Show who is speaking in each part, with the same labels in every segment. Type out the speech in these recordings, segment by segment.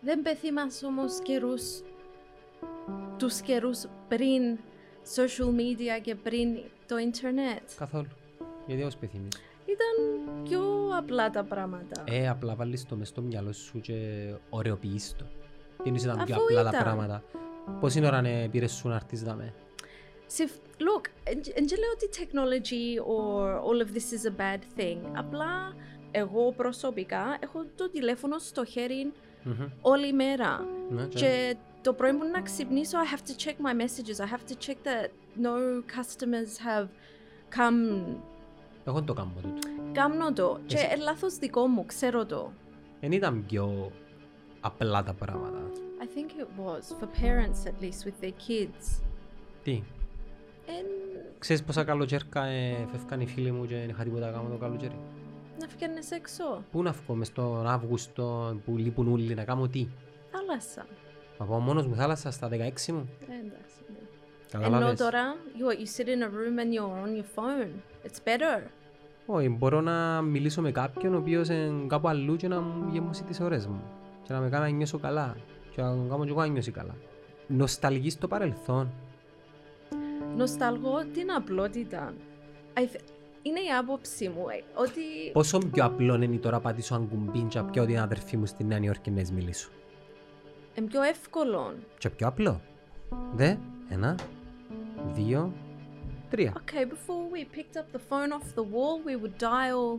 Speaker 1: Δεν πεθύμας όμως καιρούς, τους καιρούς πριν social media και πριν το ίντερνετ.
Speaker 2: Καθόλου. Γιατί όμως πεθυμείς.
Speaker 1: Ήταν πιο απλά τα πράγματα.
Speaker 2: Ε, απλά βάλεις το μες στο μυαλό σου και ωραιοποιείς το. Δεν ήταν πιο
Speaker 1: Αφού
Speaker 2: απλά τα
Speaker 1: ήταν.
Speaker 2: πράγματα. Πόση ώρα ναι, πήρες σου να έρθεις δάμε.
Speaker 1: Σε, look, δεν λέω ότι technology or all of this is a bad thing. Απλά εγώ προσωπικά έχω το τηλέφωνο στο χέρι
Speaker 2: Μμμ.
Speaker 1: όλη μέρα.
Speaker 2: Ναι, και-
Speaker 1: Και το πρωί που να ξυπνήσω, I have to check my messages. I have to check that no customers have come.
Speaker 2: Εγώ δεν το κάνω τούτο.
Speaker 1: Κάμνω το. Και
Speaker 2: Εσύ-
Speaker 1: ε, λάθος δικό μου, ξέρω το.
Speaker 2: Δεν ήταν πιο απλά τα πράγματα.
Speaker 1: I think it was for parents at least with their kids.
Speaker 2: Τι,
Speaker 1: And
Speaker 2: ξέρεις πόσα καλοκαίρκα ε, φεύγαν οι φίλοι μου και δεν είχα τίποτα να κάνω το καλοκαίρι.
Speaker 1: να φύγαινες έξω.
Speaker 2: Πού να βγω μες τον Αύγουστο που λείπουν όλοι να κάνω τι.
Speaker 1: Θάλασσα.
Speaker 2: Να πάω μόνος μου θάλασσα στα 16 μου.
Speaker 1: Ε, εντάξει. ναι. Ενώ
Speaker 2: Καταλάβες.
Speaker 1: τώρα, you, what, you sit in a room and you're on your phone. It's better.
Speaker 2: Όχι, μπορώ να μιλήσω με κάποιον ο οποίος είναι κάπου αλλού και να μου γεμώσει τις ώρες μου. Και να με κάνει να νιώσω καλά. Και να τον κάνω και εγώ να νιώσει καλά. Νοσταλγείς στο παρελθόν.
Speaker 1: Νοσταλγώ την απλότητα. I th- είναι η άποψή μου ε, ότι
Speaker 2: Πόσο πιο απλό είναι τώρα πατήσω αν κουμπίν και να πιω την αδερφή μου στη Νέα Νιόρκη να της μιλήσω.
Speaker 1: είναι πιο εύκολο.
Speaker 2: Και πιο απλό. Δε, ένα, δύο, τρία.
Speaker 1: Okay, before we picked up the phone off the wall, we would dial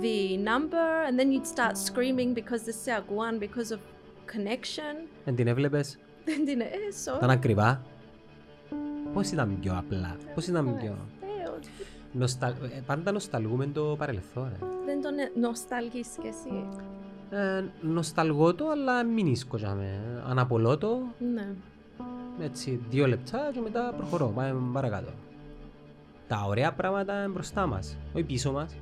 Speaker 1: the number and then you'd start screaming because the se aguan because of connection.
Speaker 2: Δεν την έβλεπες,
Speaker 1: Δεν την έσω.
Speaker 2: ήταν ακριβά. Πώς ήταν πιο απλά, πώς ήταν
Speaker 1: Oh,
Speaker 2: πιο... Νοσταλ... ε, Πάντα νοσταλγούμε το παρελθόν. ε.
Speaker 1: Δεν τον ε- νοσταλγείς κι εσύ.
Speaker 2: Ε, νοσταλγώ το, αλλά μην ίσκοζαμε. Αναπολώ το,
Speaker 1: Ναι.
Speaker 2: έτσι, δύο λεπτά και μετά προχωρώ, πάμε παρακάτω. Τα ωραία πράγματα είναι μπροστά μας, όχι πίσω μας.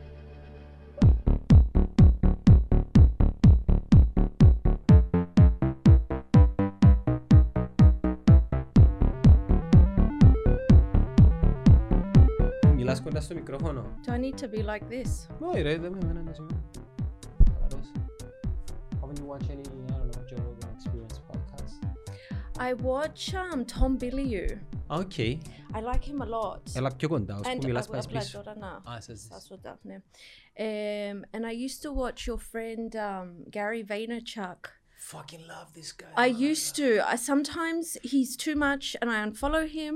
Speaker 2: Μιλάς κοντά στο μικρόφωνο.
Speaker 1: Do I need to be like this?
Speaker 2: Όχι ρε, δεν με εμένα είναι σημείο. Χαλαρός. Haven't you watched any, I don't know, Joe Rogan Experience podcast?
Speaker 1: I watch um, Tom Billieux.
Speaker 2: Α, οκ.
Speaker 1: I like him a lot.
Speaker 2: Έλα πιο κοντά, ως
Speaker 1: And
Speaker 2: που μιλάς
Speaker 1: I-
Speaker 2: πας
Speaker 1: ε, απλά
Speaker 2: πίσω.
Speaker 1: τώρα να
Speaker 2: Α, σε ζεις.
Speaker 1: σας το τα- ναι. Um, and I used to watch your friend um, Gary Vaynerchuk.
Speaker 2: Fucking love this guy.
Speaker 1: I used to. I sometimes he's too much, and I unfollow him,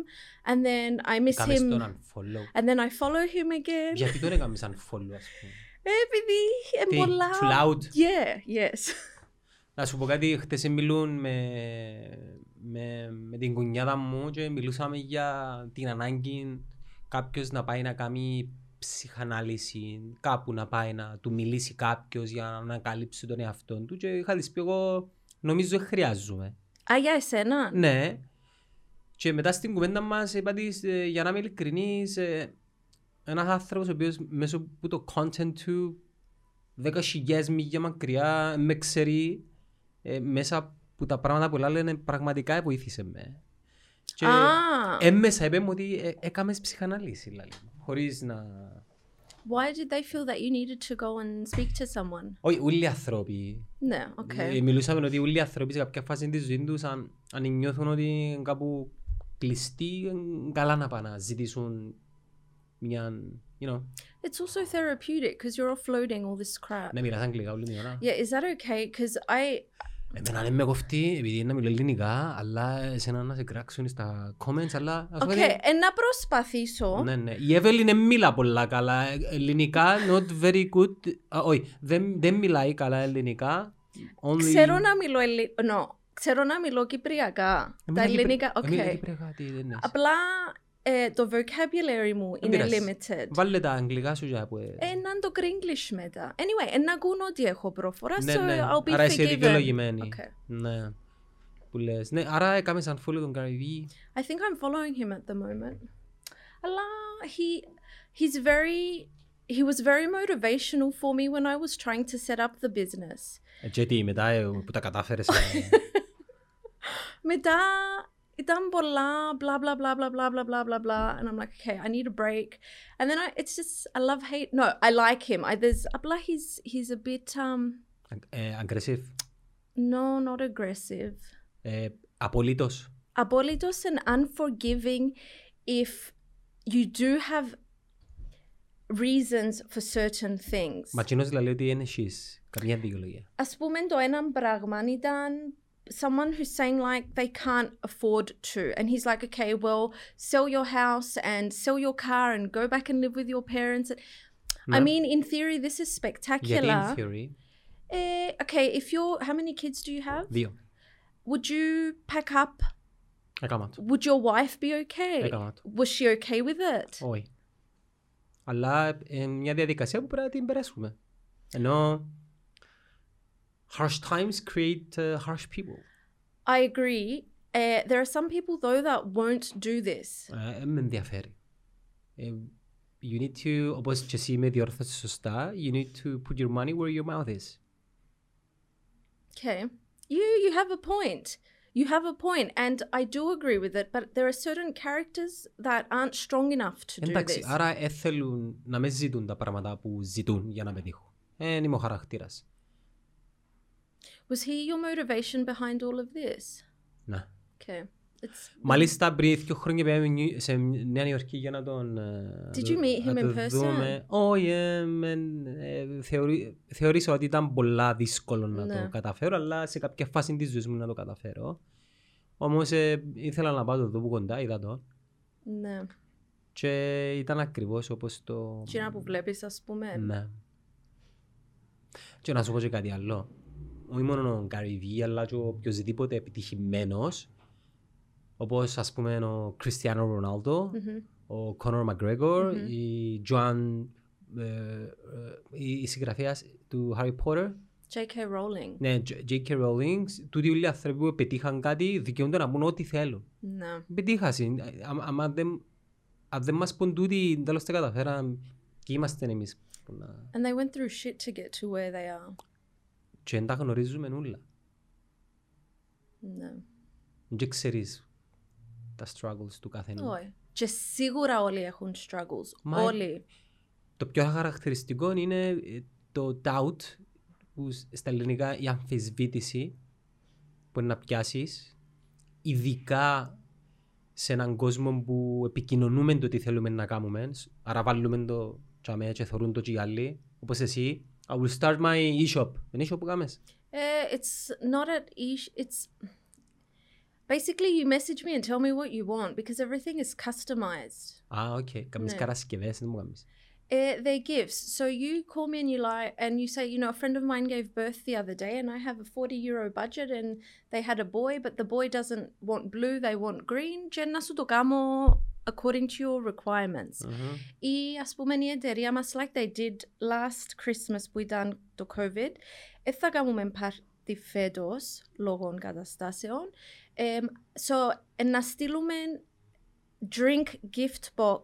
Speaker 1: and then I miss
Speaker 2: Κάμες
Speaker 1: him,
Speaker 2: τον unfollow.
Speaker 1: and then I follow him again.
Speaker 2: Γιατί τον έκαμες unfollow, ας πούμε.
Speaker 1: Επειδή
Speaker 2: Τι,
Speaker 1: είναι πολλά.
Speaker 2: too loud.
Speaker 1: Yeah, yes.
Speaker 2: Να σου πω κάτι, χτες μιλούν με, με, με την κουνιάδα μου και μιλούσαμε για την ανάγκη κάποιος να πάει να κάνει ψυχανάλυση, κάπου να πάει να του μιλήσει κάποιος για να ανακαλύψει τον εαυτό του και είχα της πει εγώ νομίζω δεν χρειάζομαι.
Speaker 1: Α, για εσένα.
Speaker 2: Ναι. Και μετά στην κουβέντα μας είπα της, ε, για να είμαι ειλικρινής, ε, ένας άνθρωπος ο οποίος μέσω που το content του 10.000 μίλια μακριά με ξέρει ε, μέσα που τα πράγματα πολλά λένε πραγματικά βοήθησε με. Και
Speaker 1: Α,
Speaker 2: έμμεσα είπε μου ότι ε, έκαμες ψυχαναλύση, δηλαδή. Χωρί να.
Speaker 1: why did they feel that you needed to go and speak to someone?
Speaker 2: Όχι, όλοι οι άνθρωποι
Speaker 1: Ναι, okay.
Speaker 2: Ε, Μιλούσαμε ότι όλοι οι άνθρωποι σε κάποια φάση της ζωής τους αν, αν νιώθουν ότι είναι κάπου κλειστοί, εν καλά να πάνε να ζητήσουν μια... You know,
Speaker 1: It's also therapeutic because you're offloading all this crap.
Speaker 2: να μιλάς αγγλικά όλη την ώρα.
Speaker 1: Yeah, is that okay? Because I
Speaker 2: Εμένα δεν με κοφτεί επειδή να μιλώ ελληνικά, αλλά εσένα να σε κράξουν στα comments, αλλά... ας πούμε
Speaker 1: okay,
Speaker 2: ότι-
Speaker 1: ε, να προσπαθήσω.
Speaker 2: Ναι, ναι. Η Εύελιν δεν μίλα πολλά καλά ε, ελληνικά, not very good. Α, Όχι, δεν, δεν μιλάει καλά ελληνικά. Only...
Speaker 1: Ξέρω να μιλώ ελλη... no, ξέρω να μιλώ κυπριακά. Τα
Speaker 2: Εμένα Κυπρι-
Speaker 1: ελληνικά, οκ.
Speaker 2: εμένα Κυπριακά, τι δεν είναι.
Speaker 1: Απλά ε, το vocabulary μου είναι
Speaker 2: πειράζει.
Speaker 1: limited.
Speaker 2: Βάλε τα αγγλικά σου για που... ε,
Speaker 1: Έναν το Greenglish μετά. Anyway, ε, να ακούν ότι έχω πρόφορα,
Speaker 2: Ναι,
Speaker 1: so
Speaker 2: ναι.
Speaker 1: I'll be
Speaker 2: Άρα είσαι
Speaker 1: forgiven.
Speaker 2: δικαιολογημένη.
Speaker 1: Okay.
Speaker 2: Ναι. Που λες. Ναι, άρα έκαμες σαν follow τον Gary Vee.
Speaker 1: I think I'm following him at the moment. Αλλά he he's very he was very motivational for me when I was trying to set up the business.
Speaker 2: Ε, Και τι, μετά ε, που τα κατάφερες. ε,
Speaker 1: Μετά ήταν πολλά blah blah blah blah blah blah blah blah blah and I'm like okay I need a break and then I it's just I love hate no I like him I there's απλά he's he's a bit um
Speaker 2: ε, aggressive.
Speaker 1: No, not aggressive.
Speaker 2: Ε, απολύτως.
Speaker 1: Απόλυτος and unforgiving if you do have reasons for certain things.
Speaker 2: Μα κοινός λέει ότι είναι εσείς. Καμιά δικαιολογία.
Speaker 1: Ας πούμε το ένα πράγμα ήταν someone who's saying like they can't afford to and he's like okay well sell your house and sell your car and go back and live with your parents i
Speaker 2: Ναι.
Speaker 1: mean in theory this is
Speaker 2: Γιατί in
Speaker 1: spectacular
Speaker 2: theory,
Speaker 1: Eh, okay if you're how many kids do you have
Speaker 2: δύο.
Speaker 1: would you pack up
Speaker 2: Έκαμα το.
Speaker 1: would your wife be okay
Speaker 2: Έκαμα το.
Speaker 1: was she okay with it
Speaker 2: Όχι. Αλλά ε, ε, μια διαδικασία που πρέπει να την περάσουμε. Ενώ harsh times create uh, harsh people.
Speaker 1: i agree Eh, there are some people though that won't do this
Speaker 2: Ε, ε, με ενδιαφέρει. Ε, you need to, όπως και εσύ με διόρθωσες σωστά, you need to put your money where your mouth is.
Speaker 1: Okay. You you have a point. You have a point, and I do agree with it. But there are certain characters that aren't strong enough to do
Speaker 2: Εντάξει,
Speaker 1: this.
Speaker 2: άρα ε, θέλουν να με ζητούν τα πράγματα που ζητούν για να πετύχω. Εν είμαι ο χαρακτήρας.
Speaker 1: Was he your motivation behind all of this?
Speaker 2: Να.
Speaker 1: Okay. It's.
Speaker 2: Μάλιστα πριν δύο χρόνια πήγαμε νιου- σε Νέα Υόρκη για να τον ε,
Speaker 1: Did
Speaker 2: δου-
Speaker 1: you meet
Speaker 2: να
Speaker 1: him
Speaker 2: τον
Speaker 1: in person?
Speaker 2: δούμε. Όχι, ε, μεν, ε, θεωρεί- θεωρήσα ότι ήταν πολλά δύσκολο να
Speaker 1: Ναι.
Speaker 2: το καταφέρω, αλλά σε κάποια φάση της ζωής μου να το καταφέρω. Όμως ε, ήθελα να πάω το δω που κοντά, είδα τον.
Speaker 1: No.
Speaker 2: Και ήταν ακριβώς όπως το...
Speaker 1: Τι να που βλέπεις, ας πούμε.
Speaker 2: Ναι. Και να σου πω και κάτι άλλο. Όχι μόνο ο Gary Vee, αλλά και οποιοδήποτε επιτυχημένος, όπως ας πούμε ο Cristiano Ronaldo,
Speaker 1: Μμμ.
Speaker 2: ο Conor McGregor,
Speaker 1: Μμμ.
Speaker 2: η Joan, ε, ε, η η συγγραφέας του Harry Potter,
Speaker 1: J.K. Rowling.
Speaker 2: ναι, J- J.K. Rowling, τούτοι όλοι οι άνθρωποι που πετύχαν κάτι δικαιούνται να πούν ό,τι θέλουν.
Speaker 1: No.
Speaker 2: Πετύχασαν. Αν δεν, αν δεν μας πούν τούτοι, τέλος τα καταφέραμε και είμαστε εμείς. που να-
Speaker 1: And they went through shit to get to where they are.
Speaker 2: και δεν τα γνωρίζουμε όλα.
Speaker 1: No.
Speaker 2: Δεν ξέρεις τα struggles του καθενού.
Speaker 1: Όχι. Και σίγουρα όλοι έχουν struggles.
Speaker 2: Μα-
Speaker 1: Όλοι.
Speaker 2: Το πιο χαρακτηριστικό είναι ε, το doubt, που σ- στα ελληνικά η αμφισβήτηση που είναι να πιάσεις, ειδικά σε έναν κόσμο που επικοινωνούμε το τι θέλουμε να κάνουμε, σ- άρα βάλουμε το τσαμέ και θεωρούν το και οι άλλοι, όπως εσύ, I will start my e-shop. Είναι e-shop που κάμες.
Speaker 1: Uh, it's not at each. It's basically you message me and tell me what you want because everything is customized.
Speaker 2: Α, οκ. Κάμεις
Speaker 1: Ναι.
Speaker 2: κατασκευές, δεν μου κάμεις.
Speaker 1: Uh, they're gifts. So you call me and you lie and you say, you know, a friend of mine gave birth the other day and I have a 40 euro budget and they had a boy, but the boy doesn't want blue, they want green. Και να σου το κάνω according to your requirements.
Speaker 2: Μμμ.
Speaker 1: η ας πούμε η εταιρεία μας like they did last Christmas που ήταν το COVID δεν θα κάνουμε πάρτι φέτος λόγω καταστάσεων Εμ, so ε, να στείλουμε drink gift box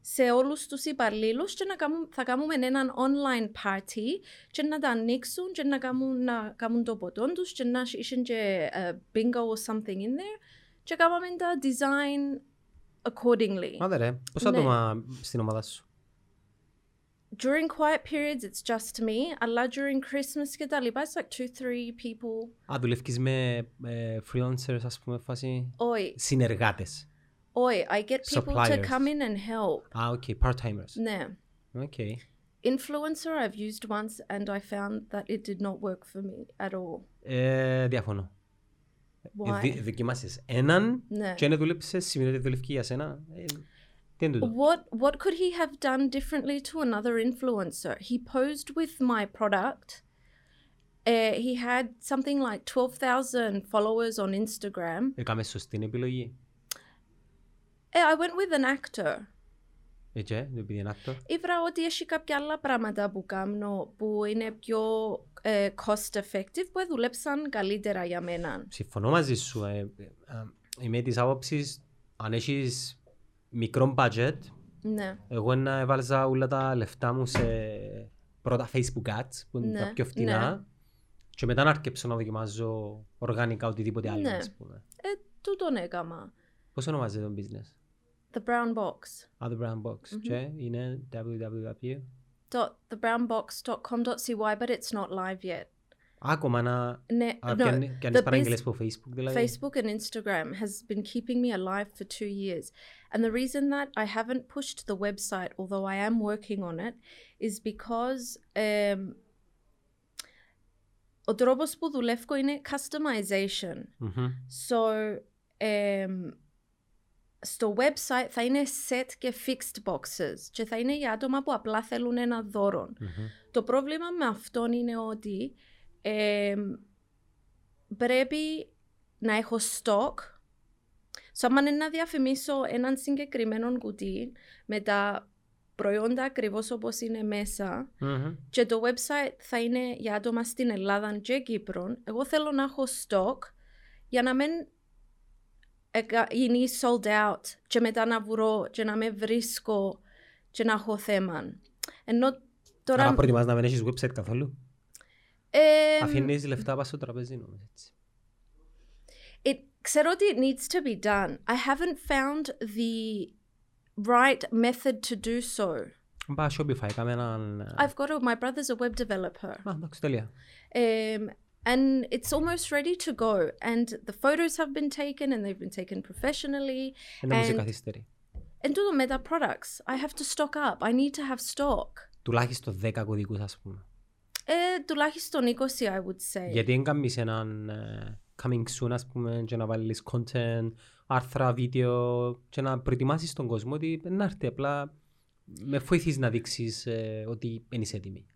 Speaker 1: σε όλους τους υπαλλήλους και να κάνουν, θα κάνουμε έναν online party και να τα ανοίξουν και να κάνουν, να κάνουν το ποτό τους και να είσαι και ε, bingo or something in there και κάναμε τα design accordingly.
Speaker 2: Άντε ρε, πόσα
Speaker 1: Ναι.
Speaker 2: άτομα στην ομάδα σου.
Speaker 1: during quiet periods it's just me αλλά during Christmas και τα λοιπά it's like two three people
Speaker 2: Α, δουλεύεις με ε, freelancers, ας πούμε, φάση.
Speaker 1: Oi,
Speaker 2: Συνεργάτες.
Speaker 1: oi, I get people
Speaker 2: Suppliers.
Speaker 1: to come in and help.
Speaker 2: Α, οκ, part-timers.
Speaker 1: Ναι.
Speaker 2: Οκ.
Speaker 1: Influencer I've used once and I found that it did not work for me at all.
Speaker 2: Ε, διαφωνώ.
Speaker 1: Why?
Speaker 2: Ε, δι- δοκιμάσεις έναν
Speaker 1: Ναι.
Speaker 2: και ένα δούλεψες, σημαίνει ότι δουλεύει και για σένα. Ε, τι είναι τούτο.
Speaker 1: What what could he have done differently to another influencer? He posed with my product. Uh, he had something like 12,000 followers on Instagram.
Speaker 2: Έκαμε Ε, σωστή επιλογή.
Speaker 1: Eh, I went with an actor.
Speaker 2: Έτσι, Ε, επειδή είναι actor.
Speaker 1: Ήβρα ότι έχει κάποια άλλα πράγματα που κάνω που είναι πιο ε, cost effective που δουλέψαν καλύτερα για μένα.
Speaker 2: Συμφωνώ μαζί σου. Ε, ε, ε, είμαι της άποψης, αν έχεις μικρό budget,
Speaker 1: Ναι.
Speaker 2: εγώ να έβαλα όλα τα λεφτά μου σε πρώτα Facebook ads που είναι
Speaker 1: Ναι,
Speaker 2: τα πιο φτηνά και μετά να αρκέψω να δοκιμάζω οργανικά οτιδήποτε άλλο
Speaker 1: Ναι.
Speaker 2: ας πούμε.
Speaker 1: Ε, τούτον έκαμα.
Speaker 2: Πώς ονομάζεται το business?
Speaker 1: The Brown Box.
Speaker 2: Other Brand Box
Speaker 1: Μμμ.
Speaker 2: και είναι www.
Speaker 1: Dot, thebrownbox.com.cy but it's not live yet.
Speaker 2: Ακόμα να
Speaker 1: Ne-
Speaker 2: να
Speaker 1: no,
Speaker 2: πιάνει- πιάνεις
Speaker 1: the
Speaker 2: παραγγελές
Speaker 1: bus-
Speaker 2: από Facebook δηλαδή.
Speaker 1: Facebook and Instagram has been keeping me alive for two years. And the reason that I haven't pushed the website, although I am working on it, is because um, ο τρόπος που δουλεύω είναι customization.
Speaker 2: Μμμ.
Speaker 1: So, um, στο website θα είναι set και fixed boxes και θα είναι για άτομα που απλά θέλουν ένα δώρο.
Speaker 2: Μμμ.
Speaker 1: Το πρόβλημα με αυτόν είναι ότι εμ, πρέπει να έχω stock. So, άμα είναι να διαφημίσω έναν συγκεκριμένο κουτί με τα προϊόντα ακριβώς όπως είναι μέσα
Speaker 2: Μμμ.
Speaker 1: και το website θα είναι για άτομα στην Ελλάδα και Κύπρο, εγώ θέλω να έχω stock για να μην εκα- γίνει sold out και μετά να βρω και να με βρίσκω και να έχω θέμα. Ενώ τώρα...
Speaker 2: Άρα προτιμάς να μην έχεις website καθόλου.
Speaker 1: Ε,
Speaker 2: Αφήνεις λεφτά πας στο τραπέζι νομίζω έτσι.
Speaker 1: It, ξέρω ότι it needs to be done. I haven't found the right method to do so.
Speaker 2: Μπα Shopify, κάμε έναν...
Speaker 1: I've got a, my brother's a web developer.
Speaker 2: Α, εντάξει, τέλεια.
Speaker 1: Um, and it's almost ready to go. And the photos have been taken and they've been taken professionally.
Speaker 2: Δεν νομίζω
Speaker 1: And-
Speaker 2: καθυστερεί.
Speaker 1: And do the meta products. I have to stock up. I need to have stock. Eh,
Speaker 2: Τουλάχιστον 10 κωδικούς ας πούμε.
Speaker 1: Ε, τουλάχιστον 20, I would say.
Speaker 2: Γιατί δεν κάνεις έναν ε, coming soon ας πούμε και να βάλεις content, άρθρα, βίντεο και να προετοιμάσεις τον κόσμο ότι να έρθει απλά με βοηθείς να δείξεις ε, ότι δεν είσαι έτοιμη.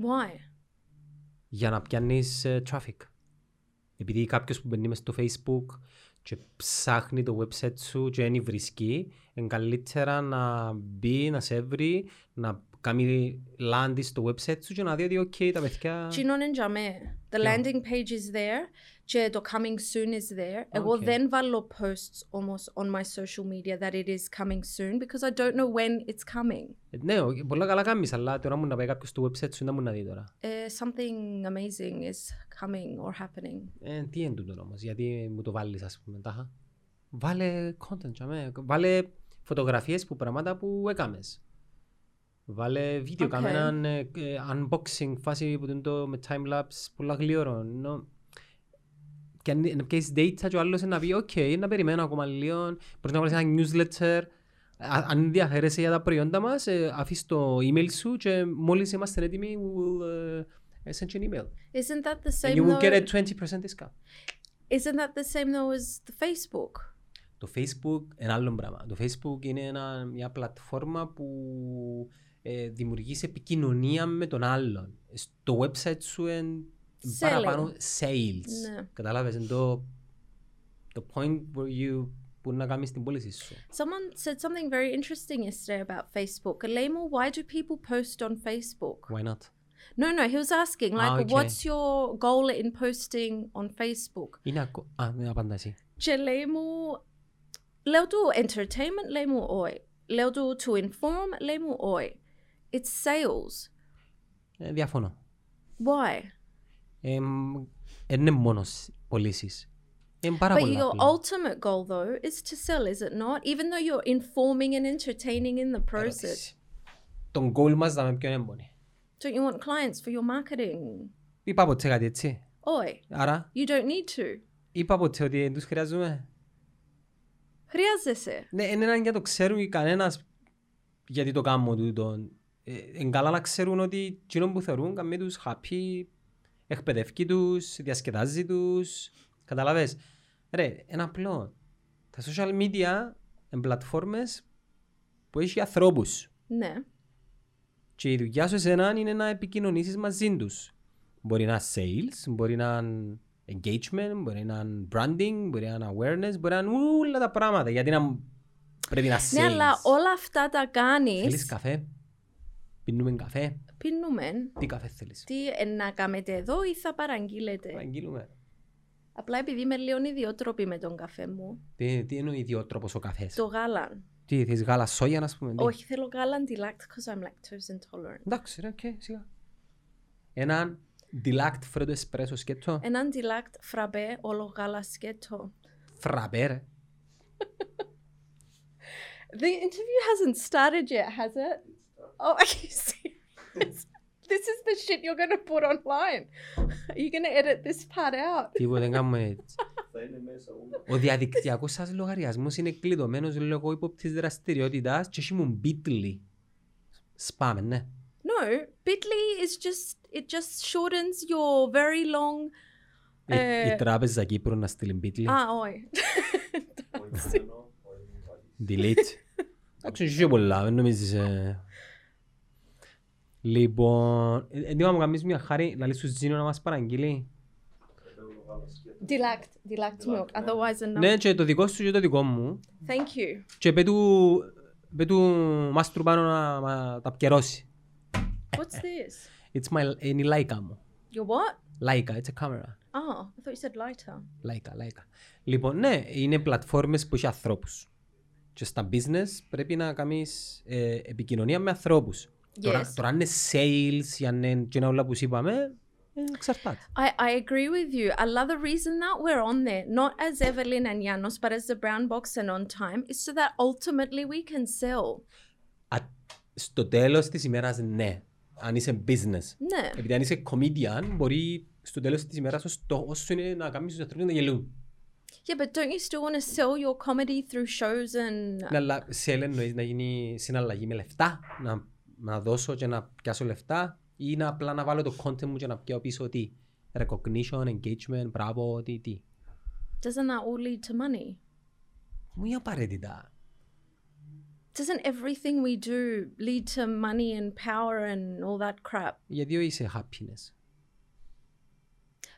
Speaker 1: Why?
Speaker 2: για να πιάνεις ε, traffic. Επειδή κάποιος που μπαίνει μες στο facebook και ψάχνει το website σου και δεν βρίσκει, είναι καλύτερα να μπει, να σε βρει, να κάνει land στο website σου και να δει ότι okay, τα παιδιά...
Speaker 1: Τσινόν εν τζαμέ. The
Speaker 2: Ποιο?
Speaker 1: landing page is there και το coming soon is there. Εγώ
Speaker 2: Okay.
Speaker 1: δεν βάλω posts almost on my social media that it is coming soon because I don't know when it's coming.
Speaker 2: Ε, Ναι, ο- πολλά καλά κάνεις, αλλά τώρα μου να πάει κάποιος στο website σου να μου να δει τώρα.
Speaker 1: Ε, Eh, something amazing is coming or happening.
Speaker 2: Ε, τι είναι τούτο όμως, γιατί μου το βάλεις ας πούμε τάχα. Βάλε content, τσαμέ. βάλε φωτογραφίες που πράγματα που έκαμες. Βάλε βίντεο,
Speaker 1: Οκ.
Speaker 2: κάμε έναν ε, ε, unboxing φάση που είναι το με timelapse πολλά γλυόρο. Ενώ, και αν, να πιέσεις data και ο άλλος να πει «ΟΚ, να περιμένω ακόμα λίγο». Μπορείς να βάλεις ένα newsletter. Α- αν ενδιαφέρεσαι για τα προϊόντα μας, ε, αφήσεις το email σου και μόλις είμαστε έτοιμοι, we'll ε, send you an email.
Speaker 1: Isn't that the
Speaker 2: And
Speaker 1: same
Speaker 2: you will get a
Speaker 1: though?
Speaker 2: 20% discount.
Speaker 1: Isn't that the same though as the Facebook?
Speaker 2: Το Facebook είναι άλλο πράγμα. Το Facebook είναι ένα, μια πλατφόρμα που ε, δημιουργείς επικοινωνία με τον άλλον. Στο website σου είναι
Speaker 1: Selling.
Speaker 2: παραπάνω sales.
Speaker 1: Ναι.
Speaker 2: Κατάλαβες, είναι το, το point where you μπορεί να κάνεις την πώληση σου.
Speaker 1: Someone said something very interesting yesterday about Facebook. Alemo, why do people post on Facebook?
Speaker 2: Why not?
Speaker 1: No, no, he was asking, like,
Speaker 2: Ah, okay.
Speaker 1: what's your goal in posting on Facebook?
Speaker 2: Είναι ακο... Α, δεν απαντά εσύ.
Speaker 1: Και λέει μου, λέω του entertainment, λέει μου όχι. Λέω του to inform, λέει μου όχι. It's sales.
Speaker 2: Ε, διαφωνώ.
Speaker 1: Why?
Speaker 2: Ε, μ, ε, είναι μόνο πωλήσει. Είναι πάρα
Speaker 1: But
Speaker 2: πολύ
Speaker 1: your
Speaker 2: απλά.
Speaker 1: ultimate goal, though, is to sell, is it not? Even though you're informing and entertaining in the process,
Speaker 2: Ερώτηση. Τον goal μας θα με ποιον έμπονε.
Speaker 1: don't you want clients for your marketing?
Speaker 2: Είπα ποτέ κάτι έτσι.
Speaker 1: Oi,
Speaker 2: Άρα,
Speaker 1: you don't need to.
Speaker 2: είπα ποτέ ότι δεν τους χρειάζομαι.
Speaker 1: Χρειάζεσαι.
Speaker 2: Ναι, είναι έναν για το ξέρουν κανένας γιατί το κάνουν τούτο. Ε, εν καλά να ξέρουν ότι εκείνο που θεωρούν κάνει τους happy, εκπαιδεύει τους, διασκεδάζει τους. Καταλαβες. Ρε, είναι απλό. Τα social media είναι πλατφόρμες που έχει ανθρώπους.
Speaker 1: Ναι.
Speaker 2: Και η δουλειά σου εσένα είναι να επικοινωνήσεις μαζί τους. Μπορεί να είναι sales, μπορεί να είναι engagement, μπορεί να είναι branding, μπορεί να είναι awareness, μπορεί να είναι όλα τα πράγματα. Γιατί να πρέπει να sales.
Speaker 1: Ναι, αλλά όλα αυτά τα
Speaker 2: Θέλεις
Speaker 1: κάνεις,
Speaker 2: καφέ, πίνουμε καφέ,
Speaker 1: πίνουμε.
Speaker 2: τι καφέ θέλεις.
Speaker 1: Τι ε, να κάνετε εδώ ή θα παραγγείλετε.
Speaker 2: Παραγγείλουμε.
Speaker 1: Απλά επειδή είμαι λίγο ιδιότροπη με τον καφέ μου,
Speaker 2: Τι, τι εννοεί ιδιότροπος ο καφές.
Speaker 1: το γάλαν.
Speaker 2: Τι, θες γάλα σόγια, ας πούμε. τι.
Speaker 1: Όχι, θέλω γάλαν deluxe, because I'm lactose intolerant.
Speaker 2: Εντάξει, ρε, οκ, σιγά. Έναν deluct φρέντο εσπρέσο σκέτο.
Speaker 1: Έναν deluxe φραπέ, όλο γάλα σκέτο.
Speaker 2: Φραπέ, ρε.
Speaker 1: The interview hasn't started yet, has it? Oh, are you serious? This is the shit you're going to put online. Are you going to edit this part out?
Speaker 2: Τίποτα, δεν κάνουμε έτσι.
Speaker 3: Θα είναι μέσα όλα.
Speaker 2: Ο διαδικτυακός σας λογαριασμός είναι κλειδωμένος λόγω ύποπτης δραστηριότητα και έχει μου bitly. Σπάμε, ναι.
Speaker 1: No, Bitly is just, it just shortens your very long.
Speaker 2: Η-
Speaker 1: Ε.
Speaker 2: Η τράπεζα Κύπρου να στείλει bitly.
Speaker 1: Ah, όχι.
Speaker 3: Όχι μόνο, όχι μόνο.
Speaker 2: Delete. Εντάξει, είχε πολλά, δεν νομίζεις... ε. Λοιπόν, ε, εντύπα μου καμίς μια χάρη, λαλείς σου Τζίνο να μας παραγγείλει.
Speaker 3: Εδώ το βάλα σκέτο.
Speaker 1: Delact, delact milk.
Speaker 3: Delact, ναι.
Speaker 1: Otherwise, a
Speaker 2: Ναι, και το δικό σου και το δικό μου.
Speaker 1: Thank you.
Speaker 2: Και πέτου, πέτου μάστρου πάνω να μα- τα πιερώσει.
Speaker 1: What's this?
Speaker 2: It's my, είναι η Leica μου.
Speaker 1: Your what?
Speaker 2: Leica, it's a
Speaker 1: Oh,
Speaker 2: camera.
Speaker 1: I thought you said lighter.
Speaker 2: Leica, Leica. Λοιπόν, ναι, είναι πλατφόρμες που έχει ανθρώπους. Και στα business πρέπει να κάνεις ε, επικοινωνία με ανθρώπους. Τώρα,
Speaker 1: Yes.
Speaker 2: τώρα αν είναι sales ή αν είναι και όλα που σου είπαμε, ε, εξαρτάται.
Speaker 1: I, I agree with you. Another reason that we're on there, not as Evelyn and Janos, but as the brown box and on time, is so that ultimately we can sell.
Speaker 2: Α, στο τέλος της ημέρας ναι, αν είσαι business.
Speaker 1: Ναι.
Speaker 2: Επειδή αν είσαι comedian, μπορεί στο τέλος της ημέρας ο στόχος σου είναι να κάνεις τους ανθρώπους να γελούν.
Speaker 1: Yeah, but don't you still want to sell your comedy through shows and.
Speaker 2: Ναι, αλλά σε εννοείς να γίνει συναλλαγή με λεφτά, να, να δώσω και να πιάσω λεφτά ή να απλά να βάλω το content μου και να πιάω πίσω τι. Recognition, engagement, μπράβο, τι, τι.
Speaker 1: Doesn't that all lead to money?
Speaker 2: Μου είναι απαραίτητα.
Speaker 1: Doesn't everything we do lead to money and power and all that crap?
Speaker 2: Γιατί είσαι happiness.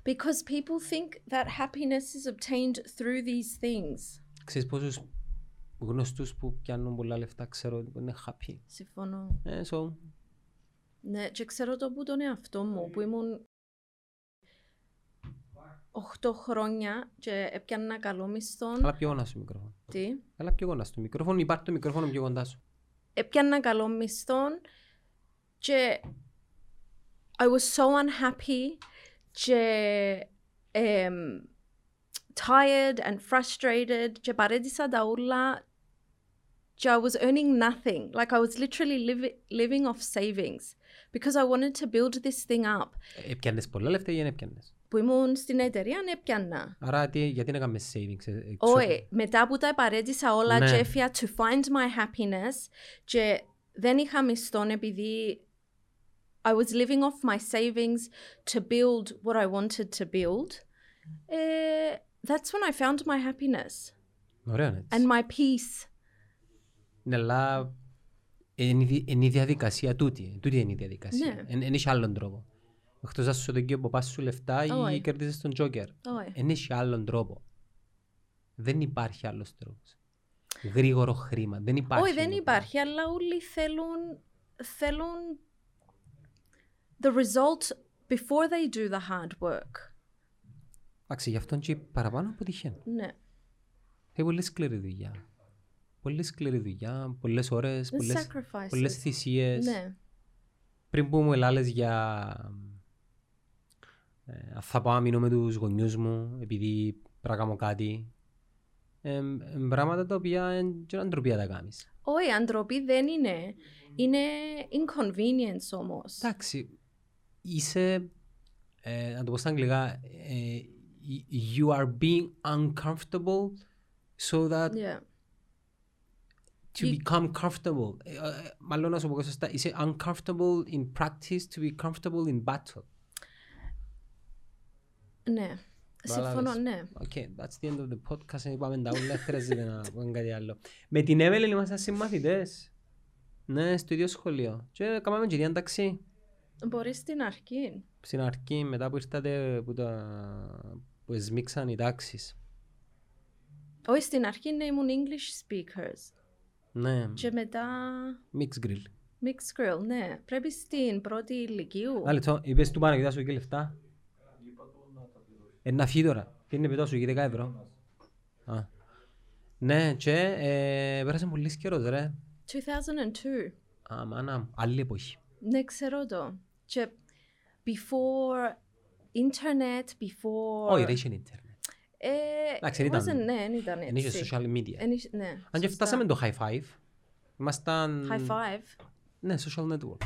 Speaker 1: Because people think that happiness is obtained through these things.
Speaker 2: Ξέρεις πόσους γνωστούς που πιάνουν πολλά λεφτά ξέρω ότι είναι happy.
Speaker 1: Συμφωνώ.
Speaker 2: Ε, so,
Speaker 1: Ναι, και ξέρω το που τον εαυτό μου, που ήμουν 8 χρόνια και έπιανα καλό μισθό.
Speaker 2: αλλά πιο γονά στο μικρόφωνο.
Speaker 1: Τι?
Speaker 2: Έλα πιο κοντά στο μικρόφωνο, υπάρχει το μικρόφωνο πιο κοντά σου.
Speaker 1: Έπιανα καλό μισθό και I was so unhappy και εμ, tired and frustrated και παρέτησα τα ούλα και I was earning nothing. Like I was literally livi- living off savings because I wanted to build this thing up.
Speaker 2: Ε, Έπιανες πολλά λεφτά ή δεν έπιανες.
Speaker 1: που ήμουν στην εταιρεία ναι, έπιανα.
Speaker 2: Άρα τι, γιατί να κάνουμε savings. ε, ε, ξέρω.
Speaker 1: Όχι, μετά που τα παρέτησα όλα
Speaker 2: Ναι.
Speaker 1: και έφυγα to find my happiness και δεν είχα μισθόν επειδή I was living off my savings to build what I wanted to build. Ε, that's when I found my happiness
Speaker 2: Ωραίο είναι έτσι.
Speaker 1: and my peace.
Speaker 2: Ναι, αλλά είναι η δι- είναι η διαδικασία τούτη. ε, Τούτη είναι η διαδικασία.
Speaker 1: Ναι.
Speaker 2: Δεν έχει άλλον τρόπο. Εκτός αν σου δοκεί ο παπάς σου λεφτά ή
Speaker 1: Όχι.
Speaker 2: κερδίζεις τον τζόκερ.
Speaker 1: Όχι.
Speaker 2: Δεν έχει άλλον τρόπο. Δεν υπάρχει άλλος τρόπος. Γρήγορο χρήμα. Δεν υπάρχει. λοιπόν.
Speaker 1: Όχι, δεν
Speaker 2: άλλο
Speaker 1: υπάρχει, αλλά όλοι θέλουν, θέλουν the result before they do the hard work.
Speaker 2: πράγμα. Εντάξει, γι' αυτόν και παραπάνω αποτυχαίνω.
Speaker 1: Ναι.
Speaker 2: Έχει πολύ σκληρή δουλειά. Πολύ σκληρή δουλειά, πολλές ώρες,
Speaker 1: The
Speaker 2: πολλές,
Speaker 1: sacrifices.
Speaker 2: πολλές θυσίες.
Speaker 1: Ναι.
Speaker 2: πριν που μου ελάλες για ε, αν θα πάω να μείνω με τους γονιούς μου επειδή πρέπει να κάνω κάτι ε, ε, πράγματα τα οποία εν- και να ντροπή να τα κάνεις
Speaker 1: Όχι, αντροπή δεν είναι. Είναι inconvenience όμως.
Speaker 2: εντάξει είσαι ε, να το πω στα αγγλικά ε, you are being uncomfortable so that
Speaker 1: Yeah.
Speaker 2: to
Speaker 1: You-
Speaker 2: become comfortable ε, ε, μάλλον να σου πω και σωστά είσαι uncomfortable in practice to be comfortable in battle
Speaker 1: Ναι. Συμφωνώ,
Speaker 2: Βάλαβες.
Speaker 1: ναι.
Speaker 2: Okay, that's the end of the podcast. Είπαμε τα όλα, χρειάζεται να πούμε κάτι άλλο. Με την Εύελιν ήμασταν συμμαθητές. Ναι, στο ίδιο σχολείο. Και κάναμε και διάνταξη.
Speaker 1: Μπορεί στην αρχή.
Speaker 2: Στην αρχή, μετά που ήρθατε, που, τα... που σμίξαν οι τάξεις.
Speaker 1: Όχι, στην αρχή ναι, ήμουν English speakers.
Speaker 2: Ναι,
Speaker 1: Και μετά.
Speaker 2: mix grill.
Speaker 1: Mixed grill, ναι. Πρέπει στην πρώτη ηλικίου.
Speaker 2: Ένα λεπτό, είπες του πάνω, κοιτά σου εκεί λεφτά. Ε, να φύγει τώρα. Τι είναι πετά σου, εκεί 10 ευρώ. Α. Ναι, και ε, πέρασε πολύ καιρός, ρε.
Speaker 1: 2002.
Speaker 2: Α, μάνα μου, άλλη εποχή.
Speaker 1: Ναι, ξέρω το. Και before internet, before.
Speaker 2: Όχι, ρε, είχε ίντερνετ.
Speaker 1: Ε,
Speaker 2: Εντάξει, δεν
Speaker 1: it
Speaker 2: ήταν-
Speaker 1: wasn't- ναι, δεν ήταν
Speaker 2: Εν είχε
Speaker 1: έτσι.
Speaker 2: social media.
Speaker 1: Εν είχε- ναι,
Speaker 2: Αν και
Speaker 1: σωστά.
Speaker 2: φτάσαμε το high five, ήμασταν...
Speaker 1: High five.
Speaker 2: Ναι, social network.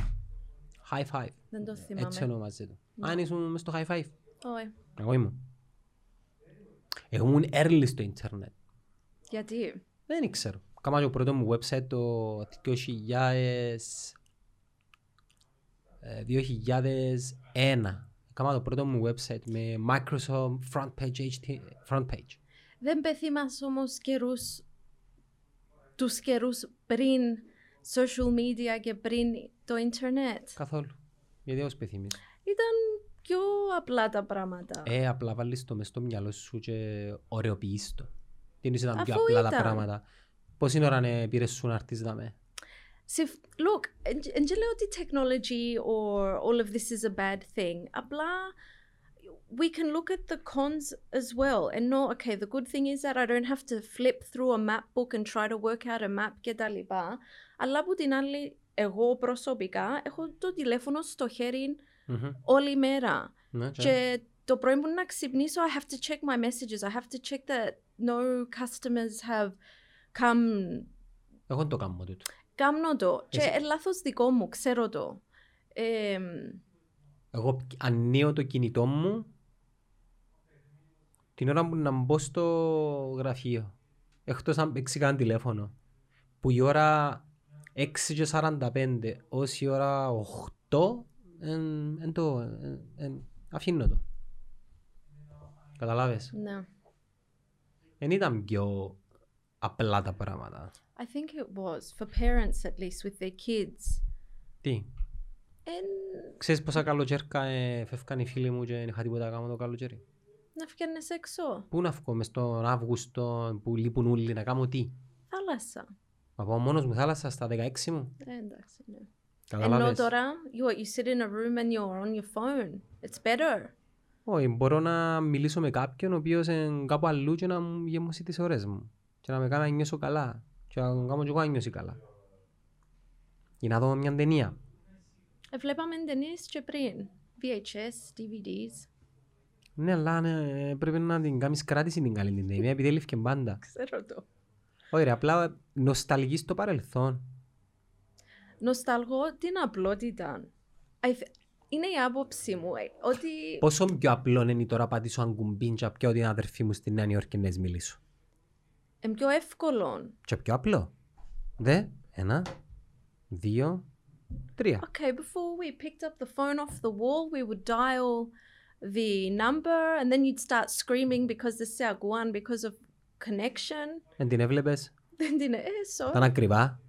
Speaker 2: High five.
Speaker 1: Δεν το
Speaker 2: Έτσι
Speaker 1: θυμάμαι.
Speaker 2: ονομάζεται.
Speaker 1: Ναι.
Speaker 2: Αν ήσουν μες στο high five.
Speaker 1: Όχι.
Speaker 2: Εγώ ήμουν. Εγώ ήμουν early στο ίντερνετ.
Speaker 1: Γιατί.
Speaker 2: Δεν ήξερα. Κάμα το πρώτος μου website το 2000... ε, 2001. Κάμα το πρώτο μου website με Microsoft front page, HT, front page.
Speaker 1: Δεν πεθύμας όμως καιρούς, τους καιρούς πριν social media και πριν το ίντερνετ.
Speaker 2: Καθόλου. Γιατί ως πεθυμείς.
Speaker 1: Ήταν πιο απλά τα πράγματα.
Speaker 2: Ε, απλά βάλεις το μες στο μυαλό σου και ωραιοποιείς το. Δεν ήταν πιο
Speaker 1: Αφού
Speaker 2: απλά τα
Speaker 1: ήταν.
Speaker 2: πράγματα. Πόση ώρα ναι, πήρες σου να έρθεις να με.
Speaker 1: Συφ- look, εν και λέω ότι technology or all of this is a bad thing. Απλά, we can look at the cons as well and know, okay, the good thing is that I don't have to flip through a map book and try to work out a map και τα λοιπά. Αλλά από την άλλη, εγώ προσωπικά έχω το τηλέφωνο στο χέρι
Speaker 2: Μμμ.
Speaker 1: όλη μέρα.
Speaker 2: Ναι, και-
Speaker 1: Και το πρωί που να ξυπνήσω, I have to check my messages. I have to check that no customers have come
Speaker 2: Εγώ δεν το κάνω τούτο.
Speaker 1: Κάμνω το. Και
Speaker 2: Εσύ-
Speaker 1: ε, λάθος δικό μου, ξέρω το. Ε,
Speaker 2: Εγώ ανοίγω το κινητό μου την ώρα που να μπω στο γραφείο. Εκτός αν παίξει καν τηλέφωνο. Που η ώρα 6 και 45 ως η ώρα 8 εν, εν το, εν, εν, αφήνω το. Καταλάβες.
Speaker 1: ναι.
Speaker 2: Δεν ήταν πιο απλά τα πράγματα.
Speaker 1: I think it was, for parents at least, with their kids.
Speaker 2: Τι,
Speaker 1: And
Speaker 2: ξέρεις πόσα καλοκαίρκα ε, φεύγαν οι φίλοι μου και δεν είχα τίποτα να κάνω το καλοκαίρι.
Speaker 1: να φκένες έξω.
Speaker 2: Πού να βγω μες στον Αύγουστο που λείπουν όλοι να κάνω τι.
Speaker 1: Θάλασσα.
Speaker 2: Μα πάω μόνος μου θάλασσα στα 16 μου.
Speaker 1: Ε, εντάξει, ναι. Ενώ
Speaker 2: Καταλάβες.
Speaker 1: τώρα, you, you sit in a room and you're on your phone. It's better.
Speaker 2: Όχι, μπορώ να μιλήσω με κάποιον ο οποίος είναι κάπου αλλού και να μου γεμώσει τις ώρες μου. Και να με κάνει να νιώσω καλά. Και να τον κάνω και εγώ να νιώσει καλά. Ή να δω μια ταινία.
Speaker 1: Ε, βλέπαμε ταινίες και πριν. VHS, DVDs.
Speaker 2: Ναι, αλλά ναι, πρέπει να την κάνεις κράτηση την καλή την ταινία, επειδή έλειφε πάντα.
Speaker 1: Ξέρω το.
Speaker 2: Όχι ρε, απλά νοσταλγείς το παρελθόν.
Speaker 1: Νοσταλγώ την απλότητα. I th- είναι η άποψή μου ε, ότι
Speaker 2: Πόσο πιο απλό είναι τώρα πατήσω αν κουμπίν και πιω την αδερφή μου στη Νέα Υόρκη να της μιλήσω.
Speaker 1: είναι πιο εύκολο
Speaker 2: Και πιο απλό. Δε, ένα, δύο, τρία.
Speaker 1: Okay, before we picked up the phone off the wall, we would dial the number and then you'd start screaming because the Siaguan, because of connection.
Speaker 2: Εν την έβλεπες,
Speaker 1: Then didn't eh, so
Speaker 2: ήταν ακριβά.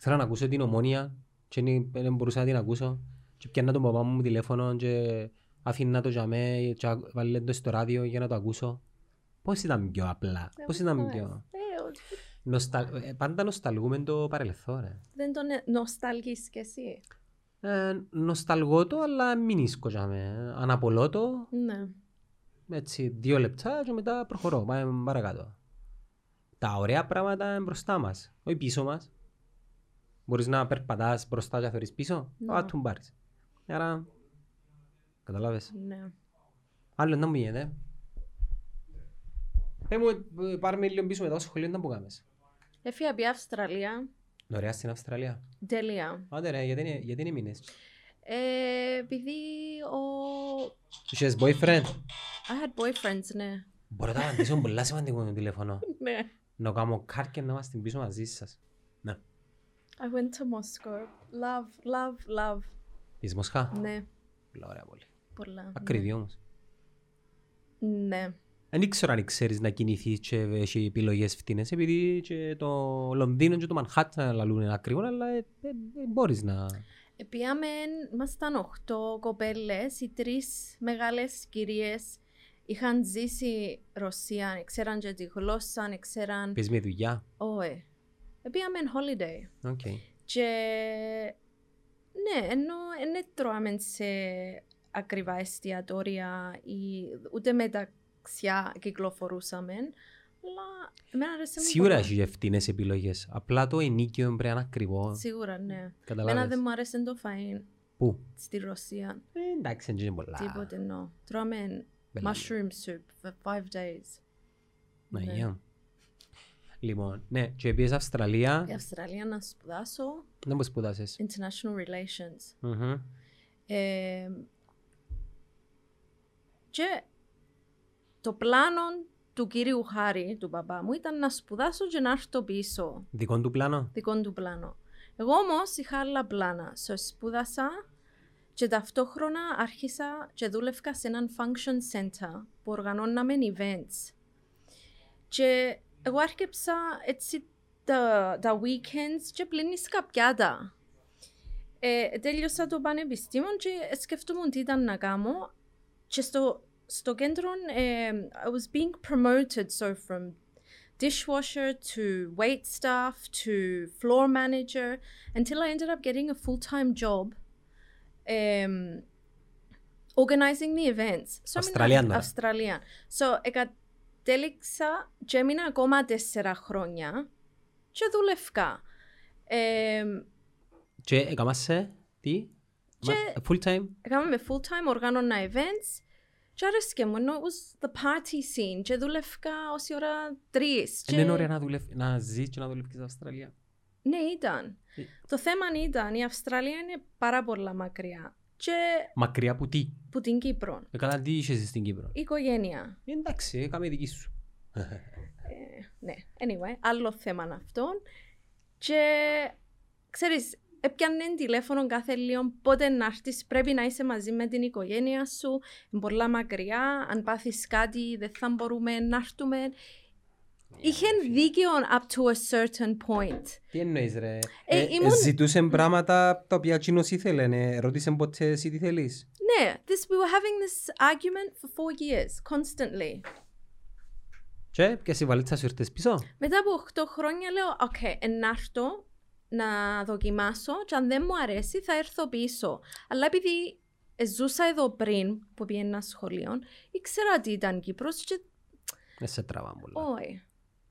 Speaker 2: Θέλω να ακούσω την ομόνια και δεν- δεν μπορούσα να την ακούσω. Και πιάνα τον παπά μου τηλέφωνο και αφήνα το για μέ και α- βάλε το στο ράδιο για να το ακούσω. Πώς ήταν πιο απλά, πώς ήταν πιο...
Speaker 1: Ε, ο-
Speaker 2: Νοσταλ... ε, Πάντα νοσταλγούμε το παρελθόν. ρε.
Speaker 1: Δεν τον ε- νοσταλγείς κι εσύ.
Speaker 2: Ε, νοσταλγώ το, αλλά μην ίσκω για μέ. Αναπολώ το,
Speaker 1: Ναι.
Speaker 2: έτσι δύο λεπτά και μετά προχωρώ, πάμε παρακάτω. Τα ωραία πράγματα είναι μπροστά μας, όχι πίσω μας. Μπορείς να περπατάς μπροστά και να θεωρείς πίσω,
Speaker 1: Ναι.
Speaker 2: αλλά τον πάρεις. Άρα, καταλάβες.
Speaker 1: Ναι.
Speaker 2: Άλλο να μου γίνεται. Πες μου, ε, πάρουμε λίγο πίσω μετά στο σχολείο, να που κάνεις.
Speaker 1: Έφυγα από Αυστραλία.
Speaker 2: Ωραία στην Αυστραλία.
Speaker 1: Τέλεια.
Speaker 2: Άντε ρε, γιατί, είναι- γιατί είναι μήνες.
Speaker 1: Ε, επειδή ο...
Speaker 2: Είχες boyfriend.
Speaker 1: I had boyfriends, ναι.
Speaker 2: Μπορώ να απαντήσω πολλά σημαντικό με το τηλέφωνο.
Speaker 1: Ναι.
Speaker 2: Να κάνω κάρκια να είμαστε πίσω μαζί σας. Ναι.
Speaker 1: I went to Moscow. Love, love, love.
Speaker 2: Είσαι Μοσχά.
Speaker 1: Ναι.
Speaker 2: Πολλά ωραία πολύ.
Speaker 1: Πολλά. ναι.
Speaker 2: Ακριβή όμως.
Speaker 1: Ναι.
Speaker 2: Δεν ήξερα αν ξέρεις να κινηθείς και έχει επιλογές φτηνές επειδή και το Λονδίνο και το Μανχάτα λαλούν είναι ακριβό αλλά ε, ε, ε, μπορείς να...
Speaker 1: Πήγαμε, ήμασταν οχτώ κοπέλες, οι τρεις μεγάλες κυρίες είχαν ζήσει Ρωσία, ξέραν και τη γλώσσα, ξέραν...
Speaker 2: Πες με δουλειά.
Speaker 1: Όχι. Ε, Πήγαμε holiday.
Speaker 2: Οκ.
Speaker 1: Και ναι, ενώ δεν τρώαμε σε ακριβά εστιατόρια ή ούτε με ταξιά κυκλοφορούσαμε, αλλά εμένα αρέσει μου
Speaker 2: Σίγουρα
Speaker 1: πολλά.
Speaker 2: έχει φτηνές επιλογές. Απλά το ενίκιο πρέπει να είναι ακριβό.
Speaker 1: Σίγουρα, ναι. Εμένα
Speaker 2: Καταλάβες.
Speaker 1: δεν μου άρεσε το φαΐν
Speaker 2: Πού.
Speaker 1: στη Ρωσία.
Speaker 2: Ε, εντάξει, δεν είναι πολλά.
Speaker 1: Τίποτε, no. Τρώμε
Speaker 2: Μπελά.
Speaker 1: mushroom soup for five days. Ναι.
Speaker 2: Μαγιά. Λοιπόν, ναι, και πήγες Αυστραλία,
Speaker 1: Η Αυστραλία να σπουδάσω Ε,
Speaker 2: δεν μου σπουδάσες.
Speaker 1: international relations.
Speaker 2: Μμμ.
Speaker 1: Ε, και το πλάνο του κυρίου Χάρη, του παπά μου, ήταν να σπουδάσω και να έρθω πίσω
Speaker 2: Δικό του πλάνο.
Speaker 1: δικό του πλάνο. Εγώ όμως είχα άλλα πλάνα. So, σπούδασα και ταυτόχρονα άρχισα και δούλευκα σε έναν function center που οργανώναμε events. Και εγώ άρχισα έτσι τα, τα weekends και πλύνεις καπιάτα. Ε, τέλειωσα το πανεπιστήμιο και σκεφτόμουν τι ήταν να κάνω. Και στο, στο κέντρο, ε, I um, was being promoted so from dishwasher to wait staff to floor manager until I ended up getting a full time job um, organizing the events. So
Speaker 2: Αυστραλία τώρα.
Speaker 1: Αυστραλία. So, εγκατέληξα και έμεινα ακόμα τέσσερα χρόνια και δουλευκά. Εμ,
Speaker 2: Και έκαμα σε τι.
Speaker 1: Και-
Speaker 2: Μα- Full time.
Speaker 1: Έκαναμε full time, οργάνωνα events και άρεσκε μου, ενώ it was the party scene και δούλευκα όση ώρα τρεις. και-
Speaker 2: Είναι ωραία Ε, ναι, να, δουλευ... να ζεις και να δουλεύεις στην Αυστραλία.
Speaker 1: Ναι, ήταν.
Speaker 2: Ε.
Speaker 1: Το θέμα ήταν, η Αυστραλία είναι πάρα πολλά μακριά και
Speaker 2: Μακριά από τι.
Speaker 1: που την Κύπρο.
Speaker 2: Ε, Καλά τι είσαι στην Κύπρο.
Speaker 1: Η οικογένεια.
Speaker 2: Ε, Εντάξει, έκαμε δική σου.
Speaker 1: Ε, ναι, anyway, άλλο θέμα αυτόν. Και ξέρεις, έπιανε τηλέφωνο κάθε λίγο πότε να έρθεις, πρέπει να είσαι μαζί με την οικογένεια σου, είναι πολλά μακριά, αν πάθεις κάτι δεν θα μπορούμε να έρθουμε. Είχε δίκιο up to a certain point.
Speaker 2: Τι εννοείς ρε.
Speaker 1: Ε, ήμουν-
Speaker 2: Ζητούσε πράγματα τα οποία εκείνος ήθελε. ε, Ρώτησε ποτέ εσύ τι θέλεις.
Speaker 1: Ναι, this, we were having this argument for four years, constantly.
Speaker 2: Και ποιες οι βαλίτσες σου ήρθες πίσω.
Speaker 1: Μετά από 8 χρόνια λέω, οκ, ε, να έρθω να δοκιμάσω και αν δεν μου αρέσει θα έρθω πίσω. Αλλά επειδή ε, ζούσα εδώ πριν που πήγαινα σχολείο, ήξερα τι ήταν Κύπρος και
Speaker 2: Ε, σε τραβά πολλά.
Speaker 1: όχι.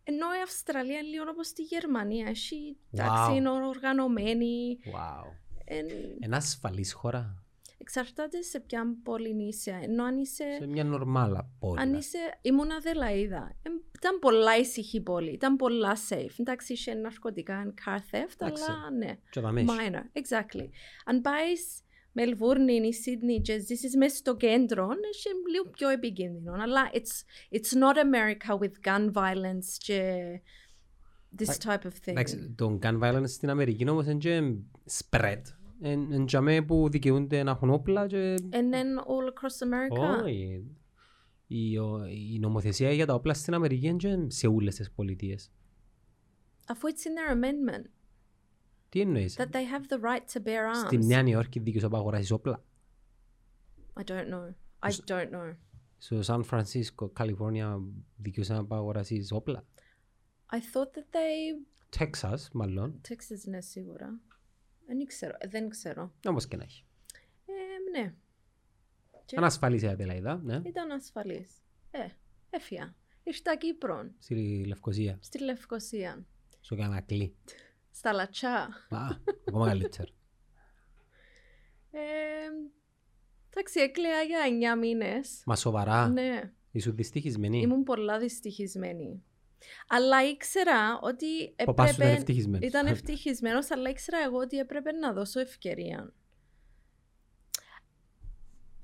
Speaker 1: Ενώ η Αυστραλία είναι λίγο όπως τη Γερμανία, έχει
Speaker 2: Wow. Ε,
Speaker 1: τάξη, είναι οργανωμένη,
Speaker 2: Wow.
Speaker 1: εν,
Speaker 2: Ένα ασφαλής χώρα.
Speaker 1: εξαρτάται σε ποια πόλη είσαι. Ενώ αν είσαι
Speaker 2: Σε μια νορμάλα πόλη.
Speaker 1: Ε,
Speaker 2: ναι.
Speaker 1: Αν είσαι, ήμουν Αδελαίδα. Ε, Ήταν πολλά ησυχή πόλη, ήταν πολλά safe. Εντάξει, είχε ναρκωτικά, car theft,
Speaker 2: Εντάξει.
Speaker 1: αλλά ναι.
Speaker 2: Και τα μέση.
Speaker 1: Minor, exactly. Αν πάεις Μελβούρνη ή Σίδνη και ζήσεις μέσα στο κέντρο, είναι λίγο πιο επικίνδυνο. Αλλά it's, it's not America with gun violence και this type of thing.
Speaker 2: Εντάξει, το gun violence στην Αμερική όμως είναι και spread. Είναι είναι τζαμέ που δικαιούνται να έχουν όπλα και...
Speaker 1: And then all across America.
Speaker 2: Όχι. Η, ο- η νομοθεσία για τα όπλα στην Αμερική είναι και σε όλες τις πολιτείες.
Speaker 1: Αφού it's in their amendment
Speaker 2: Τι εννοείς.
Speaker 1: that they have the right to bear arms.
Speaker 2: Στη Νέα Νιόρκη δίκαιος να αγοράσεις όπλα.
Speaker 1: I don't know. I don't know.
Speaker 2: Στο Σαν Φρανσίσκο, Καλιφόρνια, δικαιούσε να αγοράσεις όπλα.
Speaker 1: I thought that they
Speaker 2: Τέξας, μάλλον.
Speaker 1: Texas ναι, σίγουρα. Δεν ξέρω. ε, Δεν ξέρω.
Speaker 2: Όμως και να έχει.
Speaker 1: Ε, ναι, Και-
Speaker 2: Ανασφαλής η Αδελαίδα, ναι.
Speaker 1: ήταν ασφαλής. Ε, έφυγα. Ήρθα Κύπρο,
Speaker 2: Στη Λευκοσία,
Speaker 1: στη Λευκοσία,
Speaker 2: στο Κανακλή.
Speaker 1: στα Λατσά.
Speaker 2: Α, ακόμα καλύτερο.
Speaker 1: Ε, εντάξει, έκλαια για 9 μήνες.
Speaker 2: Μα σοβαρά,
Speaker 1: Ναι,
Speaker 2: ήσουν δυστυχισμένη.
Speaker 1: ήμουν πολλά δυστυχισμένη. Αλλά ήξερα ότι έπρεπε...
Speaker 2: Παπάς σου ήταν ευτυχισμένος.
Speaker 1: Ήταν ευτυχισμένος, αλλά ήξερα εγώ ότι έπρεπε να δώσω ευκαιρία.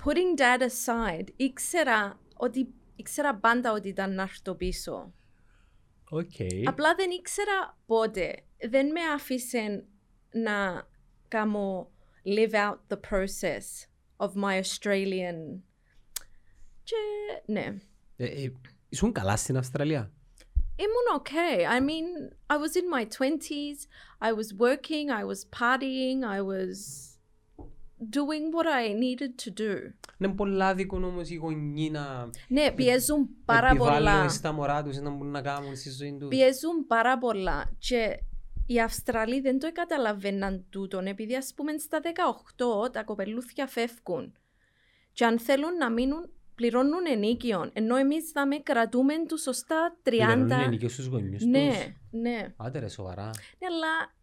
Speaker 1: Putting that aside, ήξερα, ότι, ήξερα πάντα ότι ήταν να έρθω πίσω.
Speaker 2: Οκ.
Speaker 1: Απλά δεν ήξερα πότε. Δεν με άφησε να κάνω live out the process of my Australian. Και ναι.
Speaker 2: Ε, ε, Ήσουν καλά στην Αυστραλία.
Speaker 1: ήμουν okay. I mean, I was in my 20s. I was working, I was partying, I was doing what I needed to do.
Speaker 2: Είναι πολλά άδικο όμως οι γονείς να
Speaker 1: Ναι, πιέζουν πάρα πολλά.
Speaker 2: επιβάλλουν στα μωρά τους να μπορούν να κάνουν στη ζωή τους.
Speaker 1: Πιέζουν πάρα πολλά. Και οι Αυστραλοί δεν το καταλαβαίναν τούτον, επειδή ας πούμε στα 18 τα κοπελούθια φεύγουν. Και αν θέλουν να μείνουν, πληρώνουν ενίκιο. Ενώ εμείς θα με κρατούμε του σωστά 30.
Speaker 2: Πληρώνουν ενοικίες στους γονείς τους.
Speaker 1: Ναι, ναι.
Speaker 2: Άντε ρε, σοβαρά.
Speaker 1: Ναι, αλλά.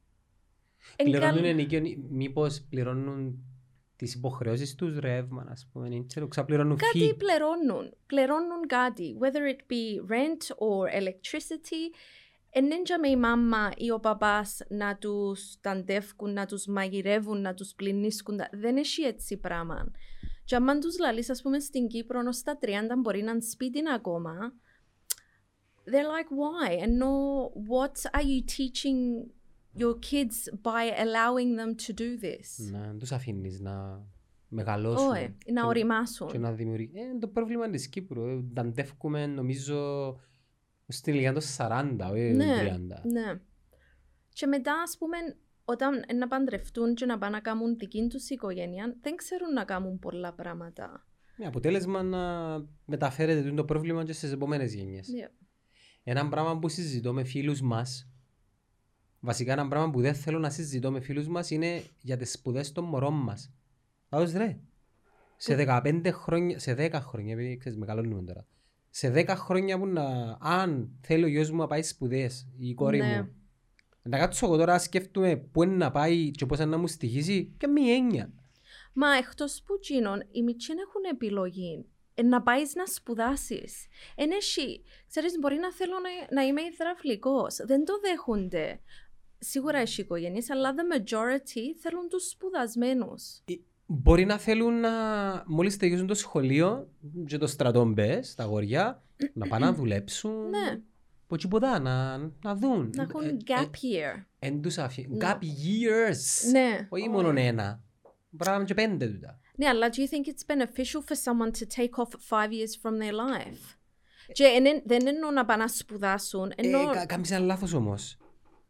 Speaker 2: Πληρώνουν
Speaker 1: Εγκαλ-
Speaker 2: ενοικίων, μήπως πληρώνουν τις υποχρεώσεις τους ρεύμα, ας πούμε, δεν ξέρω, ξαπληρώνουν
Speaker 1: Κάτι
Speaker 2: φύ.
Speaker 1: πληρώνουν. Πληρώνουν κάτι. Whether it be rent or electricity. Ενέν τζαμε η μάμα ή ο παπάς να τους ταντεύκουν, να τους μαγειρεύουν, να τους πλυνίσκουν. τα- Δεν έχει έτσι πράγμα. Και αν τους λαλείς, ας πούμε, στην Κύπρο, ως τα 30 μπορεί να είναι σπίτι ακόμα. They're like, why? Ενώ, what are you teaching your kids by allowing them to do this?
Speaker 2: Να τους αφήνεις να μεγαλώσουν.
Speaker 1: Όχι, να
Speaker 2: Και
Speaker 1: οριμάσουν.
Speaker 2: να δημιουργεί. Ε, είναι το πρόβλημα της Κύπρου. Ε, ταντεύκουμε νομίζω στην ηλικία των 40, όχι
Speaker 1: Ναι.
Speaker 2: 30.
Speaker 1: Ναι. Και μετά, ας πούμε, όταν να παντρευτούν και να πάνε να κάνουν δική τους οικογένεια, δεν ξέρουν να κάνουν πολλά πράγματα.
Speaker 2: Με αποτέλεσμα να μεταφέρεται τούτο το πρόβλημα και στις επόμενες γενιές.
Speaker 1: Ναι.
Speaker 2: Ένα πράγμα που συζητώ με φίλους μας, βασικά ένα πράγμα που δεν θέλω να συζητώ με φίλους μας είναι για τις σπουδές των μωρών μας. Λάω τους, ρε, σε 15 χρόνια, σε 10 χρόνια, επειδή ξέρεις μεγαλώνουμε τώρα, σε 10 χρόνια που να, αν θέλει ο γιος μου να πάει σπουδές, η κόρη
Speaker 1: Ναι.
Speaker 2: μου, να κάτσω εγώ τώρα να σκέφτομαι πού είναι να πάει και πώς είναι να μου στοιχήσει και μη έννοια.
Speaker 1: Μα εκτός που τζίνον, οι μητσίν έχουν επιλογή. Ε, να πάεις να σπουδάσεις. Εν εσύ, ξέρεις, μπορεί να θέλω να, να είμαι υδραυλικός. Δεν το δέχονται. Σίγουρα έχει οικογένειες, αλλά the majority θέλουν τους σπουδασμένους.
Speaker 2: Ε, Μπορεί να θέλουν να, μόλις τελειώσουν το σχολείο και το στρατό μπες, τα αγόρια, να πάνε να δουλέψουν.
Speaker 1: Ναι,
Speaker 2: Που εκεί ποτά, να, να δουν.
Speaker 1: να
Speaker 2: Ε, ε,
Speaker 1: έχουν gap year.
Speaker 2: Εν τους αφή...
Speaker 1: Ναι.
Speaker 2: Gap years.
Speaker 1: Ναι.
Speaker 2: Όχι
Speaker 1: Ω.
Speaker 2: μόνο ένα. Πράγμα και πέντε τούτα.
Speaker 1: Ναι, αλλά do you think it's beneficial for someone to take off five years from their life? Και εν- δεν εννοώ να πάνε να σπουδάσουν, εννοώ...
Speaker 2: Ε, κα- κάνεις ένα λάθος όμως.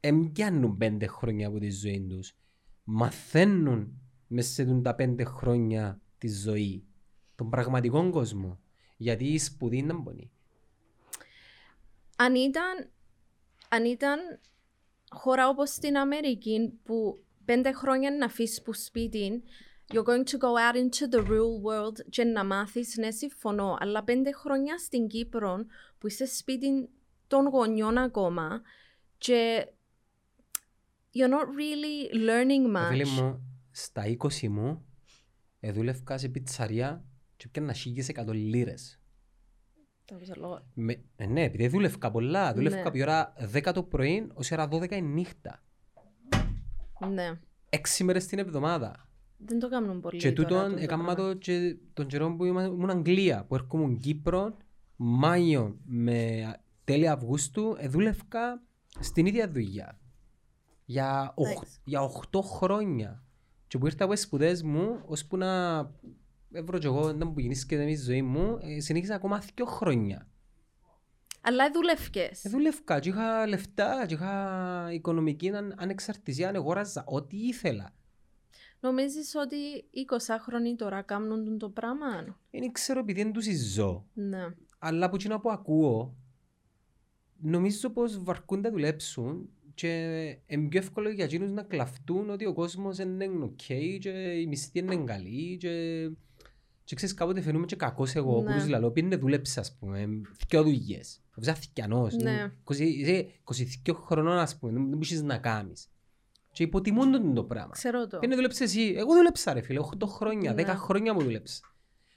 Speaker 2: Εν πιάνουν πέντε χρόνια από τη ζωή τους. Μαθαίνουν μέσα σε τούτα τα πέντε χρόνια τη ζωή. Τον πραγματικό κόσμο. Γιατί η σπουδή είναι μπονή.
Speaker 1: αν, ήταν, αν ήταν χώρα όπως στην Αμερική που πέντε χρόνια να αφήσεις που σπίτι, you're going to go out into the real world και να μάθεις, ναι συμφωνώ, αλλά πέντε χρόνια στην Κύπρο που είσαι σπίτι των γονιών ακόμα και you're not really learning much.
Speaker 2: Φίλε μου, στα 20 μου, ε, δούλευκα σε πιτσαριά και πιάνα 1.100 λίρες.
Speaker 1: That was a lot.
Speaker 2: Με, ε, ναι, επειδή δούλευκα πολλά. Δούλευκα
Speaker 1: Ναι.
Speaker 2: από η ώρα 10 το πρωί ως ώρα 12 η νύχτα.
Speaker 1: Ναι.
Speaker 2: Έξι μέρες την εβδομάδα.
Speaker 1: Δεν το κάνουν πολύ.
Speaker 2: και
Speaker 1: τώρα
Speaker 2: τούτον
Speaker 1: τούτο
Speaker 2: έκανα
Speaker 1: πράγμα.
Speaker 2: το και τον καιρό που ήμουν, ήμουν Αγγλία, που έρχομουν Κύπρο, Μάιο με τέλη Αυγούστου, ε, δούλευκα στην ίδια δουλειά. Για, οχ,
Speaker 1: Nice.
Speaker 2: για 8 χρόνια. Και που ήρθα από τις σπουδές μου, ώσπου να έβρω κι εγώ, να μου γεννήσκεται η ζωή μου, ε, συνέχισα ακόμα 2 χρόνια.
Speaker 1: Αλλά δούλευκε.
Speaker 2: Ε, Δούλευκα και είχα λεφτά και είχα οικονομική αν- ανεξαρτησία, αν αγόραζα ό,τι ήθελα.
Speaker 1: Νομίζεις ότι 20 χρόνοι τώρα κάνουν το πράγμα.
Speaker 2: Δεν ξέρω επειδή δεν τους ζω,
Speaker 1: Ναι.
Speaker 2: αλλά από εκείνα που ακούω, νομίζω πως βαρκούν να δουλέψουν και είναι πιο εύκολο για εκείνους να κλαφτούν ότι ο κόσμος δεν είναι οκ και η μισθή δεν είναι καλή και... Και ξέρεις κάποτε φαινούμε και κακός εγώ που
Speaker 1: Ναι.
Speaker 2: τους λαλώ πήγαινε δούλεψε ας πούμε δυο δουλειές. Βουζά θυκιανός,
Speaker 1: Ναι.
Speaker 2: 20 είσαι 22 χρονών ας πούμε, δεν μπορείς να κάνεις. Και υποτιμούν τον το πράγμα.
Speaker 1: Ξέρω το.
Speaker 2: Πήγαινε δούλεψε εσύ. Εγώ δούλεψα ρε φίλε, 8 χρόνια,
Speaker 1: Ναι.
Speaker 2: 10 χρόνια μου δούλεψα.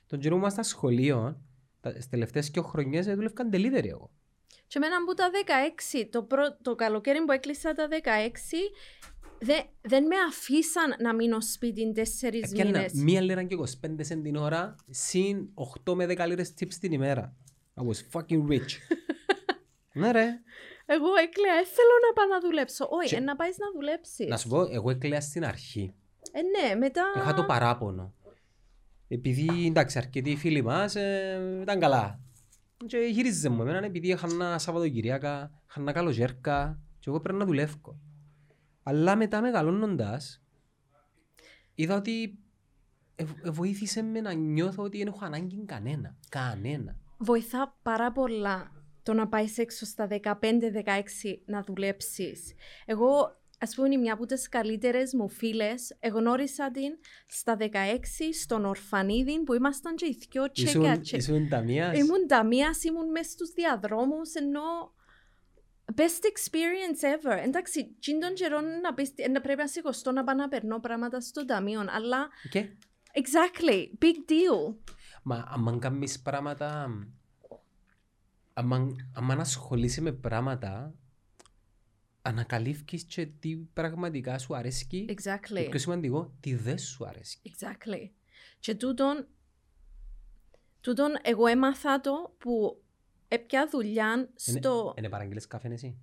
Speaker 2: Τον καιρό που ήμασταν σχολείο, τα- τις τελευταίες και χρονιές ε, δούλευκαν delivery εγώ.
Speaker 1: Και εμένα που τα 16, το, πρω... το καλοκαίρι που έκλεισα τα 16, δεν, δεν με αφήσαν να μείνω σπίτι τέσσερις
Speaker 2: Έπιανα
Speaker 1: μήνες.
Speaker 2: μία λίρα και 25 σεν την ώρα, συν 8 με 10 λίρες tips την ημέρα. I was fucking rich. ναι ρε.
Speaker 1: Εγώ έκλαια, «Ε, θέλω να πάω να δουλέψω. Όχι,
Speaker 2: Και-
Speaker 1: ε, να πάεις να δουλέψεις.
Speaker 2: Να σου πω, εγώ έκλαια στην αρχή.
Speaker 1: Ε, ναι, μετά.
Speaker 2: Είχα το παράπονο. Επειδή εντάξει, αρκετοί φίλοι μας ε, ήταν καλά. Και γύριζε μου εμένα επειδή είχα ένα Σαββατοκυριακά, είχα ένα καλοκαίρκα, και εγώ πρέπει να δουλεύω. Αλλά μετά μεγαλώνοντας, είδα ότι ε, ε, βοήθησε με να νιώθω ότι δεν έχω ανάγκη κανένα. Κανένα.
Speaker 1: βοηθά πάρα πολλά το να πάεις έξω στα 15-16 να δουλέψεις. Εγώ, ας πούμε, είναι μια από τις καλύτερες μου φίλες. Εγνώρισα την στα 16 στον Ορφανίδη που ήμασταν και οι δυο τσέκα
Speaker 2: Ήσουν,
Speaker 1: τσέκα.
Speaker 2: ήσουν ταμείας.
Speaker 1: Ήμουν ταμείας, ήμουν μέσα στους διαδρόμους, ενώ best experience ever. Εντάξει, τσιν των καιρών να, πεις, να πρέπει να σηκωστώ να πάω να περνώ πράγματα στο ταμείο, αλλά
Speaker 2: Και,
Speaker 1: exactly, big deal.
Speaker 2: μα αν κάνεις πράγματα, αν ασχολείσαι με πράγματα, ανακαλύφθεις και τι πραγματικά σου αρέσκει και
Speaker 1: Exactly.
Speaker 2: πιο σημαντικό, τι δεν σου αρέσκει.
Speaker 1: Exactly. Και τούτον, τούτον εγώ έμαθα το που έπια δουλειά στο...
Speaker 2: Είναι παραγγείλες καφέ εσύ.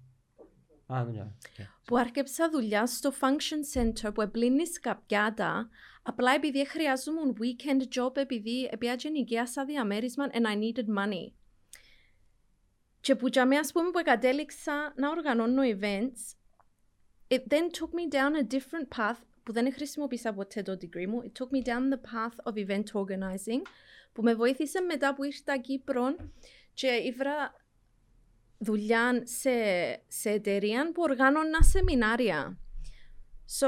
Speaker 2: Α, ναι, ναι.
Speaker 1: που άρκεψα δουλειά στο function center που επλύνεις καπιάτα απλά επειδή χρειάζομουν weekend job επειδή επειδή και νοικιάσα διαμέρισμα and I needed money. Και που για μέ, ας πούμε, που κατέληξα να οργανώνω events, it then took me down a different path που δεν χρησιμοποίησα ποτέ το degree μου. It took me down the path of event organizing που με βοήθησε μετά που ήρθα Κύπρο και ήβρα δουλειά σε, σε εταιρεία που οργάνωνα σεμινάρια. So,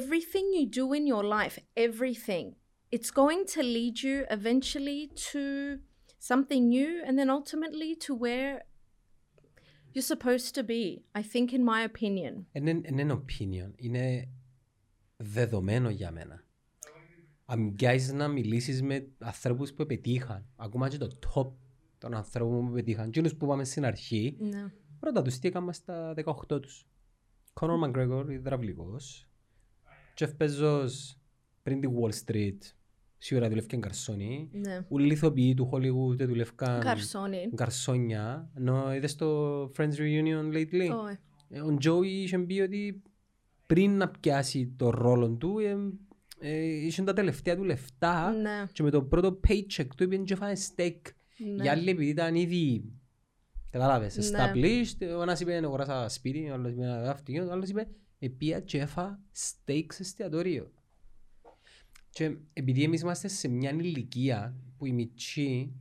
Speaker 1: everything you do in your life, everything, it's going to lead you eventually to something new and then ultimately to where you're supposed to be, I think, in my opinion.
Speaker 2: Είναι είναι opinion. Είναι δεδομένο για μένα. Αμοιάζεις να μιλήσεις με ανθρώπους που πετύχαν. Ακόμα και το top των ανθρώπων που πετύχαν. Εκείνους που είπαμε στην αρχή,
Speaker 1: No.
Speaker 2: πρώτα τους τι έκαμε στα 18 τους. Conor McGregor, υδραυλικός. Jeff Bezos, πριν τη Wall Street, σίγουρα δουλεύκαν καρσόνι.
Speaker 1: No.
Speaker 2: Ούλοι ηθοποιοί του Hollywood δουλεύκαν
Speaker 1: Καρσόνι.
Speaker 2: γκαρσόνια. Ενώ είδες το Friends Reunion lately.
Speaker 1: Όχι.
Speaker 2: Ε, Ο Τζόι είχε πει ότι πριν να πιάσει το ρόλο του, ε, ε, είχε τα τελευταία του λεφτά
Speaker 1: Ναι.
Speaker 2: και με το πρώτο paycheck του είπε και φάνε steak.
Speaker 1: Ναι.
Speaker 2: Οι άλλοι επειδή ήταν ήδη, κατάλαβες,
Speaker 1: Ναι.
Speaker 2: established, ο ένας είπε αγοράσα σπίτι, ο άλλος είπε ένα αυτοκίνητο, ο άλλος είπε επία και έφα steak σε εστιατόριο. Και επειδή εμείς είμαστε σε μια ηλικία που οι μητσοί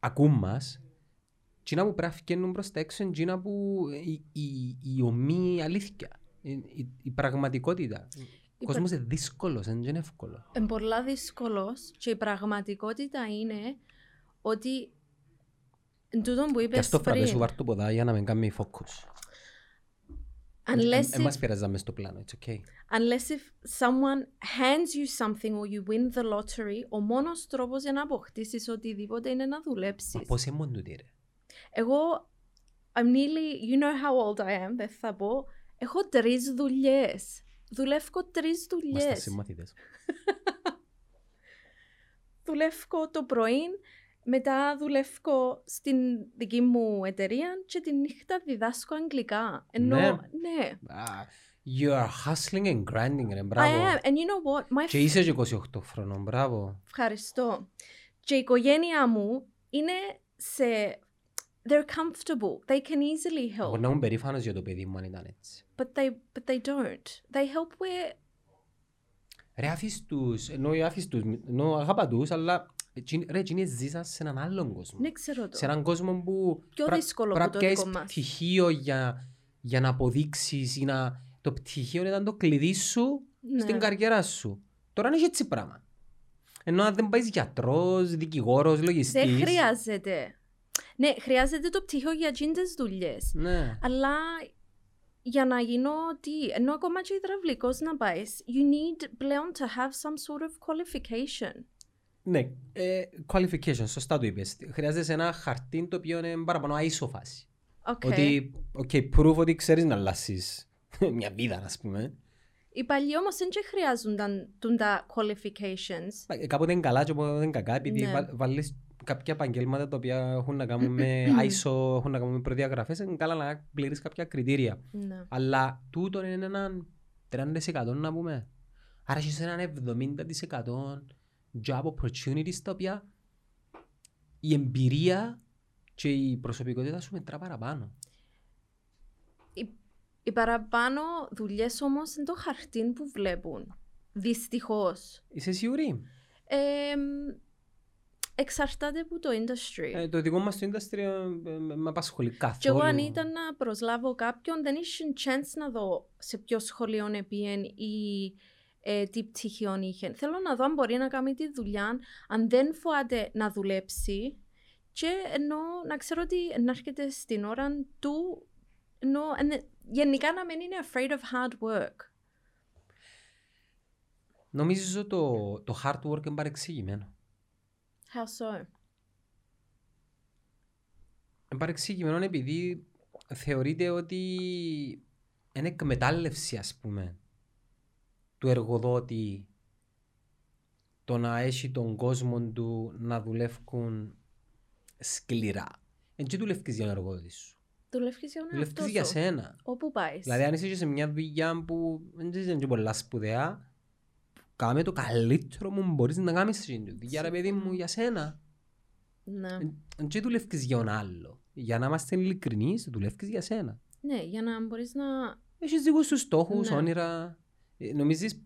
Speaker 2: ακούν μας, Τζίνα που πρέπει να φκαίνουν προς τα έξω είναι τζίνα που η, η, η ομή αλήθεια, η, η, η πραγματικότητα. Ο
Speaker 1: Η
Speaker 2: κόσμος είναι δύσκολος, δεν είναι εύκολο.
Speaker 1: Είναι πολλά δύσκολος και η πραγματικότητα είναι ότι εν τούτον που
Speaker 2: Και
Speaker 1: είπες
Speaker 2: αυτό φραπέ σου
Speaker 1: πριν,
Speaker 2: βάρ' το ποδά για να μην κάνει focus.
Speaker 1: αν λες
Speaker 2: Δεν μας πειραζάμε στο πλάνο, it's okay.
Speaker 1: unless if someone hands you something or you win the lottery, ο μόνος τρόπος για να αποκτήσεις οτιδήποτε είναι να δουλέψεις.
Speaker 2: Μα πώς είναι μόνο τούτη, ρε.
Speaker 1: Εγώ, I'm nearly, you know how old I am, δεν θα πω, έχω τρεις δουλειές. Δουλεύω τρεις
Speaker 2: Είμαστε
Speaker 1: δουλειές.
Speaker 2: συμμαθητές.
Speaker 1: Δουλεύω το πρωί, μετά δουλεύω στην δική μου εταιρεία και τη νύχτα διδάσκω αγγλικά. Ενώ,
Speaker 2: Ναι.
Speaker 1: ναι.
Speaker 2: Α, You are hustling and grinding, ρε,
Speaker 1: I am.
Speaker 2: μπράβο.
Speaker 1: And you know what? My
Speaker 2: Και είσαι και 28 χρονών, μπράβο.
Speaker 1: Ευχαριστώ. Και η οικογένειά μου είναι σε... They're comfortable. They can easily
Speaker 2: Μπορεί
Speaker 1: help.
Speaker 2: να ήμουν περήφανος για το παιδί μου αν ήταν έτσι.
Speaker 1: But they, but they don't. They help where...
Speaker 2: Ρε άφης τους, ενώ οι άφης τους, ενώ αγάπα τους, αλλά εκείνοι- ρε εκείνοι ζήσαν σε έναν άλλον κόσμο.
Speaker 1: Δεν Ναι, ξέρω το.
Speaker 2: Σε έναν κόσμο που
Speaker 1: Πιο
Speaker 2: πρα-
Speaker 1: δύσκολο
Speaker 2: πρέπει
Speaker 1: που το
Speaker 2: να πιάσεις
Speaker 1: δικό μας.
Speaker 2: πτυχίο για, για να αποδείξεις ή να... Το πτυχίο ήταν το κλειδί σου
Speaker 1: Ναι.
Speaker 2: στην καριέρα σου. Τώρα είναι και έτσι πράγμα. Ενώ αν δεν πάει γιατρός, δικηγόρος, λογιστής.
Speaker 1: Δεν χρειάζεται. Ναι, χρειάζεται το πτυχίο για τις δουλειές.
Speaker 2: Ναι.
Speaker 1: Αλλά για να γίνω τι, ενώ ακόμα και υδραυλικός να πάεις, you need πλέον to have some sort of qualification.
Speaker 2: ναι. Ε, qualification, σωστά το είπες. Χρειάζεσαι ένα χαρτί το οποίο είναι παραπάνω αίσο φάση.
Speaker 1: Okay.
Speaker 2: Ότι, okay, proof ότι ξέρεις να αλλάσεις μια βίδα, ας πούμε.
Speaker 1: Οι παλιοί όμως δεν και χρειάζονταν τούν τα qualifications.
Speaker 2: Ε, Κάποτε είναι καλά και κάποτε είναι κακά, επειδή
Speaker 1: Ναι.
Speaker 2: ναι. βάλεις κάποια επαγγέλματα τα οποία έχουν να κάνουν με ISO, έχουν να κάνουν με προδιαγραφές, είναι καλά να πληρείς κάποια κριτήρια.
Speaker 1: Ναι.
Speaker 2: Αλλά τούτο είναι έναν 30% να πούμε. Άρα έχεις έναν 70% job opportunities τα οποία η εμπειρία και η προσωπικότητα σου μετρά παραπάνω.
Speaker 1: οι, οι παραπάνω δουλειές όμως είναι το χαρτί που βλέπουν. Δυστυχώς.
Speaker 2: Είσαι σίγουρη.
Speaker 1: εξαρτάται από το industry.
Speaker 2: Ε, το δικό μας το industry ε, ε, με απασχολεί καθόλου.
Speaker 1: και εγώ αν ήταν να προσλάβω κάποιον, δεν είχε chance να δω σε ποιο σχολείο επίεν ή ε, τι πτυχιόν είχε. Θέλω να δω αν μπορεί να κάνει τη δουλειά, αν δεν φοβάται να δουλέψει και ενώ να ξέρω ότι να έρχεται στην ώρα του, ενώ, εν- γενικά να μην είναι afraid of hard work.
Speaker 2: Νομίζω το, το hard work είναι παρεξηγημένο.
Speaker 1: How so?
Speaker 2: Είναι παρεξηγημένο επειδή θεωρείται ότι είναι εκμετάλλευση, ας πούμε, του εργοδότη το να έχει τον κόσμο του να δουλεύουν σκληρά. Εν τσι δουλεύεις για τον εργοδότη σου.
Speaker 1: Δουλεύεις για τον εαυτό
Speaker 2: Δουλεύεις για
Speaker 1: σου.
Speaker 2: σένα.
Speaker 1: Όπου πάεις.
Speaker 2: Δηλαδή αν είσαι σε μια δουλειά που δεν είναι και πολλά σπουδαία, κάμε το καλύτερο που μπορείς να κάνεις στην δουλειά, ρε παιδί μου, για σένα.
Speaker 1: Να.
Speaker 2: Εν τσι δουλεύεις για τον άλλο. Για να είμαστε ειλικρινείς, δουλεύεις για σένα.
Speaker 1: Ναι, για να μπορείς να...
Speaker 2: Έχεις δικούς σου στόχους,
Speaker 1: Ναι.
Speaker 2: όνειρα. Ε, Νομίζεις,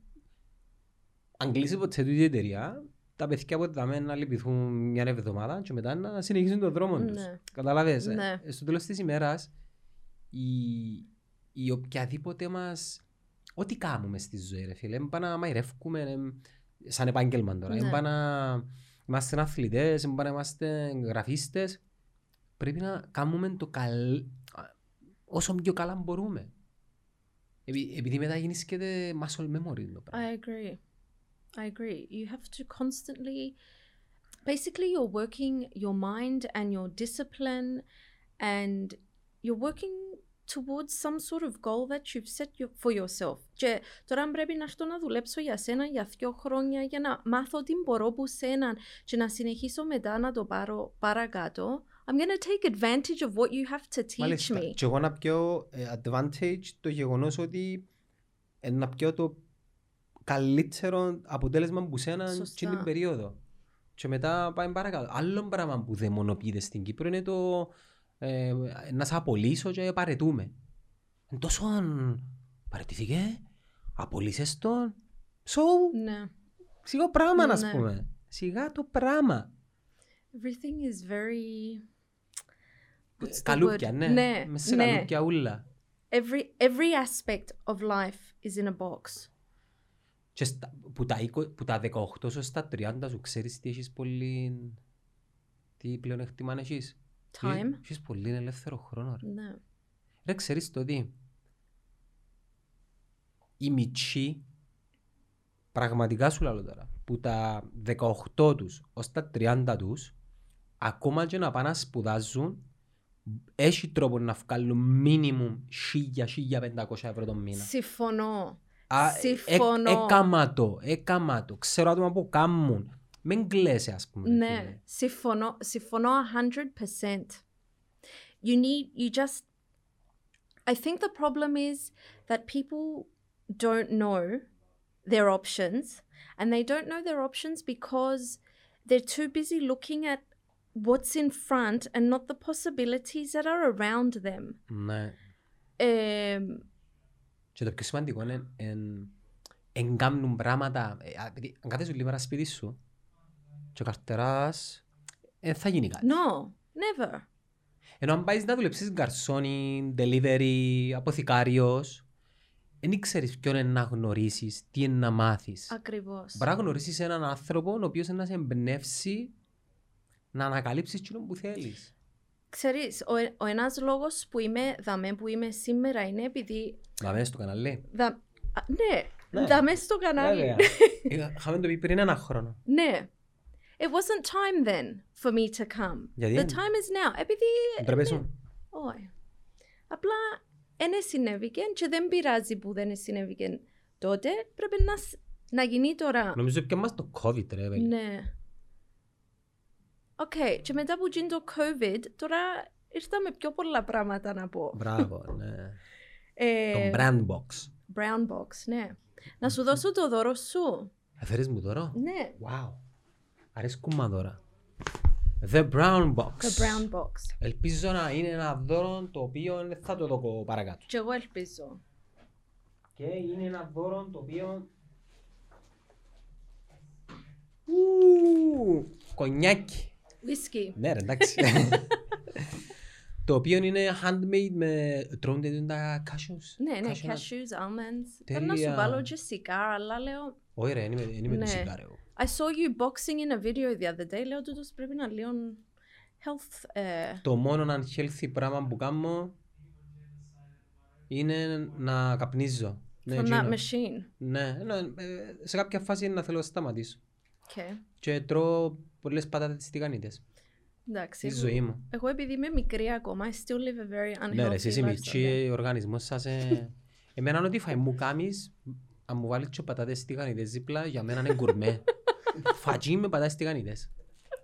Speaker 2: αν κλείσει ποτέ τούτη η εταιρεία, τα παιδιά που θα να λυπηθούν μια εβδομάδα και μετά να συνεχίσουν τον δρόμο τους.
Speaker 1: Ναι.
Speaker 2: Καταλάβες, ε.
Speaker 1: Ναι.
Speaker 2: Ε, Στο τέλος της ημέρας, η, η οποιαδήποτε μας... Ό,τι κάνουμε στη ζωή, ρε φίλε, πάμε να μαϊρεύκουμε εμ, σαν επάγγελμα τώρα.
Speaker 1: Ναι.
Speaker 2: Ναι. Πάμε να είμαστε αθλητές, πάμε να είμαστε γραφίστες. Πρέπει να κάνουμε το καλ... όσο πιο καλά μπορούμε. Επει- επειδή μετά γεννήσκεται muscle memory το πράγμα.
Speaker 1: I agree. I agree. You have to constantly... Basically, you're working your mind and your discipline and you're working towards some sort of goal that you've set your, for yourself. Και τώρα αν πρέπει να έρθω να δουλέψω για σένα για δύο χρόνια για να μάθω τι μπορώ που σένα και να συνεχίσω μετά να το πάρω παρακάτω, I'm going to take advantage of what you have to teach me.
Speaker 2: Και εγώ να πιω ε, advantage το γεγονός ότι ε, να πιω το καλύτερο αποτέλεσμα που σένα
Speaker 1: Σωστά.
Speaker 2: στην την περίοδο. Και μετά πάμε παρακάτω. Άλλο πράγμα που δεν μονοποιείται στην Κύπρο είναι το ε, να σε απολύσω και παρετούμε. Εν τόσο παρετήθηκε, απολύσες τον, so,
Speaker 1: Ναι.
Speaker 2: σιγά πράγμα να
Speaker 1: Ναι.
Speaker 2: πούμε. Σιγά το πράγμα.
Speaker 1: Everything is very. What's the
Speaker 2: Καλούπια,
Speaker 1: word?
Speaker 2: ναι.
Speaker 1: Ναι,
Speaker 2: Μέσα σε
Speaker 1: ναι.
Speaker 2: καλούπια ούλα.
Speaker 1: Every every aspect of life is in a box.
Speaker 2: Και στα, που, τα 20, που τα 18 σου στα 30 σου ξέρεις τι έχεις πολύ... Τι πλεονέκτημα έχεις.
Speaker 1: Time.
Speaker 2: Έχεις- Έχεις πολύ ελεύθερο χρόνο. Ρε,
Speaker 1: Ναι.
Speaker 2: ρε ξέρεις το τι. Οι μητσοί, πραγματικά σου λέω τώρα, που τα 18 τους ως τα 30 τους, ακόμα και να πάνε να σπουδάζουν, έχει τρόπο να βγάλουν minimum 1000-1500 ευρώ τον μήνα.
Speaker 1: Συμφωνώ.
Speaker 2: Α,
Speaker 1: Συμφωνώ.
Speaker 2: Ε, ε, έκαμα το, έκαμα το. Ξέρω άτομα που κάμουν. Μην κλαίσαι, ας πούμε. ρε φίλε.
Speaker 1: Ναι. Συμφωνώ. Συμφωνώ 100%. You need, you just. I think the problem is that people don't know their options and they don't know their options because they're too busy looking at what's in front and not the possibilities that are around them.
Speaker 2: ναι.
Speaker 1: Εμ,
Speaker 2: Και το πιο σημαντικό είναι εν, εν κάμνουν πράγματα. Ε, α, επειδή Αν κάθεσαι λίγο σπίτι σου και καρτεράς, ε, θα γίνει κάτι.
Speaker 1: no, never.
Speaker 2: Ενώ αν πάεις να δουλέψεις γκαρσόνι, delivery, αποθηκάριος, δεν ξέρεις ποιον είναι να γνωρίσεις, τι είναι να μάθεις.
Speaker 1: Ακριβώς.
Speaker 2: Μπορεί να γνωρίσεις έναν άνθρωπο ο οποίος είναι να σε εμπνεύσει να ανακαλύψεις εκείνο που θέλεις.
Speaker 1: Ξέρεις, ο, ε- ο ένας λόγος που είμαι δαμέ που είμαι σήμερα είναι επειδή...
Speaker 2: Να μέσα στο καναλί.
Speaker 1: Δα, α, ναι,
Speaker 2: Ναι.
Speaker 1: δαμέ στο κανάλι.
Speaker 2: Είχα- Είχαμε το πει πριν ένα χρόνο.
Speaker 1: ναι. It wasn't time then for me to come.
Speaker 2: Γιατί
Speaker 1: The
Speaker 2: εν-
Speaker 1: time is now. Επειδή...
Speaker 2: Ντρέπεσαι
Speaker 1: ναι.
Speaker 2: μου.
Speaker 1: Όχι. Απλά δεν συνέβηκε και δεν πειράζει που δεν συνέβηκε τότε. Πρέπει να, σ- να γίνει τώρα.
Speaker 2: Νομίζω πια μας το COVID ρε παιδί.
Speaker 1: Ναι. Οκ, και μετά που γίνει το COVID, τώρα ήρθαμε πιο πολλά πράγματα να πω.
Speaker 2: Μπράβο, ναι.
Speaker 1: Ε,
Speaker 2: Το brand box.
Speaker 1: brown box, ναι. Να σου δώσω το δώρο σου.
Speaker 2: Έφερες Ε, μου τώρα.
Speaker 1: Ναι,
Speaker 2: Wow. Αρέσκουν μα δώρα. The brown box.
Speaker 1: το brown box.
Speaker 2: Ελπίζω να είναι ένα δώρο το οποίο δεν θα το δω παρακάτω.
Speaker 1: Και εγώ ελπίζω.
Speaker 2: Και είναι ένα δώρο το οποίο... Κονιάκι.
Speaker 1: Whisky.
Speaker 2: Ναι, ρε, εντάξει. το οποίο είναι handmade με. Τρώνε τα cashews.
Speaker 1: Ναι, ναι,
Speaker 2: cashew nuts.
Speaker 1: cashews, almonds. Θέλω να σου
Speaker 2: Τέλεια.
Speaker 1: βάλω και σιγάρα, αλλά λέω...
Speaker 2: Όχι, ρε, είναι, είναι με
Speaker 1: Ναι.
Speaker 2: το σιγάρο. εγώ.
Speaker 1: I saw you boxing in a video the other day. Λέω τούτος πρέπει να λίγο health... ε,
Speaker 2: Το μόνο unhealthy πράγμα που κάνω είναι να καπνίζω. Ναι,
Speaker 1: from that
Speaker 2: εκείνο.
Speaker 1: machine.
Speaker 2: ναι, ναι, ε, σε κάποια φάση να θέλω να σταματήσω.
Speaker 1: Okay.
Speaker 2: Και τρώω πολλές πατάτες τηγανίτες.
Speaker 1: Εντάξει.
Speaker 2: Στη ζωή μου.
Speaker 1: Εγώ επειδή είμαι μικρή ακόμα, I still live a very unhealthy
Speaker 2: Ναι, ρε, εσύ είσαι
Speaker 1: lifestyle.
Speaker 2: μικρή, ο οργανισμός σας... ε, Εμένα ό,τι φάει μου κάνεις, αν μου βάλεις και πατάτες τηγανιτές δίπλα, για μένα είναι γκουρμέ. Φατζί με πατάτες τηγανιτές.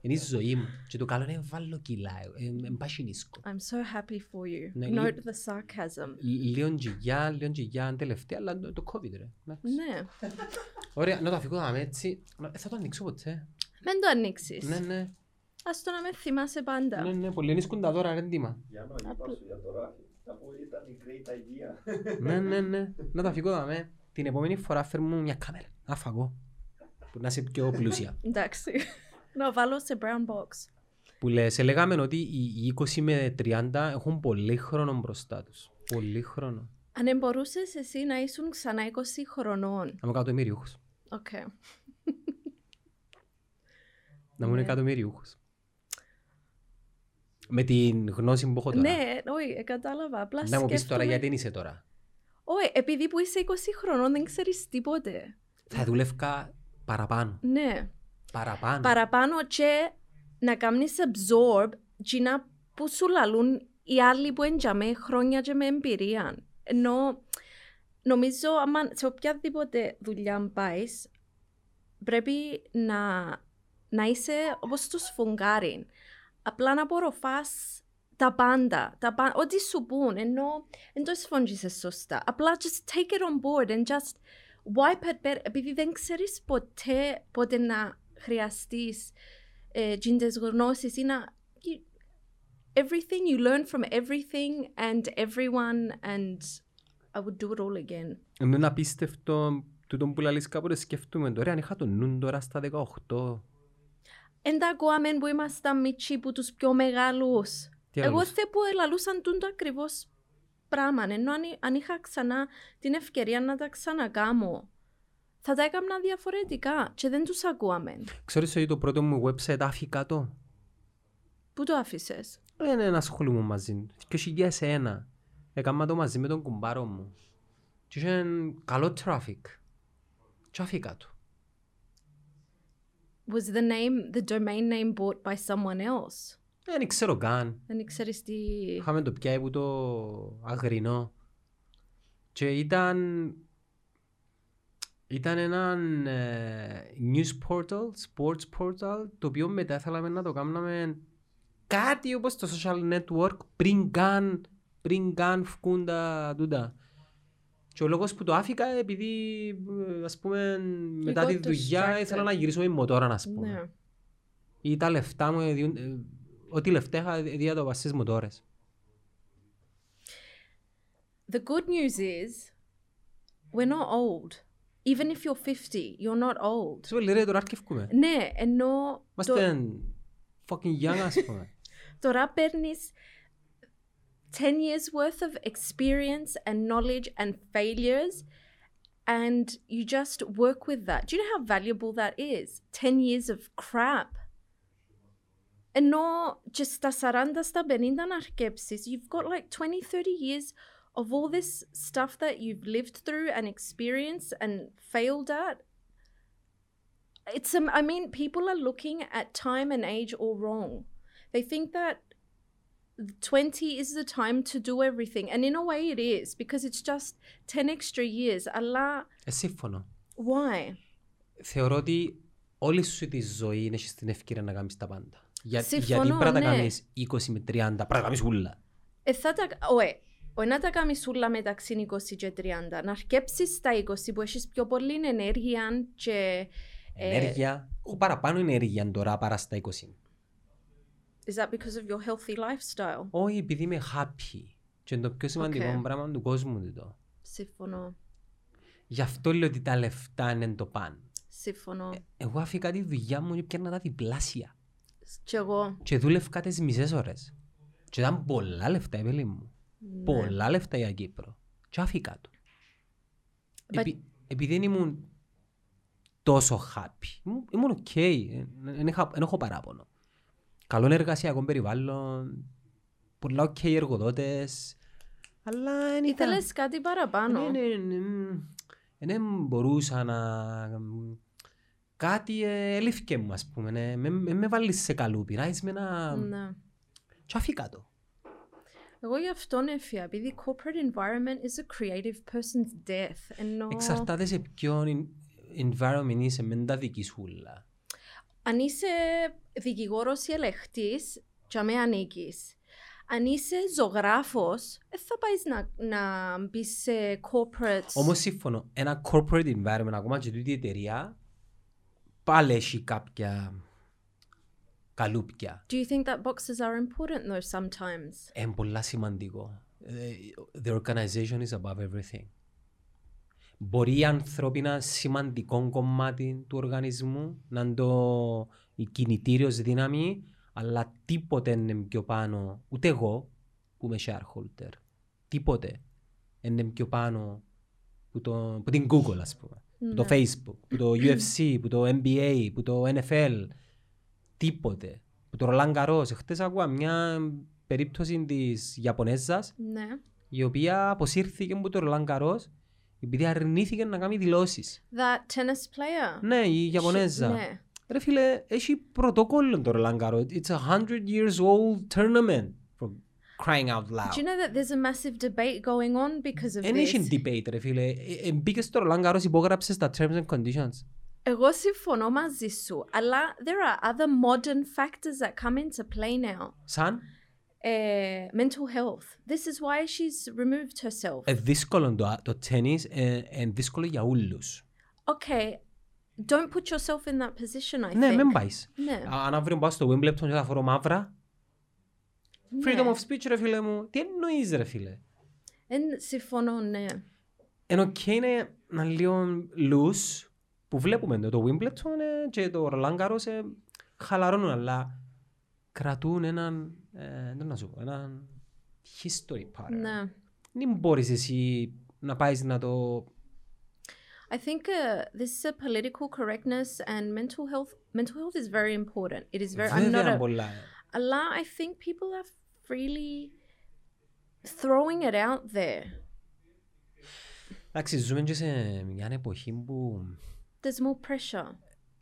Speaker 2: Είναι η ζωή μου. Και το καλό είναι βάλω κιλά, ε, εμπασινίσκω.
Speaker 1: I'm so happy for you.
Speaker 2: Ναι,
Speaker 1: Note
Speaker 2: λίγο-
Speaker 1: the sarcasm.
Speaker 2: Λίγο τζιγιά, λίγο τζιγιά, αν τελευταία, αλλά το, το COVID ρε. Εντάξει.
Speaker 1: Ναι.
Speaker 2: Ωραία, να το αφηγώ να είμαι έτσι. Μα, Θα το ανοίξω ποτέ.
Speaker 1: Μην το ανοίξεις.
Speaker 2: Ναι, ναι.
Speaker 1: Ας το να με θυμάσαι πάντα.
Speaker 2: Ναι, ναι, πολύ ενίσκουν τα δώρα, ρε ντύμα.
Speaker 3: Για να είπα σου για το ράφι. Τα που ήταν η Great Αγία.
Speaker 2: Ναι, ναι, ναι. Να τα αφηγώ να με. Την επόμενη φορά φέρνουμε μια κάμερα. Να φαγώ. Που να είσαι πιο πλούσια.
Speaker 1: Εντάξει. Να βάλω σε brown box.
Speaker 2: Που λες, έλεγαμε ότι οι 20 με 30 έχουν πολύ χρόνο μπροστά τους. Πολύ χρόνο.
Speaker 1: Αν μπορούσε εσύ να ήσουν ξανά 20 χρονών.
Speaker 2: Να είμαι εκατομμυριούχος.
Speaker 1: Οκ.
Speaker 2: Να ήμουν
Speaker 1: Ναι.
Speaker 2: εκατομμυριούχος. Με την γνώση που έχω τώρα.
Speaker 1: Ναι, όχι, ε, κατάλαβα. Απλά
Speaker 2: Να μου πεις τώρα
Speaker 1: σκέφτομαι-
Speaker 2: γιατί είσαι τώρα.
Speaker 1: Όχι, επειδή που είσαι 20 χρονών δεν ξέρεις τίποτε.
Speaker 2: Θα δουλεύκα παραπάνω.
Speaker 1: Ναι.
Speaker 2: Παραπάνω.
Speaker 1: Παραπάνω και να κάνεις absorb κοινά που σου λαλούν οι άλλοι που είναι για μέ χρόνια και με εμπειρία. Ενώ νομίζω άμα σε οποιαδήποτε δουλειά πάεις, πρέπει να, να είσαι όπως τους φουγγάρι. Απλά να απορροφάς τα πάντα, τα πα- ό,τι σου πούν, ενώ δεν το σφόγγισες σωστά. Απλά just take it on board and just wipe it better, επειδή δεν ξέρεις ποτέ πότε να χρειαστείς ε, τζίντες γνώσεις ή να... you- Everything you learn from everything and everyone and I would do it all again.
Speaker 2: Είναι ένα απίστευτο τούτο που λαλείς κάποτε σκεφτούμε τώρα. Αν είχα το νου τώρα στα 18.
Speaker 1: Εν τα ακούαμε που ήμασταν μίτσι που τους πιο μεγάλους.
Speaker 2: Τι άλλο.
Speaker 1: Εγώ θε που ελαλούσαν τούντο ακριβώς πράγμα. Ενώ αν, ε- αν είχα ξανά την ευκαιρία να τα ξανακάμω, θα τα έκανα διαφορετικά και δεν τους ακούαμε.
Speaker 2: Ξέρεις ότι το πρώτο μου website άφηκα το.
Speaker 1: Πού το άφησες.
Speaker 2: Δεν Ε, ναι, ασχολούμαι μαζί του. Και χιλιάς ένα. Έκανα το μαζί με τον κουμπάρο μου. Και είχε καλό traffic. Και άφηκα το.
Speaker 1: Was the name, the domain name bought by someone else?
Speaker 2: Ε, Δεν ξέρω καν.
Speaker 1: Δεν ξέρεις τι...
Speaker 2: Είχαμε το πιάει που το αγρινό. Και ήταν... Ήταν ένα ε, news portal, sports portal, το οποίο μετά θέλαμε να το κάναμε κάτι όπως το social network πριν καν, πριν καν βγουν τα τούτα. Και ο λόγος που το άφηκα επειδή ε, ας πούμε μετά
Speaker 1: got
Speaker 2: τη δουλειά
Speaker 1: distracted.
Speaker 2: ήθελα να γυρίσω με μοτόρα να πούμε.
Speaker 1: Ναι.
Speaker 2: Ή τα λεφτά μου, ε, διούν- ε, ό,τι λεφτά είχα διά το βασίες μοτόρες.
Speaker 1: The good news is, we're not old. Even if you're 50, you're not old.
Speaker 2: Τους πω, ρε, τώρα αρκευκούμε.
Speaker 1: Ναι, ενώ το,
Speaker 2: Είμαστε fucking young, ας πούμε.
Speaker 1: τώρα παίρνεις 10 years worth of experience and knowledge and failures and you just work with that. Do you know how valuable that is? 10 years of crap. Ενώ και στα 40, στα 50 να αρκέψεις, you've got like 20, 30 years of all this stuff that you've lived through and experienced and failed at. It's, um, I mean, people are looking at time and age all wrong. They think that 20 is the time to do everything. And in a way, it is because it's just 10 extra years. Allah,
Speaker 2: Ε, σύμφωνο.
Speaker 1: why?
Speaker 2: Θεωρώ ότι όλη σου τη ζωή έχεις την ευκαιρία να κάνεις τα πάντα. Για,
Speaker 1: Συμφωνώ,
Speaker 2: γιατί πρέπει να τα
Speaker 1: ναι.
Speaker 2: κάνεις 20 με 30, πρέπει να τα κάνεις ούλα.
Speaker 1: Ε, θα τα... Ωε, όχι να τα κάνεις όλα μεταξύ 20 και 30. Να αρκέψεις τα 20 που έχεις πιο πολλή ενέργεια και... ε,
Speaker 2: Ενέργεια. Έχω παραπάνω ενέργεια τώρα παρά στα 20.
Speaker 1: Is that because of your healthy lifestyle?
Speaker 2: Όχι, επειδή είμαι happy. Και είναι το πιο σημαντικό
Speaker 1: Οκ.
Speaker 2: πράγμα του κόσμου τούτο.
Speaker 1: Σύμφωνο.
Speaker 2: Γι' αυτό λέω ότι τα λεφτά είναι το παν.
Speaker 1: Σύμφωνο.
Speaker 2: Εγώ άφηκα τη δουλειά μου και πιάνα τα διπλάσια.
Speaker 1: Κι εγώ.
Speaker 2: Και δούλευκα τις μισές ώρες. Και ήταν πολλά λεφτά, η πέλη μου.
Speaker 1: ναι.
Speaker 2: πολλά λεφτά για Κύπρο. Και άφηκα το.
Speaker 1: But-
Speaker 2: Επει- επειδή δεν ήμουν τόσο happy. Ήμουν- Ήμουν οκ. Δεν έχω παράπονο. Καλό εργασιακό περιβάλλον. Πολλά οκ εργοδότες. Αλλά δεν ήταν...
Speaker 1: Ήθελες κάτι παραπάνω.
Speaker 2: Ναι, ναι, ναι, ναι. Δεν μπορούσα να κάτι ε, έλειφκε μου, ας πούμε. Ε, με, με, με βάλεις σε καλούπι, ράεις με ένα...
Speaker 1: Ναι.
Speaker 2: Και αφήκα το.
Speaker 1: Εγώ γι' αυτόν έφυγα, επειδή corporate environment is a creative person's death. Ενώ
Speaker 2: Εξαρτάται σε ποιον environment είσαι, μεν τα δική σου όλα.
Speaker 1: αν είσαι δικηγόρος ή ελεγχτής, για με ανήκεις. Αν είσαι ζωγράφος, δεν θα πάεις να, να μπεις σε corporate.
Speaker 2: Όμως σύμφωνο, ένα corporate environment, ακόμα και τούτη η εταιρεία, πάλι έχει κάποια καλούπια.
Speaker 1: Do you think that boxes are important though sometimes?
Speaker 2: Είναι πολλά σημαντικό. Ε, The organization is above everything. Μπορεί η ανθρώπινα σημαντικό κομμάτι του οργανισμού να είναι το η κινητήριος δύναμη, αλλά τίποτε είναι πιο πάνω, ούτε εγώ που είμαι shareholder, τίποτε είναι πιο πάνω που, το, που την Google ας πούμε, που το
Speaker 1: Ναι.
Speaker 2: Facebook, που το UFC, που το NBA, που το NFL, τίποτε. Που το Ρολάν Καρός, χτες ακούω μια περίπτωση της Ιαπωνέζας
Speaker 1: Ναι.
Speaker 2: η οποία αποσύρθηκε από το Ρολάν Καρός επειδή αρνήθηκε να κάνει δηλώσεις.
Speaker 1: That tennis player.
Speaker 2: Ναι, η Ιαπωνέζα.
Speaker 1: Ναι.
Speaker 2: Ρε φίλε, έχει πρωτόκολλο το Ρολάν Καρός. It's a hundred years old tournament. For crying out
Speaker 1: Do you
Speaker 2: loud.
Speaker 1: know that there's a massive debate going on because of
Speaker 2: Δεν
Speaker 1: this?
Speaker 2: έχει debate ρε φίλε. Ε, ε, Μπήκε στο Ρολάν Καρός, υπόγραψε στα terms and conditions.
Speaker 1: Εγώ συμφωνώ μαζί σου, αλλά there are other modern factors that come into play now.
Speaker 2: Σαν,
Speaker 1: Ε, mental health. This is why she's removed herself.
Speaker 2: ε, δύσκολο το, το τένις, ε, ε, δύσκολο για όλους.
Speaker 1: Okay, don't put yourself in that position, I
Speaker 2: Ναι,
Speaker 1: think.
Speaker 2: μην πάεις.
Speaker 1: Ναι.
Speaker 2: Α, Αν αύριο πάω στο Wimbledon και θα φορώ μαύρα, freedom
Speaker 1: Ναι.
Speaker 2: of speech ρε φίλε μου. Τι εννοείς ρε φίλε.
Speaker 1: Εν, συμφωνώ, ναι.
Speaker 2: Ενώ και είναι να λίγο loose που βλέπουμε ναι, το, το Wimbledon ε, και το Roland Garros ε, χαλαρώνουν αλλά κρατούν έναν, ε, δεν να σου πω, έναν history pattern.
Speaker 1: ναι.
Speaker 2: Δεν μπορείς εσύ να πάεις να το...
Speaker 1: I think uh, this is a political correctness and mental health. Mental health is very important. It is very. I'm not
Speaker 2: Βέβαια
Speaker 1: a,
Speaker 2: πολλά. ε.
Speaker 1: Allah, I think people are really throwing it out there.
Speaker 2: Εντάξει, ζούμε και σε μια εποχή που
Speaker 1: There's more pressure.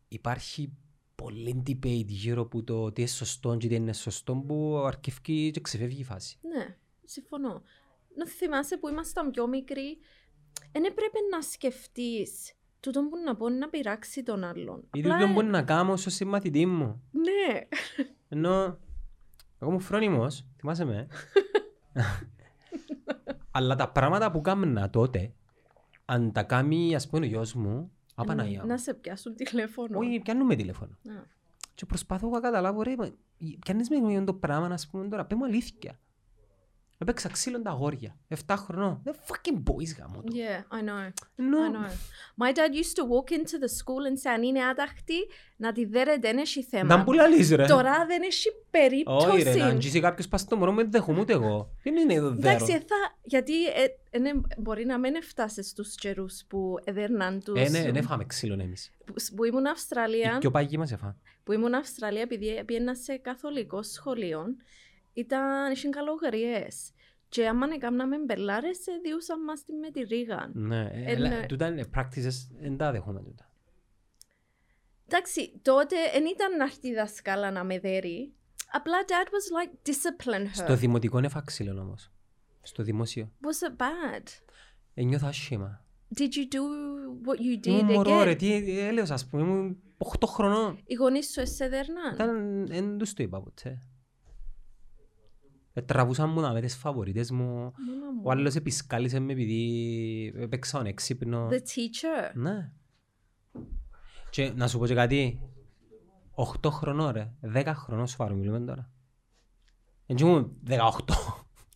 Speaker 2: υπάρχει πολύ debate γύρω από το τι είναι σωστό και τι είναι σωστό που αρκευκεί και ξεφεύγει η φάση.
Speaker 1: Ναι, συμφωνώ. Να θυμάσαι που ήμασταν πιο μικροί, δεν έπρεπε να σκεφτείς τούτο που να πω είναι να πειράξει τον άλλον.
Speaker 2: Ή το
Speaker 1: Απλά, ε-
Speaker 2: μπορεί να κάνω ως συμμαθητή μου.
Speaker 1: Ναι,
Speaker 2: Ενώ εγώ ήμουν φρόνιμος, θυμάσαι με. Αλλά τα πράγματα που κάμνα τότε, αν τα κάνει ας πούμε ο γιος μου, απαναγιά
Speaker 1: να
Speaker 2: μου.
Speaker 1: σε πιάσουν τηλέφωνο.
Speaker 2: Όχι, πιάνουμε τηλέφωνο.
Speaker 1: Α,
Speaker 2: Και προσπαθώ εγώ να καταλάβω, ρε, μα, πιάνεις με γνώμη το πράγμα, ας πούμε, τώρα, πέ μου αλήθεια. Έπαιξα ξύλο τα αγόρια, 7 χρονών. Δεν fucking boys γάμο το.
Speaker 1: Yeah, I know.
Speaker 2: Ενώ,
Speaker 1: I know. My dad used to walk into the school and say αν είναι άταχτη να τη δέρετε, δεν έχει θέμα.
Speaker 2: να μου λαλείς, ρε.
Speaker 1: Τώρα δεν έχει περίπτωση.
Speaker 2: Όχι ρε, να αγγίσει κάποιος πας στο μωρό μου, δεν δέχομαι ούτε εγώ. Δεν είναι εδώ δέρο.
Speaker 1: Εντάξει, ε, θα, γιατί ε, ε, ναι, μπορεί να μην έφτασε στους καιρούς που έδερναν τους...
Speaker 2: Ε, ναι, δεν έφαγαμε ξύλο εμείς.
Speaker 1: που, που ήμουν
Speaker 2: Οι
Speaker 1: Αυστραλία,
Speaker 2: πιο πάγοι μας έφαγαν.
Speaker 1: που ήμουν Αυστραλία επειδή πήγαινα σε καθολικό σχολείο, ήταν, είχαν καλογριές. Και άμα έκαναμε μπελάρες, ε, διούσαν μας τη- με τη ρίγα.
Speaker 2: Ναι, ε,
Speaker 1: Ε,
Speaker 2: αλλά
Speaker 1: ναι.
Speaker 2: τούτα είναι practices, δεν τα δέχομαι τούτα.
Speaker 1: Εντάξει, τότε δεν ήταν να έρθει η δασκάλα να με δέρει. Απλά dad was like discipline her.
Speaker 2: Στο δημοτικό είναι φαξίλον όμως. Στο δημόσιο.
Speaker 1: Was it bad?
Speaker 2: Ένιωθα άσχημα.
Speaker 1: Did you do what you did
Speaker 2: Ήμουν μωρό
Speaker 1: again?
Speaker 2: ρε, τι έλεος ας πούμε, ήμουν 8 χρονών.
Speaker 1: Οι γονείς σου εσέδερναν.
Speaker 2: Ήταν, δεν τους το είπα ποτέ. Ε, Τραβούσαν μου να με τις φαβορίτες μου.
Speaker 1: Μάνα μου.
Speaker 2: Ο άλλος επισκάλισε με επειδή έπαιξα ανέξυπνο.
Speaker 1: The teacher.
Speaker 2: Ναι. Και να σου πω και κάτι. 8 χρονών ρε. 10 χρονών σου μιλούμε τώρα. Έτσι ήμουν 18.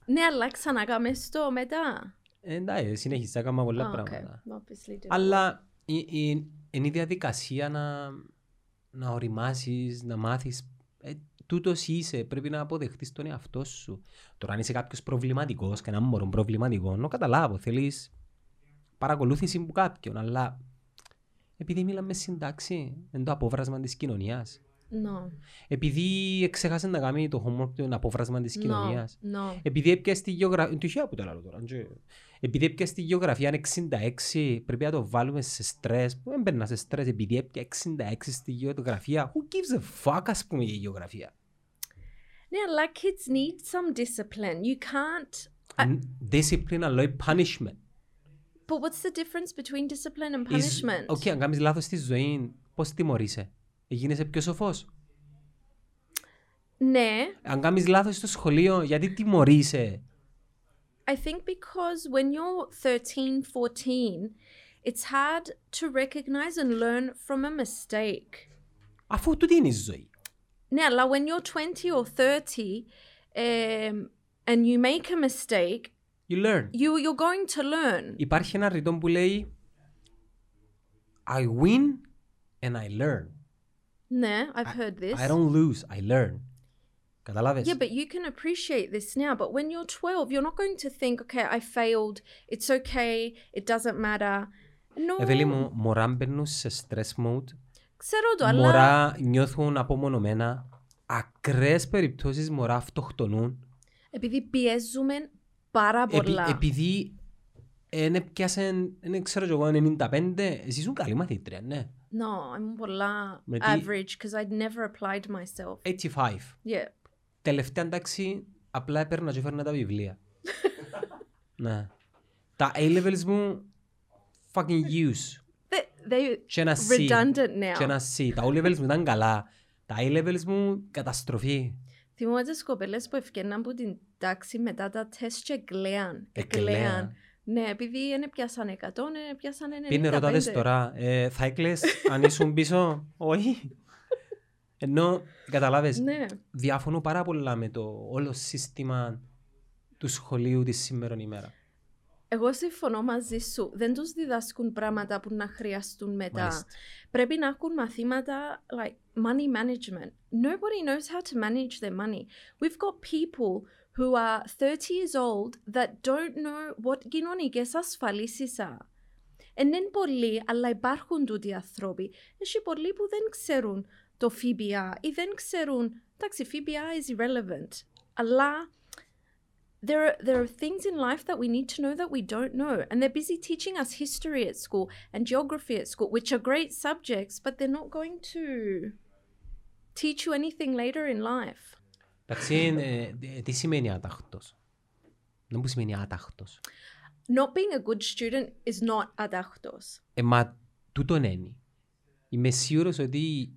Speaker 1: Ναι, αλλά ξανακάμε στο μετά.
Speaker 2: Ε, Εντάξει, συνέχισα κάμα πολλά
Speaker 1: Α, οκ.
Speaker 2: πράγματα.
Speaker 1: Obviously different.
Speaker 2: Αλλά η- η- είναι η διαδικασία να, να οριμάσεις, να μάθεις. Ε, τούτος είσαι, πρέπει να αποδεχτείς τον εαυτό σου. Τώρα αν είσαι κάποιος προβληματικός, κανένα μωρό προβληματικό, να καταλάβω, θέλεις παρακολούθηση που κάποιον, αλλά επειδή μιλάμε με συντάξη, είναι το απόβρασμα της κοινωνίας.
Speaker 1: No.
Speaker 2: Επειδή εξέχασε να κάνει το homework του, ένα απόφρασμα της
Speaker 1: No.
Speaker 2: κοινωνία.
Speaker 1: No.
Speaker 2: Επειδή έπιασε τη γεωγραφία. Τυχαία που τα λέω τώρα. ντζε. Επειδή έπιασε τη γεωγραφία αν 66, πρέπει να το βάλουμε σε στρες. Που δεν περνά σε στρες. Επειδή έπιασε 66 στη γεωγραφία. Who gives a fuck, ας πούμε, η γεωγραφία.
Speaker 1: Yeah, like kids need some discipline. You can't. I-
Speaker 2: Discipline alloy punishment.
Speaker 1: But what's the difference between discipline and
Speaker 2: Is-
Speaker 1: punishment?
Speaker 2: Οκ, αν κάνει λάθο στη ζωή, πώ τιμωρείσαι. Γίνεσαι πιο σοφό.
Speaker 1: Ναι.
Speaker 2: Αν κάνει λάθο στο σχολείο, γιατί τιμωρείσαι.
Speaker 1: I think because when you're 13, 14, it's hard to recognize and learn from a mistake.
Speaker 2: Αφού τούτη είναι η ζωή.
Speaker 1: Now, like when you're 20 or 30 um, and you make a mistake,
Speaker 2: You learn.
Speaker 1: you, you're going to learn.
Speaker 2: Υπάρχει ένα ρητό που λέει I win and I learn.
Speaker 1: Ναι, I've heard this.
Speaker 2: I don't lose, I learn. Καταλάβες.
Speaker 1: Yeah, but you can appreciate this now. But when you're 12, you're not going to think, okay, I failed. It's okay. It doesn't matter. No.
Speaker 2: Εβέλη Ε, μου, μωρά μπαίνουν σε stress mode.
Speaker 1: Ξέρω το, αλλά...
Speaker 2: Μωρά νιώθουν απομονωμένα. Ακραίες περιπτώσεις μωρά αυτοκτονούν.
Speaker 1: Επειδή πιέζουμε πάρα
Speaker 2: Επει-
Speaker 1: πολλά.
Speaker 2: επειδή είναι πιάσαν, δεν ξέρω κι εγώ, 95, εσύ ήσουν καλή μαθήτρια, ναι.
Speaker 1: No, I'm πολλά
Speaker 2: Με τι-
Speaker 1: average because I'd never applied myself.
Speaker 2: 85.
Speaker 1: Yeah.
Speaker 2: Τελευταία εντάξει, απλά έπαιρνα και έφερνα τα βιβλία. ναι. Τα A-levels μου, fucking use.
Speaker 1: They, they
Speaker 2: Και ένα C.
Speaker 1: redundant now.
Speaker 2: Και ένα C. Τα O-levels μου ήταν καλά. Τα A-levels μου, καταστροφή.
Speaker 1: Θυμόμαι τις κοπέλες που ευκαιναν από την τάξη μετά τα τεστ και γκλέαν.
Speaker 2: Εκλέα.
Speaker 1: Ναι, επειδή δεν πιάσανε 100, δεν πιάσανε 95.
Speaker 2: Πήγαινε ρωτάτες τώρα, ε, θα έκλαις αν ήσουν πίσω, όχι. Ενώ, καταλάβες,
Speaker 1: Ναι.
Speaker 2: διαφωνώ πάρα πολλά με το όλο σύστημα του σχολείου τη σήμερα ημέρα.
Speaker 1: Εγώ συμφωνώ μαζί σου. Δεν τους διδάσκουν πράγματα που να χρειαστούν μετά.
Speaker 2: Μάλιστα.
Speaker 1: πρέπει να έχουν μαθήματα like money management. Nobody knows how to manage their money. We've got people who are 30 years old that don't know what κοινωνικές ασφαλίσεις are. Ενέν πολλοί, αλλά υπάρχουν τούτοι άνθρωποι. Έχει πολλοί που δεν ξέρουν το FBR ή δεν ξέρουν, εντάξει, FBR is irrelevant, αλλά there are, there are things in life that we need to know that we don't know. And they're busy teaching us history at school and geography at school, which are great subjects, but they're not going to teach you anything later in life.
Speaker 2: Εντάξει, είναι, ε, τι σημαίνει άταχτος. Δεν που σημαίνει άταχτος.
Speaker 1: Not being a good student is not adachtos.
Speaker 2: Ε, μα τούτον είναι. Είμαι σίγουρος ότι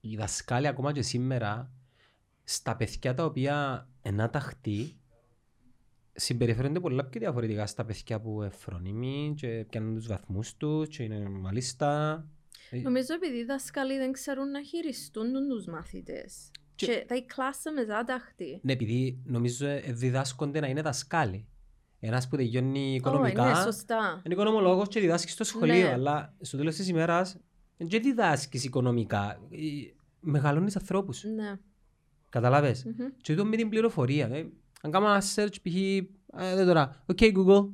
Speaker 2: οι δασκάλοι ακόμα και σήμερα στα παιδιά τα οποία είναι άταχτοι συμπεριφέρονται πολλά πιο διαφορετικά στα παιδιά που εφρονίμοι και πιάνουν τους βαθμούς τους και είναι μάλιστα.
Speaker 1: Νομίζω επειδή οι δάσκαλοι δεν ξέρουν να χειριστούν τους μαθητές.
Speaker 2: Και-
Speaker 1: Και they class them as adachti.
Speaker 2: Ναι, επειδή νομίζω ε, διδάσκονται να είναι δασκάλοι. Ένας που τελειώνει οικονομικά.
Speaker 1: ναι, σωστά.
Speaker 2: είναι οικονομολόγος και διδάσκει στο σχολείο.
Speaker 1: Ναι.
Speaker 2: Αλλά στο τέλος της ημέρας δεν διδάσκεις οικονομικά. Ε, Μεγαλώνεις ανθρώπους.
Speaker 1: Ναι.
Speaker 2: Καταλάβες.
Speaker 1: Μμμ.
Speaker 2: Και το με την πληροφορία. ε. Αν κάνω ένα search, π.χ. ε, Εδώ τώρα. Okay, Google.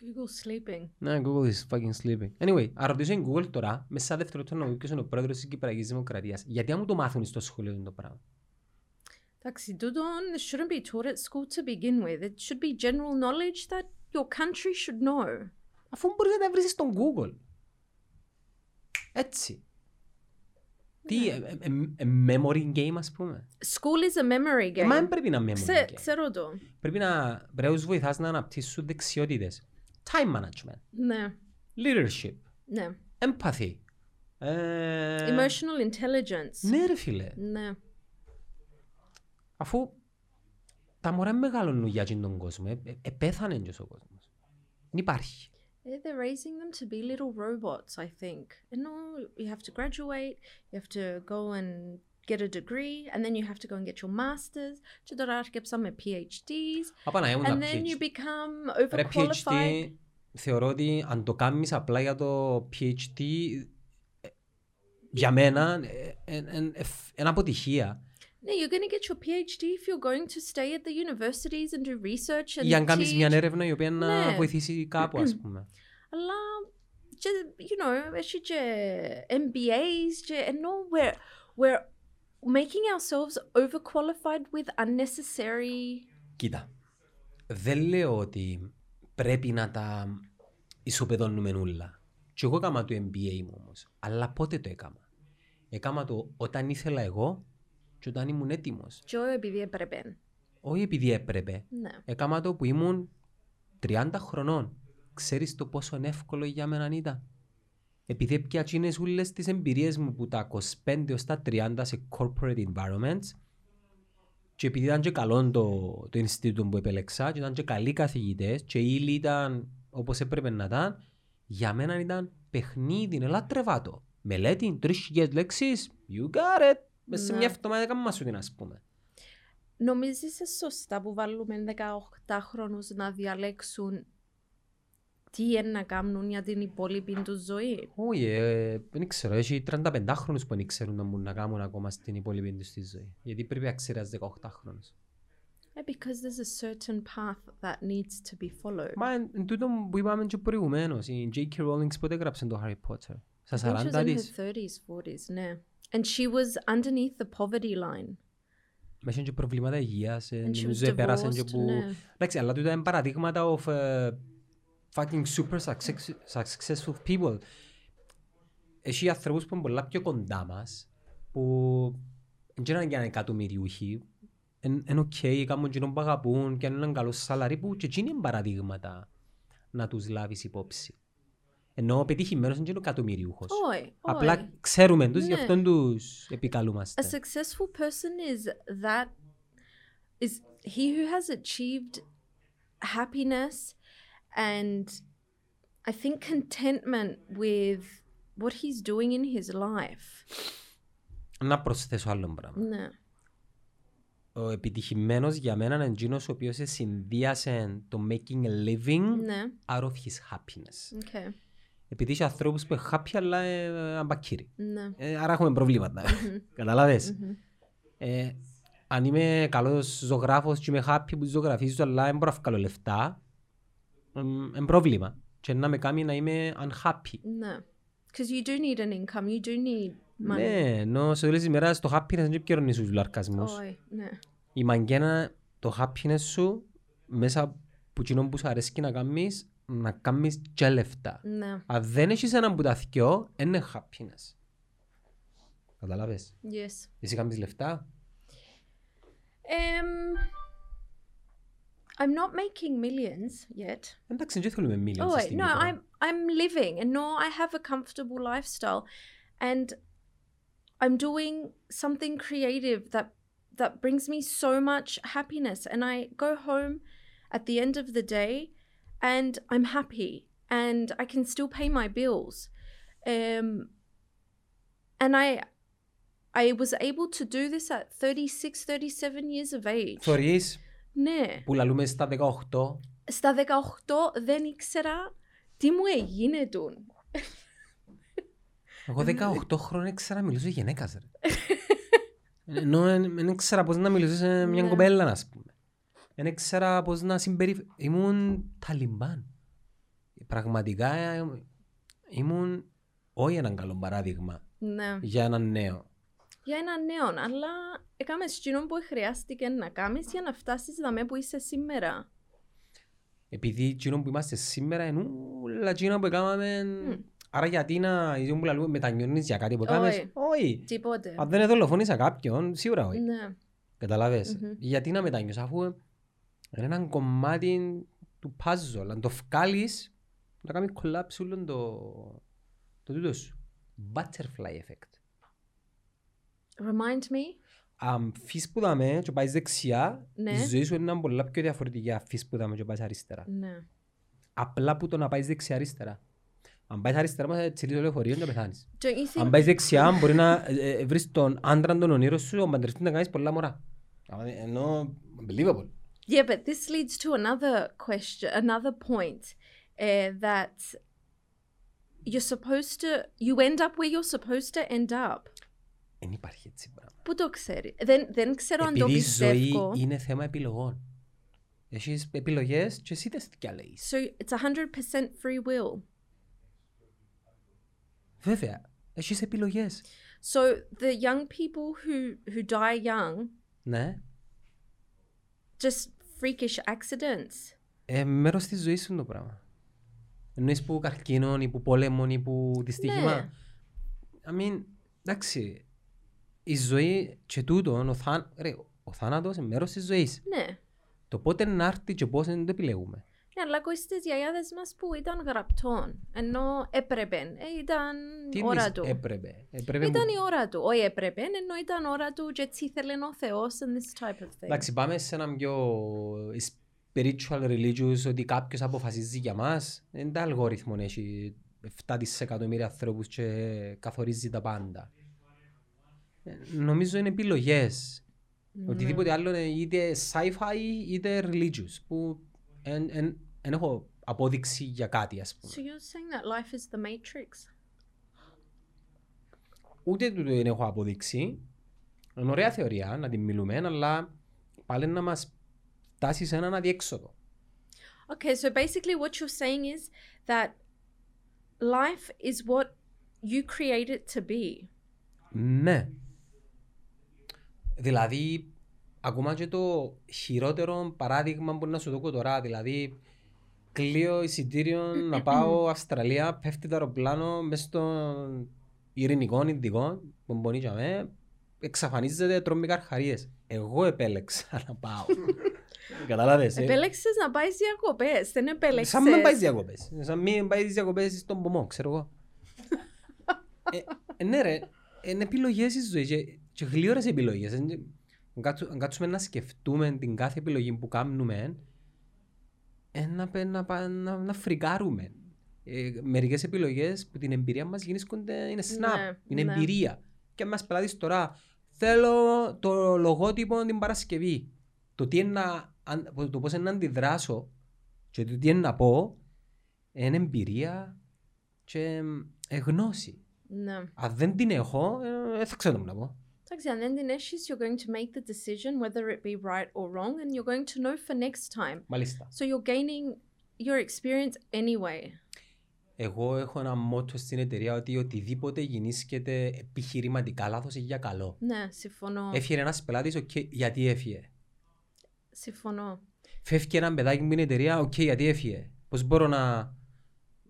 Speaker 1: Google sleeping.
Speaker 2: Ναι, Google is fucking sleeping. Anyway, αν ρωτήσω την Google τώρα, με σαν δευτερόλεπτο να μου πει ποιος είναι ο πρόεδρος της Κυπριακής Δημοκρατίας. Γιατί αν μου το μάθουν στο σχολείο το πράγμα.
Speaker 1: Εντάξει, τούτον it shouldn't be taught at school to begin with. It should be general knowledge that your country should know.
Speaker 2: Αφού μπορείς να τα βρεις στον Google. Έτσι.
Speaker 1: Ναι.
Speaker 2: Τι, ε, ε, ε, memory game, ας πούμε.
Speaker 1: School is a memory
Speaker 2: Ε, Μα δεν
Speaker 1: game.
Speaker 2: πρέπει να memory
Speaker 1: Ξε,
Speaker 2: game.
Speaker 1: ξέρω το.
Speaker 2: Πρέπει να πρέπει να τους βοηθάς να αναπτύσσουν δεξιότητες. Time management,
Speaker 1: Ναι,
Speaker 2: leadership,
Speaker 1: ναι.
Speaker 2: empathy. Ε,
Speaker 1: Emotional intelligence.
Speaker 2: Ναι ρε φίλε,
Speaker 1: Ναι.
Speaker 2: αφού τα μωρά μεγαλώνουν για εκείνον τον κόσμο. Ε, ε, επέθανε και ο κόσμος. Δεν υπάρχει.
Speaker 1: Eh, They're raising them to be little robots, I think. And no, you have to graduate, you have to go and get a degree, and then you have to go and get your master's. Και τώρα έρχεψα με PhDs,
Speaker 2: Απαναία μου τα
Speaker 1: and then you
Speaker 2: PhD.
Speaker 1: become
Speaker 2: Ρε
Speaker 1: overqualified.
Speaker 2: PhD, θεωρώ ότι αν το κάνεις απλά για το PhD, ε, για μένα, ε, ε, ε, ε, είναι αποτυχία.
Speaker 1: No, you're going to get your PhD if you're going to stay at the universities and do research and
Speaker 2: Ή αν κάνεις
Speaker 1: teach.
Speaker 2: μια έρευνα η οποία να
Speaker 1: Ναι.
Speaker 2: βοηθήσει κάπου, ας πούμε.
Speaker 1: Αλλά και, you know, έχει και MBAs και ενώ we're, we're making ourselves overqualified with unnecessary...
Speaker 2: Κοίτα, δεν λέω ότι πρέπει να τα ισοπεδώνουμε νουλά. Και εγώ έκανα το MBA μου όμως. Αλλά πότε το έκανα. Έκανα το όταν ήθελα εγώ και όταν ήμουν έτοιμος.
Speaker 1: Και επειδή έπρεπε.
Speaker 2: Όχι επειδή έπρεπε.
Speaker 1: Ναι.
Speaker 2: Έκανα το που ήμουν 30 χρονών. Ξέρεις το πόσο εύκολο για μένα ήταν. Επειδή έπια τσίνες ούλες τις εμπειρίες μου που τα 25 έως τα 30 σε corporate environments και επειδή ήταν και καλό το, το Ινστιτούτο που επέλεξα και ήταν και καλοί καθηγητές και οι ύλοι ήταν όπως έπρεπε να ήταν, για μένα ήταν παιχνίδι, έλα τρεβά το. Μελέτη, τρεις χιλιάδες λέξεις, you got it. Μες σε
Speaker 1: Ναι.
Speaker 2: μια εβδομάδα έκαμε μας ούτε να πούμε.
Speaker 1: Νομίζεις είσαι σωστά που βάλουμε 18 χρόνους να διαλέξουν τι είναι να κάνουν για την υπόλοιπη του ζωή.
Speaker 2: Όχι, ε, δεν ξέρω. Έχει 35 χρόνους που δεν ξέρουν να μπορούν να κάνουν ακόμα στην υπόλοιπη τους τη ζωή. Γιατί πρέπει να ξέρεις 18 χρόνους.
Speaker 1: Yeah, because there's a certain path that needs to be followed.
Speaker 2: Μα εν, εν τούτο που είπαμε και προηγουμένως, η J.K. Rowling πότε έγραψε το Harry Potter.
Speaker 1: I
Speaker 2: Στα
Speaker 1: think she was
Speaker 2: 40
Speaker 1: in
Speaker 2: της.
Speaker 1: her 30s, 40s, ναι. And she was underneath the poverty line.
Speaker 2: Μα είχε και προβλήματα υγείας, ε,
Speaker 1: And she was
Speaker 2: νομίζω επέρασαν και
Speaker 1: divorced,
Speaker 2: που...
Speaker 1: ναι.
Speaker 2: Εντάξει, αλλά τούτα είναι παραδείγματα of ε, fucking super success- successful people. Έχει ανθρώπους που είναι πολλά πιο κοντά μας, που δεν ξέρω αν είναι εκατομμυριούχοι, είναι οκ, κάνουν κοινό που αγαπούν, κάνουν έναν καλό σαλαρί που και εκείνοι είναι παραδείγματα να τους λάβεις υπόψη. Ενώ ο πετυχημένος είναι και ο εκατομμυριούχος.
Speaker 1: Όχι,
Speaker 2: Απλά
Speaker 1: όχι.
Speaker 2: ξέρουμε τους, γι'
Speaker 1: Ναι.
Speaker 2: αυτόν τους
Speaker 1: A
Speaker 2: επικαλούμαστε.
Speaker 1: successful person is that is he who has achieved happiness and I think contentment with what he's doing in his life.
Speaker 2: Να προσθέσω άλλο πράγμα.
Speaker 1: Ναι.
Speaker 2: ο επιτυχημένος για μένα είναι εκείνος ο οποίος συνδύασε το making a living
Speaker 1: Ναι.
Speaker 2: out of his happiness.
Speaker 1: Okay.
Speaker 2: Επειδή είσαι ανθρώπους που είναι happy αλλά ε, αμπακύρι.
Speaker 1: Ναι.
Speaker 2: Ε, άρα έχουμε προβλήματα.
Speaker 1: Mm-hmm,
Speaker 2: Καταλαβες. Ε, αν είμαι καλός ζωγράφος και είμαι happy που ζωγραφίζω αλλά δεν μπορώ να βγάλω λεφτά, είναι πρόβλημα. Και να με κάνει να είμαι unhappy.
Speaker 1: Ναι. Because you do need an income, you do need money.
Speaker 2: Ναι, ενώ σε όλες τις ημέρες το happiness είναι και επικαιρώνει στους λαρκασμούς.
Speaker 1: Όχι, ναι.
Speaker 2: η μαγκένα το happiness σου μέσα από κοινό που σου αρέσει να κάνεις, να κάνεις και λεφτά.
Speaker 1: Ναι.
Speaker 2: Αν δεν έχεις έναν που τα θυκαιώ, δεν είναι happiness. Καταλάβες.
Speaker 1: Yes.
Speaker 2: Εσύ κάνεις λεφτά.
Speaker 1: Um I'm not making millions yet.
Speaker 2: Εντάξει, δεν θέλουμε millions
Speaker 1: Oh wait,
Speaker 2: στην
Speaker 1: no,
Speaker 2: Κύπρο.
Speaker 1: I'm I'm living and no, I have a comfortable lifestyle and I'm doing something creative that that brings me so much happiness and I go home at the end of the day and I'm happy and I can still pay my bills. Um and I I was able to do this at 36, 37 years of age.
Speaker 2: Θωρείς
Speaker 1: Ναι.
Speaker 2: που λαλούμε στα 18.
Speaker 1: Στα 18 δεν ήξερα τι μου έγινε του.
Speaker 2: Εγώ 18 χρόνια ήξερα να μιλήσω γενέκας ρε. Ε, Ενώ δεν ήξερα πώς να μιλήσω σε μια
Speaker 1: Ναι.
Speaker 2: κοπέλα, να πούμε. Δεν ήξερα πώς να συμπεριφέρω. Ήμουν Ταλιμπάν. Πραγματικά ε, ήμουν όχι έναν καλό παράδειγμα
Speaker 1: Ναι.
Speaker 2: για έναν νέο.
Speaker 1: Για έναν νέο, αλλά έκαμε εκείνο που χρειάστηκε να κάνει για να φτάσεις δαμέ που είσαι σήμερα.
Speaker 2: Επειδή εκείνο που είμαστε σήμερα είναι όλα εκείνα που έκαναμε.
Speaker 1: Μμ.
Speaker 2: Άρα γιατί να εκείνο που λαλούμε, μετανιώνεις για κάτι που έκανες.
Speaker 1: Όχι.
Speaker 2: Όχι.
Speaker 1: Τίποτε.
Speaker 2: Αν δεν δολοφονήσα κάποιον, σίγουρα όχι.
Speaker 1: Ναι.
Speaker 2: Καταλάβες.
Speaker 1: Μμμ.
Speaker 2: Γιατί να μετανιώσεις αφού είναι ένα κομμάτι του puzzle. Αν το βγάλεις, να κάνει collapse όλο το, το τούτο σου. Butterfly effect.
Speaker 1: Remind me.
Speaker 2: Αν φύσεις που δαμε και πάεις δεξιά,
Speaker 1: Ναι.
Speaker 2: η ζωή σου είναι πολλά πιο διαφορετική αν φύσεις που δαμε και πάεις αριστερά.
Speaker 1: Ναι.
Speaker 2: Απλά που το να πάεις δεξιά αριστερά. Αν πάεις αριστερά μας τσιλείς το λεωφορείο και να πεθάνεις.
Speaker 1: Don't you
Speaker 2: Αν
Speaker 1: think...
Speaker 2: πάεις δεξιά μπορεί να ε, ε, βρεις τον άντρα των ονείρων σου, ο παντρευτής να κάνεις πολλά μωρά. Αλλά, Ενώ, unbelievable.
Speaker 1: Yeah, but this leads to another question, another point uh, that you're supposed to, you end up where you're supposed to end up.
Speaker 2: Δεν υπάρχει έτσι πράγμα.
Speaker 1: Πού το ξέρει. Δεν, δεν ξέρω αν το
Speaker 2: Επειδή η ζωή
Speaker 1: πιστεύω.
Speaker 2: είναι θέμα επιλογών. Έχεις επιλογές και εσύ δεν τι διαλέγεις.
Speaker 1: So it's 100% free will.
Speaker 2: Βέβαια, έχεις επιλογές.
Speaker 1: So the young people who who die young,
Speaker 2: Ναι.
Speaker 1: just freakish accidents.
Speaker 2: Ε, μέρος της ζωής σου είναι το πράγμα. Εννοείς που καρκίνων ή που πόλεμων ή που
Speaker 1: Ναι.
Speaker 2: δυστύχημα. I mean, εντάξει, η ζωή και τούτον, ο, θά... ρε, ο θάνατος είναι μέρος της ζωής.
Speaker 1: Ναι.
Speaker 2: Το πότε να έρθει και πώς δεν το επιλέγουμε.
Speaker 1: Ναι, αλλά ακούεις τις γιαγιάδες μας που ήταν γραπτών, ενώ έπρεπε, ε, ήταν
Speaker 2: Τι
Speaker 1: ώρα
Speaker 2: εννοείς
Speaker 1: του.
Speaker 2: έπρεπε. έπρεπε μου-
Speaker 1: Ήταν η ώρα του, όχι έπρεπε, ενώ ήταν ώρα του και έτσι ήθελε ο Θεός and this type of thing.
Speaker 2: Εντάξει, πάμε σε έναν πιο spiritual religious ότι κάποιος αποφασίζει για μας. Δεν τα αλγόριθμο έχει 7 δισεκατομμύρια ανθρώπους και καθορίζει τα πάντα. Ε, Νομίζω είναι επιλογές.
Speaker 1: Ναι.
Speaker 2: Οτιδήποτε άλλο είναι είτε sci-fi είτε religious που εν, εν, εν έχω απόδειξη για κάτι ας πούμε.
Speaker 1: So you're saying that life is the matrix.
Speaker 2: Ούτε τούτο δεν έχω αποδείξει. Είναι ωραία θεωρία να την μιλούμε, αλλά πάλι να μας φτάσει σε έναν αδιέξοδο.
Speaker 1: Okay, so basically what you're saying is that life is what you create it to be.
Speaker 2: Ναι. Δηλαδή, ακόμα και το χειρότερο παράδειγμα που να σου δώσω τώρα, δηλαδή, κλείω εισιτήριο να πάω Αυστραλία, πέφτει το αεροπλάνο μέσα στον ειρηνικό Ινδικό, που μπορεί και αμέ, εξαφανίζεται, τρώμε καρχαρίες. Εγώ επέλεξα να πάω. Κατάλαβες, ε?
Speaker 1: Επέλεξες να πάεις διακοπές, δεν επέλεξες.
Speaker 2: Σαν μην πάεις διακοπές. Σαν μην πάεις διακοπές στον πομό, ξέρω εγώ. ε, ε, ναι ρε, είναι επιλογές η ζωή και, και γλύωρες επιλογές. Ε, αν κάτσου- Αν κάτσουμε να σκεφτούμε την κάθε επιλογή που κάνουμε, ε, να, πε- να, πα- να, να φρικάρουμε. Ε, μερικές επιλογές που την εμπειρία μας γίνονται, είναι snap,
Speaker 1: Ναι,
Speaker 2: είναι
Speaker 1: ναι.
Speaker 2: εμπειρία. Και αν μας πελάτης τώρα, θέλω το λογότυπο την Παρασκευή. Το, τι είναι να, αν- το πώς είναι να αντιδράσω και το τι είναι να πω, είναι εμπειρία και ε, γνώση.
Speaker 1: Ναι.
Speaker 2: Αν δεν την έχω, ε, δεν θα ξέρω τι να πω.
Speaker 1: Εντάξει, αν δεν την έχεις, you're going to make the decision whether it be right or wrong and you're going to know for next time.
Speaker 2: Μάλιστα.
Speaker 1: So you're gaining your experience anyway.
Speaker 2: Εγώ έχω ένα μότο στην εταιρεία ότι οτιδήποτε γεννήσκεται επιχειρηματικά λάθος ή για καλό.
Speaker 1: Ναι, συμφωνώ.
Speaker 2: Έφυγε ένας πελάτης, οκ, γιατί έφυγε.
Speaker 1: Συμφωνώ.
Speaker 2: Φεύγει ένα παιδάκι μου την εταιρεία, οκ, γιατί έφυγε. Πώς μπορώ να,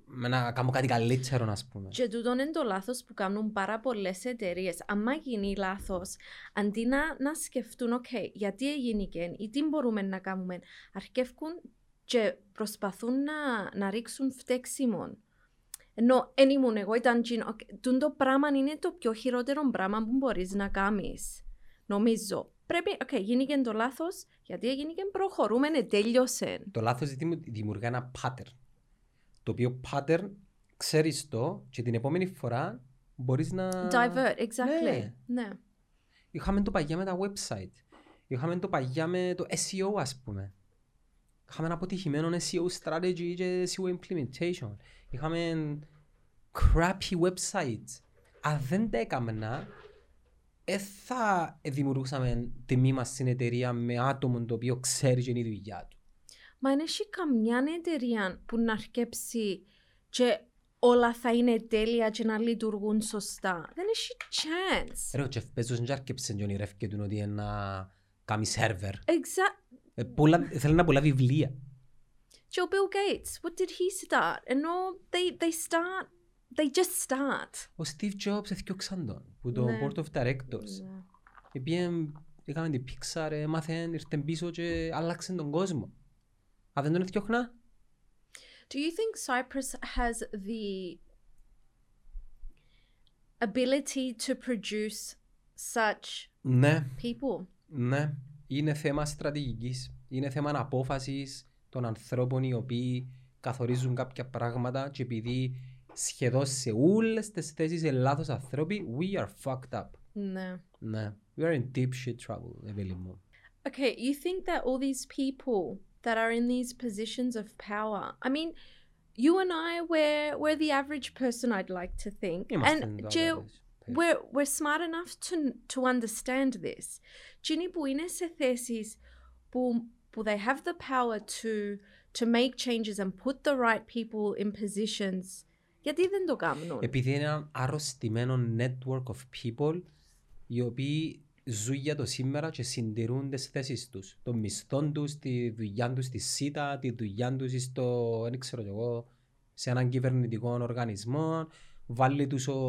Speaker 2: να κάνω κάτι καλύτερο, ας πούμε.
Speaker 1: Και τούτο είναι το λάθος που κάνουν πάρα πολλές εταιρείες. Αν γίνει λάθος, αντί να, να σκεφτούν, OK, γιατί έγινε και ή τι μπορούμε να κάνουμε, αρκεύκουν και προσπαθούν να, να ρίξουν φταίξιμον. Ενώ εν ήμουν εγώ, ήταν τζιν. Okay, τούν το πράγμα είναι το πιο χειρότερο πράγμα που μπορείς να κάνεις. Νομίζω. Πρέπει, οκ, okay, γίνηκε το λάθος, γιατί έγινε και προχωρούμε, ε, τέλειωσε.
Speaker 2: Το λάθος δημιου- δημιουργά ένα pattern. Το οποίο pattern ξέρεις το και την επόμενη φορά μπορείς να...
Speaker 1: Divert, exactly.
Speaker 2: ναι.
Speaker 1: Ναι.
Speaker 2: Είχαμε το παγιά με τα website. Είχαμε το παγιά με το SEO, ας πούμε. Είχαμε ένα αποτυχημένο SEO strategy και SEO implementation. Είχαμε crappy websites. Αν δεν τα έκαμνα, ε, θα δημιουργούσαμε τιμή μας στην εταιρεία με άτομο το οποίο ξέρει και είναι η δουλειά του.
Speaker 1: Μα αν έχει καμιά εταιρεία που να αρκέψει και όλα θα είναι τέλεια και να λειτουργούν σωστά. Δεν έχει chance.
Speaker 2: Ρε, ο Τσεφ Bezos δεν άρκεψε και ονειρεύκε του ότι είναι να κάνει σερβερ.
Speaker 1: Exactly.
Speaker 2: Ε, πολλά- Θέλει να πολλά βιβλία.
Speaker 1: Και ο Bill Gates, what did he start? Ενώ they, they start, they just start.
Speaker 2: Ο Steve Jobs έφτιαξαν τον, που το
Speaker 1: Ναι.
Speaker 2: Board of Directors.
Speaker 1: Ναι.
Speaker 2: Επειδή έκαμε την Pixar, έμαθε, ήρθε πίσω και άλλαξε τον κόσμο. Αν δεν τον έφτιαχνα,
Speaker 1: Do you think Cyprus has the ability to produce such
Speaker 2: ναι,
Speaker 1: people?
Speaker 2: ναι. Είναι θέμα στρατηγικής. Είναι θέμα αναπόφασης των ανθρώπων οι οποίοι καθορίζουν κάποια πράγματα και επειδή σχεδόν σε όλες τις θέσεις είναι λάθος ανθρώποι, we are fucked up.
Speaker 1: Ναι.
Speaker 2: Ναι. We are in deep shit trouble, Εβέλη μου.
Speaker 1: Okay, you think that all these people that are in these positions of power, I mean, you and I, we're, we're the average person, I'd like to think.
Speaker 2: Είμαστε
Speaker 1: and
Speaker 2: το
Speaker 1: Jill,
Speaker 2: average person.
Speaker 1: we're, we're smart enough to, to understand this. Ginny που είναι σε θέσεις που, που they have the power to, to make changes and put the right people in positions. Γιατί δεν το κάνουν.
Speaker 2: Επειδή είναι ένα αρρωστημένο network of people οι οποίοι ζουν για το σήμερα και συντηρούν τις θέσεις τους. Των μισθών τους, τη δουλειά τους στη ΣΥΤΑ, τη δουλειά τους στο, δεν ξέρω κι εγώ, σε έναν κυβερνητικό οργανισμό. Βάλει τους ο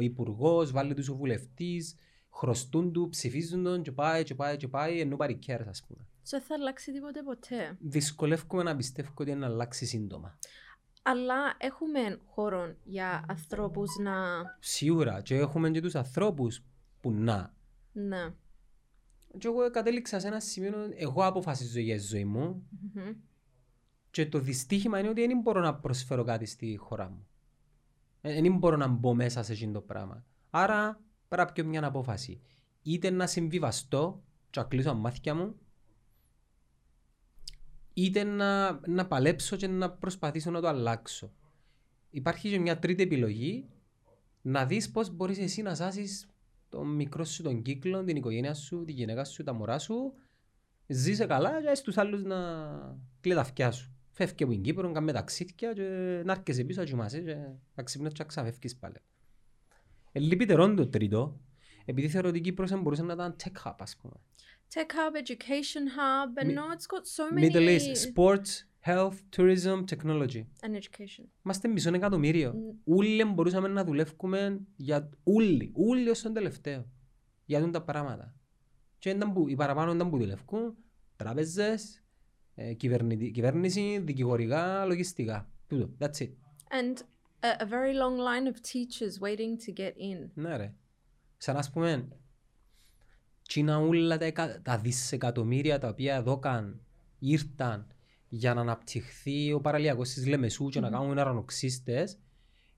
Speaker 2: υπουργός, βάλει τους ο βουλευτής, χρωστούν του, ψηφίζουν τον και πάει και πάει και πάει, and nobody cares ας πούμε.
Speaker 1: Δεν θα αλλάξει τίποτε ποτέ.
Speaker 2: Δυσκολεύομαι να πιστεύω ότι είναι να αλλάξει σύντομα.
Speaker 1: Αλλά έχουμε χώρο για ανθρώπους να...
Speaker 2: Σίγουρα και έχουμε και τους ανθρώπους που να
Speaker 1: Ναι.
Speaker 2: Και εγώ κατέληξα σε ένα σημείο, εγώ αποφασίζω για τη ζωή μου
Speaker 1: Μμμ.
Speaker 2: και το δυστύχημα είναι ότι δεν μπορώ να προσφέρω κάτι στη χώρα μου. Ε, Δεν μπορώ να μπω μέσα σε εκείνο το πράγμα. Άρα πρέπει να πιω μια απόφαση. Είτε να συμβιβαστώ και να κλείσω τα μάθηκια μου, είτε να, να παλέψω και να προσπαθήσω να το αλλάξω. Υπάρχει και μια τρίτη επιλογή, να δεις πώς μπορείς εσύ να σάσεις τον μικρό σου τον κύκλο, την οικογένεια σου, τη γυναίκα σου, τα μωρά σου, ζήσε καλά και ας τους άλλους να κλεί τα αυτιά σου. Φεύγε από την Κύπρο, κάμε ταξίδια και να έρχεσαι πίσω, να κοιμάσαι και να ξυπνάς και να ξαφεύγεις πάλι. Ε, λυπητερόν το τρίτο, επειδή θεωρώ ότι η Κύπρος θα μπορούσε να ήταν tech hub, ας πούμε.
Speaker 1: Tech hub, education hub, and
Speaker 2: Mi-
Speaker 1: now it's got so many...
Speaker 2: Middle East, sports, health, tourism, technology.
Speaker 1: And education. Mm,
Speaker 2: Είμαστε μισό εκατομμύριο. Όλοι μπορούσαμε να δουλεύουμε για όλοι, όλοι ως τον τελευταίο. Για τούν τα πράγματα. Και ήταν που, οι παραπάνω ήταν που δουλεύουν, τράπεζες, ε, κυβερνητη- κυβέρνηση, δικηγορικά, λογιστικά. Τούτο, that's it.
Speaker 1: And a, a very long line of teachers waiting to get in.
Speaker 2: Ναι ρε. Σαν ας πούμε, Τσίνα όλα τα, εκα- τα δισεκατομμύρια τα οποία δόκαν, ήρταν για να αναπτυχθεί ο παραλιακός της Λεμεσού και να κάνουν αρανοξύστες,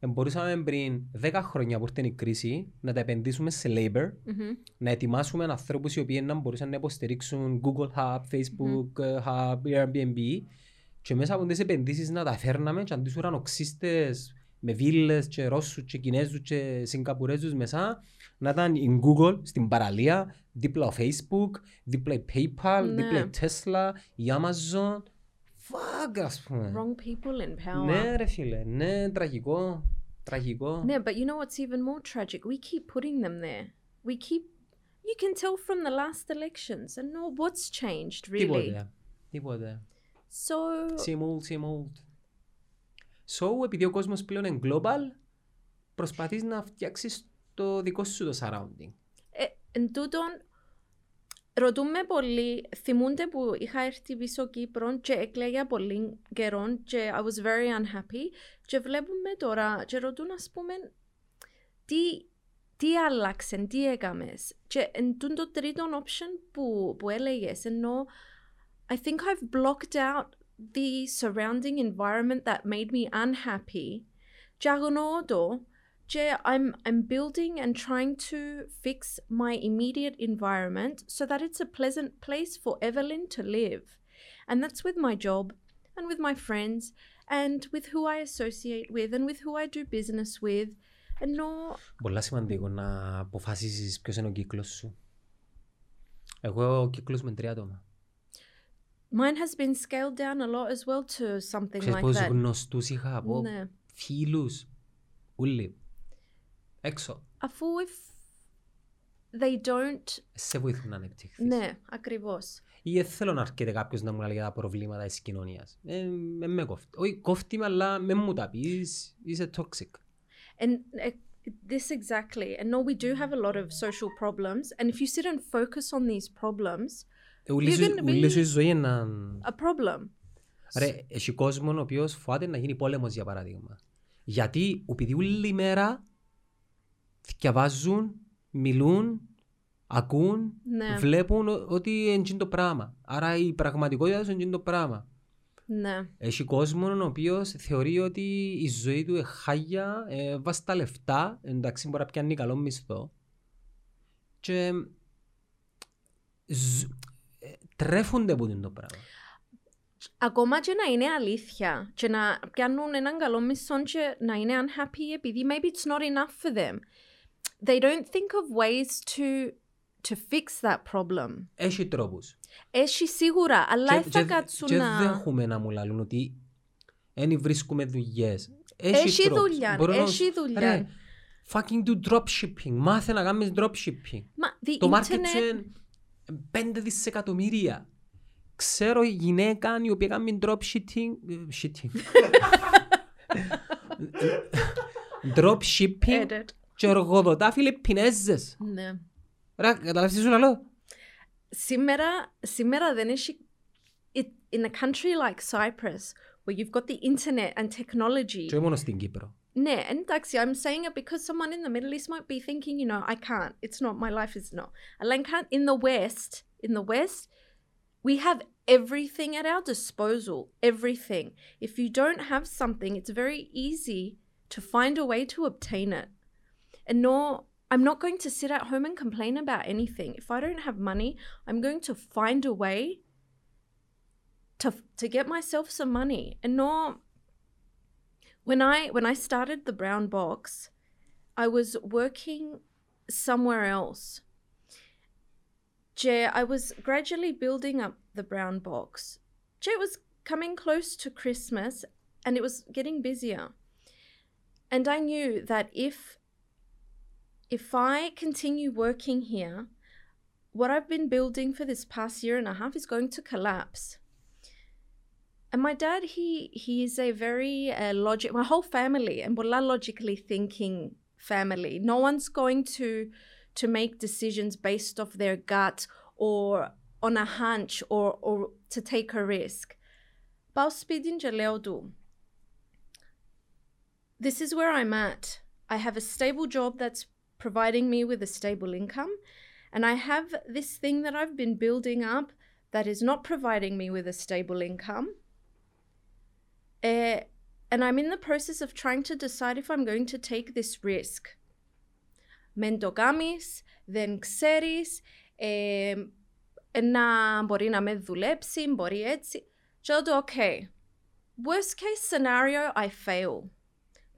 Speaker 2: ε, μπορούσαμε πριν 10 χρόνια που ήρθε η κρίση να τα επενδύσουμε σε labor,
Speaker 1: Μμμ.
Speaker 2: να ετοιμάσουμε ανθρώπους οι οποίοι να μπορούσαν να υποστηρίξουν Google Hub, Facebook ε, Hub, Airbnb και μέσα από τις επενδύσεις να τα φέρναμε και αντί ουρανοξύστες με βίλες και Ρώσους και Κινέζους και Σιγκαπουρέζους μέσα να ήταν in Google στην παραλία, δίπλα ο Facebook, δίπλα η PayPal,
Speaker 1: Ναι.
Speaker 2: δίπλα η Tesla, η Amazon. Fuck ας πούμε.
Speaker 1: Wrong people in power.
Speaker 2: Ναι ρε φίλε, ναι τραγικό, τραγικό.
Speaker 1: No, but you know what's even more tragic? We keep putting them there. We keep. You can tell from the last elections and know what's changed, really.
Speaker 2: Τίποτε, τίποτε.
Speaker 1: So,
Speaker 2: Same old, same old. So, επειδή ο κόσμος πλέον είναι global, προσπαθείς να φτιάξεις το δικό σου το surrounding.
Speaker 1: ε, εν τούτον, ρωτούμε πολύ, θυμούνται που είχα έρθει πίσω Κύπρον και έκλαιγα πολύ καιρόν και I was very unhappy και βλέπουμε τώρα και ρωτούν ας πούμε τι, τι άλλαξε, τι έκαμες και εν τούτον το τρίτο option που, που έλεγες ενώ I think I've blocked out the surrounding environment that made me unhappy. Και αγνοώ το. Και I'm, I'm building and trying to fix my immediate environment so that it's a pleasant place for Evelyn to live. And that's with my job and with my friends and with who I associate with and with who I do business with. And no,
Speaker 2: Πολλά σημαντικό να αποφασίσεις ποιος είναι ο κύκλος σου. Εγώ ο κύκλος με τρία άτομα.
Speaker 1: mine has been scaled down a lot as well to something
Speaker 2: Ξέρεις
Speaker 1: like
Speaker 2: πόσους
Speaker 1: that.
Speaker 2: γνωστούς είχα από
Speaker 1: Ναι.
Speaker 2: φίλους, ούλοι, έξω.
Speaker 1: Αφού if they don't
Speaker 2: Σε βοηθούν να ανεπτυχθείς.
Speaker 1: Ναι, ακριβώς.
Speaker 2: Ή δεν θέλω να έρχεται κάποιος να μου λέει για τα προβλήματα της κοινωνίας. Ε, ε, με κόφτει. Όχι, κόφτει με, αλλά με μου τα πεις. Είσαι toxic.
Speaker 1: And uh, this exactly. And no, we do have a lot of social problems. And if you sit and focus on these problems,
Speaker 2: Ε, ούλη σου-
Speaker 1: You're gonna be-
Speaker 2: ούλη σου η ζωή είναι να...
Speaker 1: a problem.
Speaker 2: Ρε, έχει κόσμο ο οποίος φοβάται να γίνει πόλεμος, για παράδειγμα. Γιατί επειδή όλη μέρα διαβάζουν, μιλούν, ακούν,
Speaker 1: Ναι.
Speaker 2: βλέπουν ο- ότι είναι το πράγμα. Άρα η πραγματικότητα τους είναι το πράγμα.
Speaker 1: Ναι,
Speaker 2: Έχει κόσμο ο οποίος θεωρεί ότι η ζωή του εχάγια, ε, βάζει τα λεφτά, εντάξει μπορεί να πιάνει καλό μισθό και ζ- ε, τρέφονται από το πράγμα.
Speaker 1: ακόμα και να είναι αλήθεια και να πιάνουν έναν καλό μισθό και να είναι unhappy επειδή maybe it's not enough for them. They don't think of ways to to fix that problem.
Speaker 2: Έχει τρόπους.
Speaker 1: Έχει σίγουρα, αλλά
Speaker 2: Και-
Speaker 1: θα
Speaker 2: και-
Speaker 1: κάτσουν
Speaker 2: και
Speaker 1: να...
Speaker 2: δεν έχουμε να μου λαλούν ότι δεν βρίσκουμε δουλειές.
Speaker 1: Έχει
Speaker 2: τρόπους.
Speaker 1: δουλειά,
Speaker 2: Μπορώ να-
Speaker 1: έχει
Speaker 2: Ρε,
Speaker 1: δουλειά.
Speaker 2: fucking do dropshipping. Μάθε να κάνεις dropshipping.
Speaker 1: Μα, the
Speaker 2: Το market
Speaker 1: internet-
Speaker 2: share 5 δισεκατομμύρια. Ξέρω γυναίκα η οποία κάνει dropshipping. ε, Shitting. dropshipping
Speaker 1: Edit.
Speaker 2: και εργοδοτά Φιλιππινέζες.
Speaker 1: Ναι.
Speaker 2: Ρε, καταλάβεις τι σου λέω.
Speaker 1: Σήμερα, σήμερα δεν έχει... It, in a country like Cyprus, where you've got the internet and technology...
Speaker 2: Και όχι μόνο στην Κύπρο.
Speaker 1: Ναι, εντάξει, I'm saying it because someone in the Middle East might be thinking, you know, I can't. It's not, my life is not. Αλλά in, can- in the West, in the West, we have everything at our disposal. Everything. If you don't have something, it's very easy to find a way to obtain it. And nor, I'm not going to sit at home and complain about anything. If I don't have money, I'm going to find a way to, to get myself some money. And nor, when I when I started the brown box, I was working somewhere else. Jay, I was gradually building up the brown box. Jay it was coming close to Christmas and it was getting busier. And I knew that if if I continue working here, what I've been building for this past year and a half is going to collapse. And my dad, he he is a very uh, logic. My whole family and πολλά logically thinking family. No one's going to to make decisions based off their gut or on a hunch or or to take a risk. Πάω σπίτι και λέω του, This is where I'm at. I have a stable job that's providing me with a stable income, and I have this thing that I've been building up that is not providing me with a stable income. Uh, and I'm in the process of trying to decide if I'm going to take this risk. Μεν το κάνεις, δεν ξέρεις, ε, να μπορεί να με δουλέψει, μπορεί έτσι. Και λέω του, okay, worst case scenario, I fail.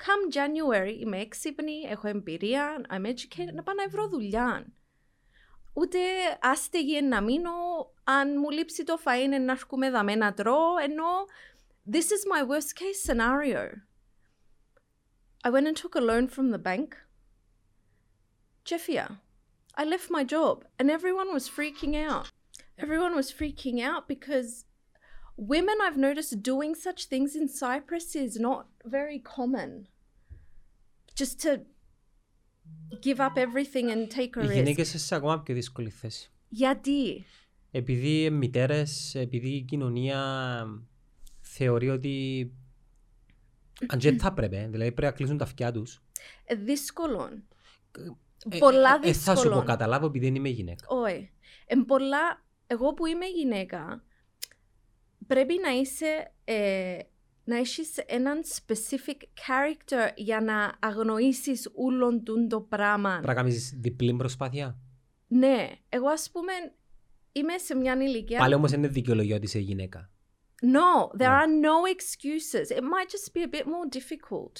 Speaker 1: Come January, είμαι έξυπνη, έχω εμπειρία, I'm educated, να πάω να βρω δουλειά. Ούτε άστεγη να μείνω, αν μου λείψει το φαΐν να έρχομαι δαμέ να τρώω, ενώ this is my worst case scenario. I went and took a loan from the bank. Jeffia, I left my job and everyone was freaking out. Everyone was freaking out because women I've noticed doing such things in Cyprus is not very common. Just to give up everything and take a
Speaker 2: Οι
Speaker 1: risk.
Speaker 2: γυναίκες είσαι ακόμα πιο δύσκολη θέση.
Speaker 1: Γιατί.
Speaker 2: Επειδή οι μητέρες, επειδή η κοινωνία θεωρεί ότι αν και θα πρέπει, δηλαδή πρέπει να κλείσουν τα αυτιά τους.
Speaker 1: Ε, Δύσκολον.
Speaker 2: Ε,
Speaker 1: πολλά
Speaker 2: ε, ε, Θα σου πω,
Speaker 1: δύσκολον.
Speaker 2: καταλάβω επειδή δεν είμαι γυναίκα.
Speaker 1: Όχι. Εν πολλά, εγώ που είμαι γυναίκα, πρέπει να είσαι, ε, να έχεις έναν specific character για να αγνοήσεις όλον τούν το πράγμα.
Speaker 2: Πρέπει να κάνεις διπλή προσπάθεια.
Speaker 1: Ναι, εγώ ας πούμε είμαι σε μια ηλικία...
Speaker 2: Πάλι όμως είναι δικαιολογία ότι είσαι γυναίκα. Ε,
Speaker 1: No, there
Speaker 2: No.
Speaker 1: are no excuses. It might just be a bit more difficult.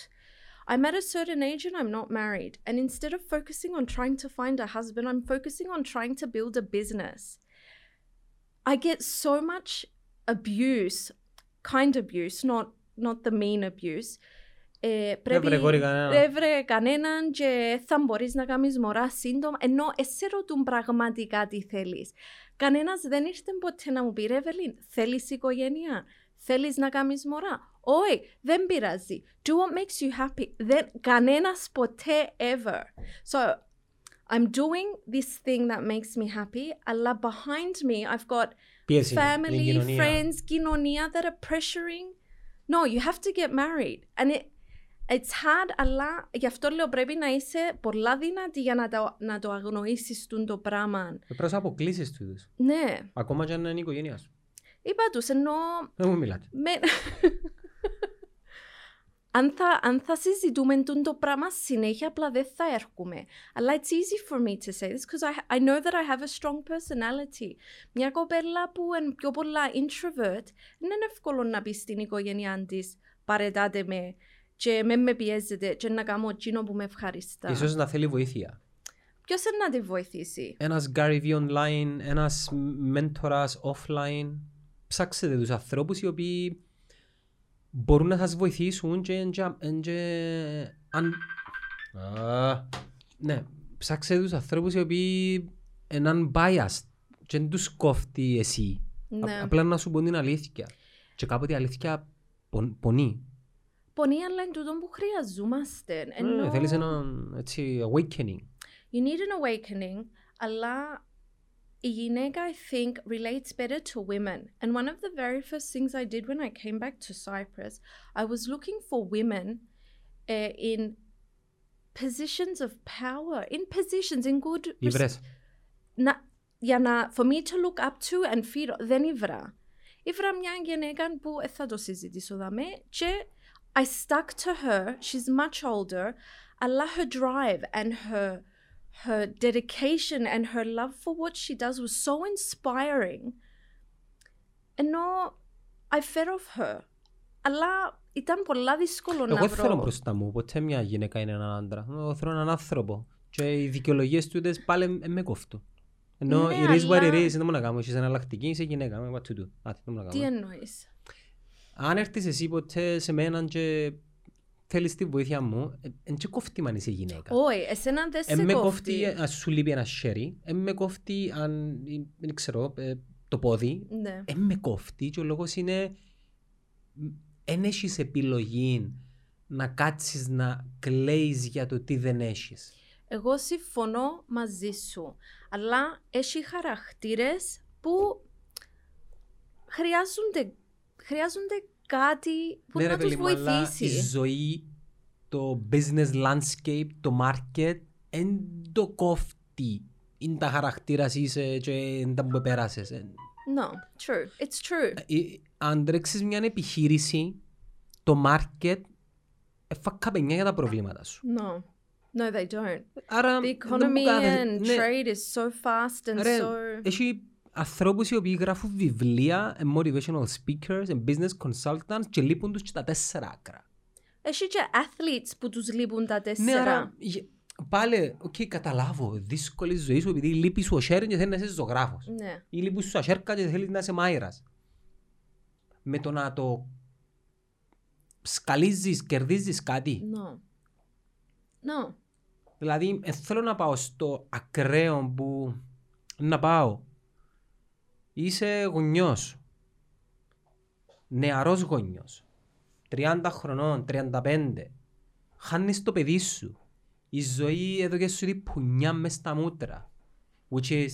Speaker 1: I'm at a certain age and I'm not married. And instead of focusing on trying to find a husband, I'm focusing on trying to build a business. I get so much abuse, kind abuse, not not the mean abuse. Eh, Ε, πρέπει,
Speaker 2: βρε, κόρη, κανέναν.
Speaker 1: Ρε βρε κανέναν και θα μπορείς να κάνεις μωρά σύντομα, ενώ εσύ ρωτούν πραγματικά τι θέλεις. Κανένας δεν ήρθε ποτέ να μου πει ρε Βελίν, θέλεις οικογένεια, θέλεις να κάνεις μωρά. Όχι, δεν πειράζει. Do what makes you happy. Δεν, κανένας ποτέ ever. So, I'm doing this thing that makes me happy, αλλά behind me I've got
Speaker 2: Πίεση. την
Speaker 1: family,
Speaker 2: κοινωνία.
Speaker 1: friends, κοινωνία that are pressuring. No, you have to get married. And it, it's hard, αλλά γι' αυτό λέω πρέπει να είσαι πολλά δυνατή για να το, να το αγνοήσεις τούν το πράγμα.
Speaker 2: Ε, Πρέπει να αποκλείσεις του είδους.
Speaker 1: Ναι,
Speaker 2: Ακόμα και αν είναι η οικογένειά σου.
Speaker 1: είπα τους, ενώ...
Speaker 2: Δεν μου μιλάτε.
Speaker 1: Με... αν, θα, αν θα συζητούμε τούν το πράγμα συνέχεια, απλά δεν θα έρχομαι. Αλλά it's easy for me to say this, because I, I know that I have a strong personality. Μια κοπέλα που είναι πιο πολλά introvert, δεν είναι εύκολο να πει στην οικογένειά της παρετάτε με και με με πιέζετε και να κάνω εκείνο που με ευχαριστά.
Speaker 2: Ίσως να θέλει βοήθεια.
Speaker 1: Ποιος είναι να τη βοηθήσει.
Speaker 2: Ένας Gary V online, ένας μέντορας offline. Ψάξετε τους ανθρώπους οι οποίοι μπορούν να σας βοηθήσουν και, και, και αν... Α, ναι, ψάξε τους ανθρώπους οι οποίοι είναι unbiased και δεν τους κόφτει εσύ.
Speaker 1: Ναι.
Speaker 2: Α, απλά να σου πούν την αλήθεια. Και κάποτε η αλήθεια πον, πονεί.
Speaker 1: Πονεί, αλλά είναι τούτο που χρειαζόμαστε. Ενώ...
Speaker 2: Ναι, θέλεις έναν έτσι, awakening.
Speaker 1: You need an awakening, αλλά η γυναίκα, I think, relates better to women. And one of the very first things I did when I came back to Cyprus, I was looking for women uh, in positions of power, in positions, in good... res-
Speaker 2: Λιβρές.
Speaker 1: να, για να, for me to look up to and fear, δεν ήβρα. Ήβρα μια γυναίκα που ε, θα το συζητήσω δαμέ και I stuck to her, she's much older, αλλά her drive and her, her dedication and her love for what she does was so inspiring. Ενώ I fed off her. Αλλά ήταν πολλά δύσκολο να
Speaker 2: Εγώ
Speaker 1: βρω.
Speaker 2: δεν θέλω μπροστά μου ποτέ μια γυναίκα είναι έναν άντρα. Εγώ θέλω έναν άνθρωπο. Και οι δικαιολογίες του είδες πάλι ε, με κόφτουν. Ενώ
Speaker 1: Ναι,
Speaker 2: it is what it
Speaker 1: αλλά-
Speaker 2: is, δεν μου να κάνω. Είσαι εναλλακτική, είσαι γυναίκα. What to do. Α, τι να κάνω.
Speaker 1: Τι εννοείς.
Speaker 2: Αν έρθεις εσύ ποτέ σε μένα και θέλεις τη βοήθεια μου, δεν και κόφτει αν είσαι γυναίκα.
Speaker 1: Όχι, εσένα δεν
Speaker 2: Εν
Speaker 1: σε
Speaker 2: με κόφτει
Speaker 1: κόφτει.
Speaker 2: αν σου λείπει ένα χέρι, εν με κόφτει αν, ε, δεν ξέρω, ε, το πόδι.
Speaker 1: Ναι.
Speaker 2: Εν με κόφτει και ο λόγος είναι εν έχεις επιλογή να κάτσεις να κλαίεις για το τι δεν έχεις.
Speaker 1: Εγώ συμφωνώ μαζί σου, αλλά έχει χαρακτήρες που χρειάζονται, χρειάζονται κάτι που
Speaker 2: Ναι,
Speaker 1: να
Speaker 2: ρε
Speaker 1: τους
Speaker 2: παιδί μου, αλλά η
Speaker 1: βοηθήσει.
Speaker 2: ζωή, το business landscape, το market, εν το κόφτει. Είναι τα χαρακτήρα είσαι και εν τα που πέρασες. Εν-
Speaker 1: No, true. It's true.
Speaker 2: ε, αν τρέξεις μια επιχείρηση, το market εφάκα πενιά για τα προβλήματα σου.
Speaker 1: No. No, they don't.
Speaker 2: Άρα,
Speaker 1: The
Speaker 2: δεν μου
Speaker 1: economy
Speaker 2: κάθεται-
Speaker 1: and
Speaker 2: ναι,
Speaker 1: trade is so fast and
Speaker 2: ρε, ε-
Speaker 1: so...
Speaker 2: Έχει ανθρώπους οι οποίοι γράφουν βιβλία, ε, motivational speakers, ε, business consultants και λείπουν τους και τα τέσσερα άκρα.
Speaker 1: Έχει και athletes που τους λείπουν τα
Speaker 2: Ναι, άρα
Speaker 1: τέσσερα.
Speaker 2: γε- πάλι, οκ, καταλάβω, δύσκολη ζωή σου επειδή λείπεις σου ο Σέριν και θέλεις να είσαι ζωγράφος.
Speaker 1: Ναι.
Speaker 2: Ή λείπεις σου τα σέρκα και θέλεις να είσαι μάιρας. Με το να το σκαλίζεις, κερδίζεις κάτι.
Speaker 1: No. No.
Speaker 2: Δηλαδή, ε, θέλω να πάω στο ακραίο που να πάω. Είσαι γονιός. Νεαρός γονιός. 30 χρονών, 35. Χάνεις το παιδί σου. Η ζωή έδωκες σου τη πουνιά μες στα μούτρα. Which is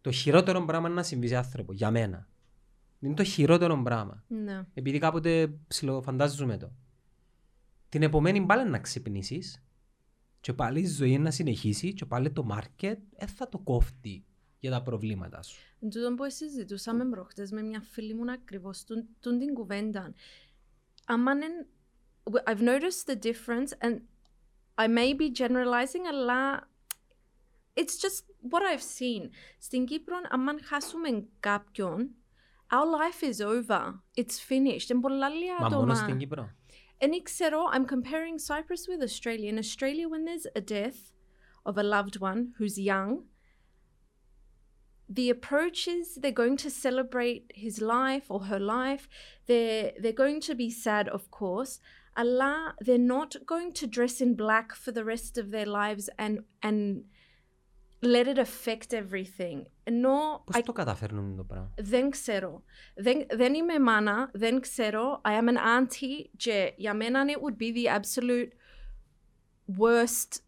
Speaker 2: το χειρότερο πράγμα να συμβεί σε άνθρωπο, για μένα. Είναι το χειρότερο πράγμα.
Speaker 1: Ναι.
Speaker 2: Επειδή κάποτε ψιλοφαντάζουμε το. Την επομένη πάλι να ξυπνήσεις, και πάλι η ζωή να συνεχίσει, και πάλι το market ε, θα το κόφτει για τα προβλήματα σου.
Speaker 1: Εν τούτον που συζητούσαμε προχτές με μια φίλη μου ακριβώς τούν, τούν την κουβέντα. Άμα εν- w- I've noticed the difference and I may be generalizing, αλλά it's just what I've seen. Στην Κύπρο, αν χάσουμε κάποιον, our life is over. It's finished. Είναι πολλά λίγα
Speaker 2: Μα μόνο στην
Speaker 1: άτομα.
Speaker 2: Κύπρο.
Speaker 1: Εν ήξερα, I'm comparing Cyprus with Australia. In Australia, when there's a death of a loved one who's young, the approach is they're going to celebrate his life or her life. They're they're going to be sad, of course. Allah, they're not going to dress in black for the rest of their lives and and let it affect everything. No,
Speaker 2: Πώς
Speaker 1: I
Speaker 2: το καταφέρνουν το πράγμα.
Speaker 1: δεν ξέρω. Δεν, δεν είμαι μάνα, δεν ξέρω. I am an auntie και για μένα it would be the absolute worst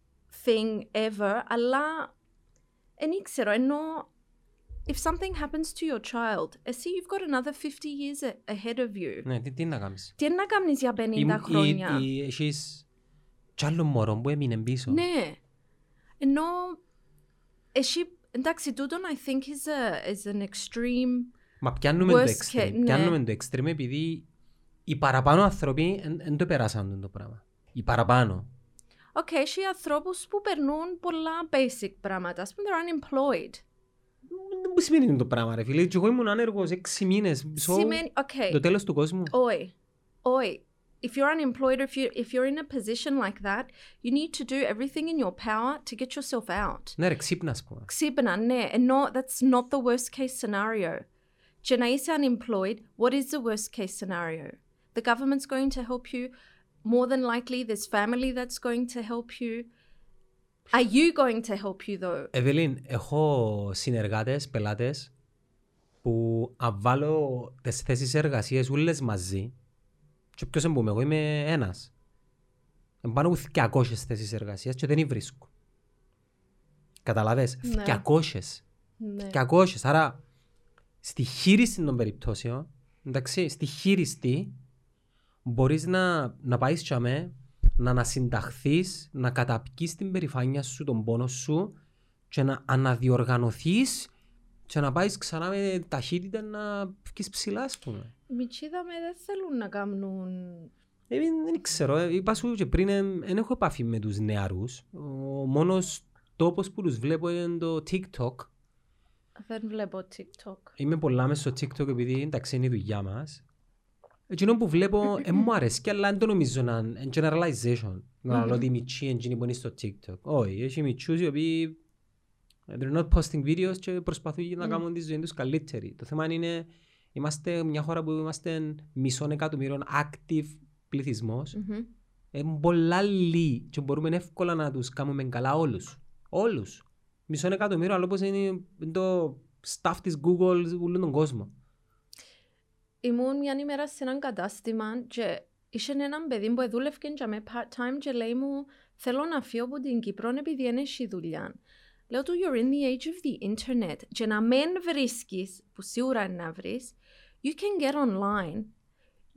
Speaker 1: thing ever. Αλλά δεν ήξερα. Ενώ if something happens to your child, εσύ you've got another 50 years a- ahead of you.
Speaker 2: Ναι, τι, τι να κάνεις.
Speaker 1: Τι είναι να κάνεις για 50 χρόνια.
Speaker 2: Έχεις κι άλλο μωρό που έμεινε πίσω.
Speaker 1: Ναι. Ενώ εσύ, εντάξει, τούτον I think is, a, is an extreme
Speaker 2: Μα πιάνουμε
Speaker 1: Worst
Speaker 2: το
Speaker 1: case,
Speaker 2: extreme.
Speaker 1: ναι.
Speaker 2: Πιάνουμε το extreme επειδή οι παραπάνω άνθρωποι δεν το περάσαν το πράγμα. Οι παραπάνω.
Speaker 1: Οκ, okay, έχει ανθρώπους που περνούν πολλά basic πράγματα. Ας πούμε, they're unemployed.
Speaker 2: Δεν μου σημαίνει το πράγμα, ρε φίλε. Και εγώ ήμουν άνεργος έξι μήνες. So,
Speaker 1: Σημαίνει. Οκ.
Speaker 2: Το τέλος του κόσμου.
Speaker 1: Oi. Oi. If you're unemployed or if, you, if you're in a position like that, you need to do everything in your power to get yourself out.
Speaker 2: Ναι, ρε, ξύπνα, ας πούμε.
Speaker 1: Ξύπνα, ναι. Ενώ that's not the worst case scenario. Και να είσαι unemployed, what is the worst case scenario? The government's going to help you. More than likely, there's family that's going to help you. Are you going to help you though?
Speaker 2: Ευελίν, έχω συνεργάτες, πελάτες που αν βάλω τις θέσεις εργασίας όλες μαζί, και ποιος εμπούμε, εγώ είμαι ένας. Πάνω από 200 θέσεις εργασίας και δεν οι βρίσκω. Καταλαβέ,
Speaker 1: Ναι.
Speaker 2: 200.
Speaker 1: Ναι.
Speaker 2: 200. Άρα, στη χείριση των περιπτώσεων, εντάξει, στη χείριστη, μπορείς να, να πάεις τσαμέ, να ανασυνταχθείς, να καταπκείς την περηφάνεια σου, τον πόνο σου και να αναδιοργανωθείς και να πάεις ξανά με ταχύτητα να βγεις ψηλά, ας πούμε.
Speaker 1: Μητσίδα με δεν θέλουν να κάνουν.
Speaker 2: Ε, δεν- δεν ξέρω, ε, είπα σου και πριν, ε, δεν έχω επαφή με τους νεαρούς. Ο μόνος τόπος που τους βλέπω είναι το TikTok.
Speaker 1: Δεν βλέπω TikTok.
Speaker 2: Είμαι πολλά μέσα στο TikTok επειδή εντάξει είναι η δουλειά μας. Εκείνο που βλέπω ε, μου αρέσει, αλλά δεν το νομίζω να είναι generalization. Να
Speaker 1: Μμμ.
Speaker 2: λέω ότι οι μητσοί είναι εκείνοι που είναι στο TikTok. Όχι, έχει μητσούς οι οποίοι ε, they're not posting videos και προσπαθούν να
Speaker 1: Μμ.
Speaker 2: κάνουν τη ζωή τους καλύτερη. Το θέμα είναι, είμαστε μια χώρα που είμαστε μισών εκατομμύριων active πληθυσμός.
Speaker 1: Μμμ.
Speaker 2: Ε, πολλά λίγοι και μπορούμε εύκολα να τους κάνουμε καλά όλους. Όλους. Μισό εκατομμύριο, αλλά όπως είναι το staff της Google σε όλον τον κόσμο.
Speaker 1: Ήμουν μια ημέρα σε έναν κατάστημα και είχε έναν παιδί που δούλευκε για με part-time και λέει μου θέλω να φύγω από την Κύπρο επειδή δεν έχει δουλειά. Λέω του you're in the age of the internet και να μεν βρίσκεις, που σίγουρα είναι να βρεις, you can get online.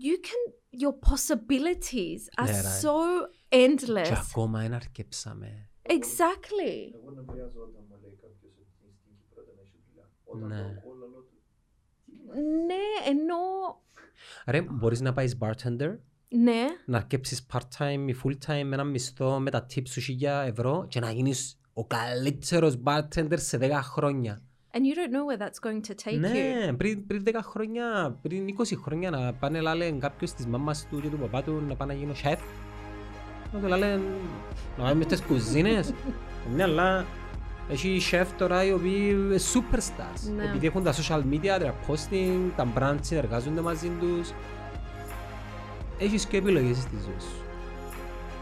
Speaker 1: You can, your possibilities are
Speaker 2: Ναι, ρε.
Speaker 1: so
Speaker 2: Και
Speaker 1: endless.
Speaker 2: ακόμα δεν αρκεψαμε.
Speaker 1: Exactly.
Speaker 3: Εγώ δεν χρειαζόταν, μου λέει κάποιος ότι στην Κύπρο δεν έχει δουλειά. Όταν
Speaker 2: Ναι.
Speaker 3: το ακούω, λέω του, τι είναι αυτό.
Speaker 1: Ναι, ενώ
Speaker 2: Ρε, μπορείς να πάεις bartender,
Speaker 1: ναι,
Speaker 2: να αρκέψεις part-time ή full-time με ένα μισθό με τα tips σου 1000 ευρώ και να γίνεις ο καλύτερος bartender σε 10 χρόνια.
Speaker 1: and you don't know where that's going to take you.
Speaker 2: Ναι, πριν, πριν 10 χρόνια, πριν 20 χρόνια να πάνε λάλε κάποιος της μάμας του και του παπά του να πάνε να γίνω chef. Να του λάλε να πάμε στις κουζίνες. ναι, αλλά έχει chef τώρα οι οποίοι είναι superstars.
Speaker 1: Ναι.
Speaker 2: Επειδή έχουν τα social media, τα posting, τα brands συνεργάζονται μαζί τους. Έχεις και επιλογές στη ζωή σου.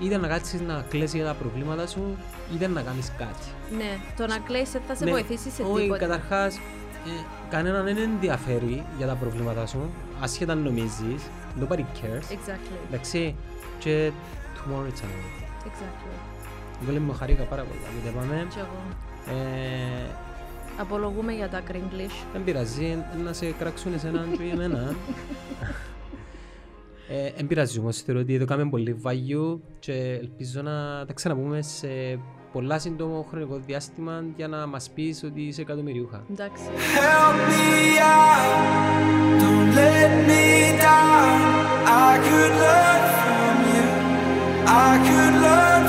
Speaker 2: Είτε να κάτσεις να κλαις για τα προβλήματα σου, είτε να κάνεις κάτι.
Speaker 1: Ναι, το να κλαις δεν θα σε
Speaker 2: Ναι.
Speaker 1: βοηθήσει σε
Speaker 2: Όχι,
Speaker 1: τίποτα.
Speaker 2: καταρχάς, ε, κανέναν δεν ενδιαφέρει για τα προβλήματά σου, ασχετά αν νομίζεις. Nobody cares.
Speaker 1: Exactly,
Speaker 2: Εντάξει, και tomorrow it's another.
Speaker 1: exactly.
Speaker 2: Εγώ λέμε χαρήκα πάρα πολύ. Μην τα πάμε.
Speaker 1: Κι εγώ.
Speaker 2: Ε,
Speaker 1: Απολογούμε για τα Greenglish.
Speaker 2: δεν πειράζει να σε κράξουν εσέναν και εμένα. Ε, Εν πειράζει όμως, θεωρώ ότι το κάνουμε πολύ βαγιού και ελπίζω να τα ξαναπούμε σε πολλά σύντομο χρονικό διάστημα για να μας πεις ότι είσαι εκατομμυριούχα.
Speaker 1: Εντάξει.
Speaker 4: Help me out, don't let me down. I could learn from you, I could learn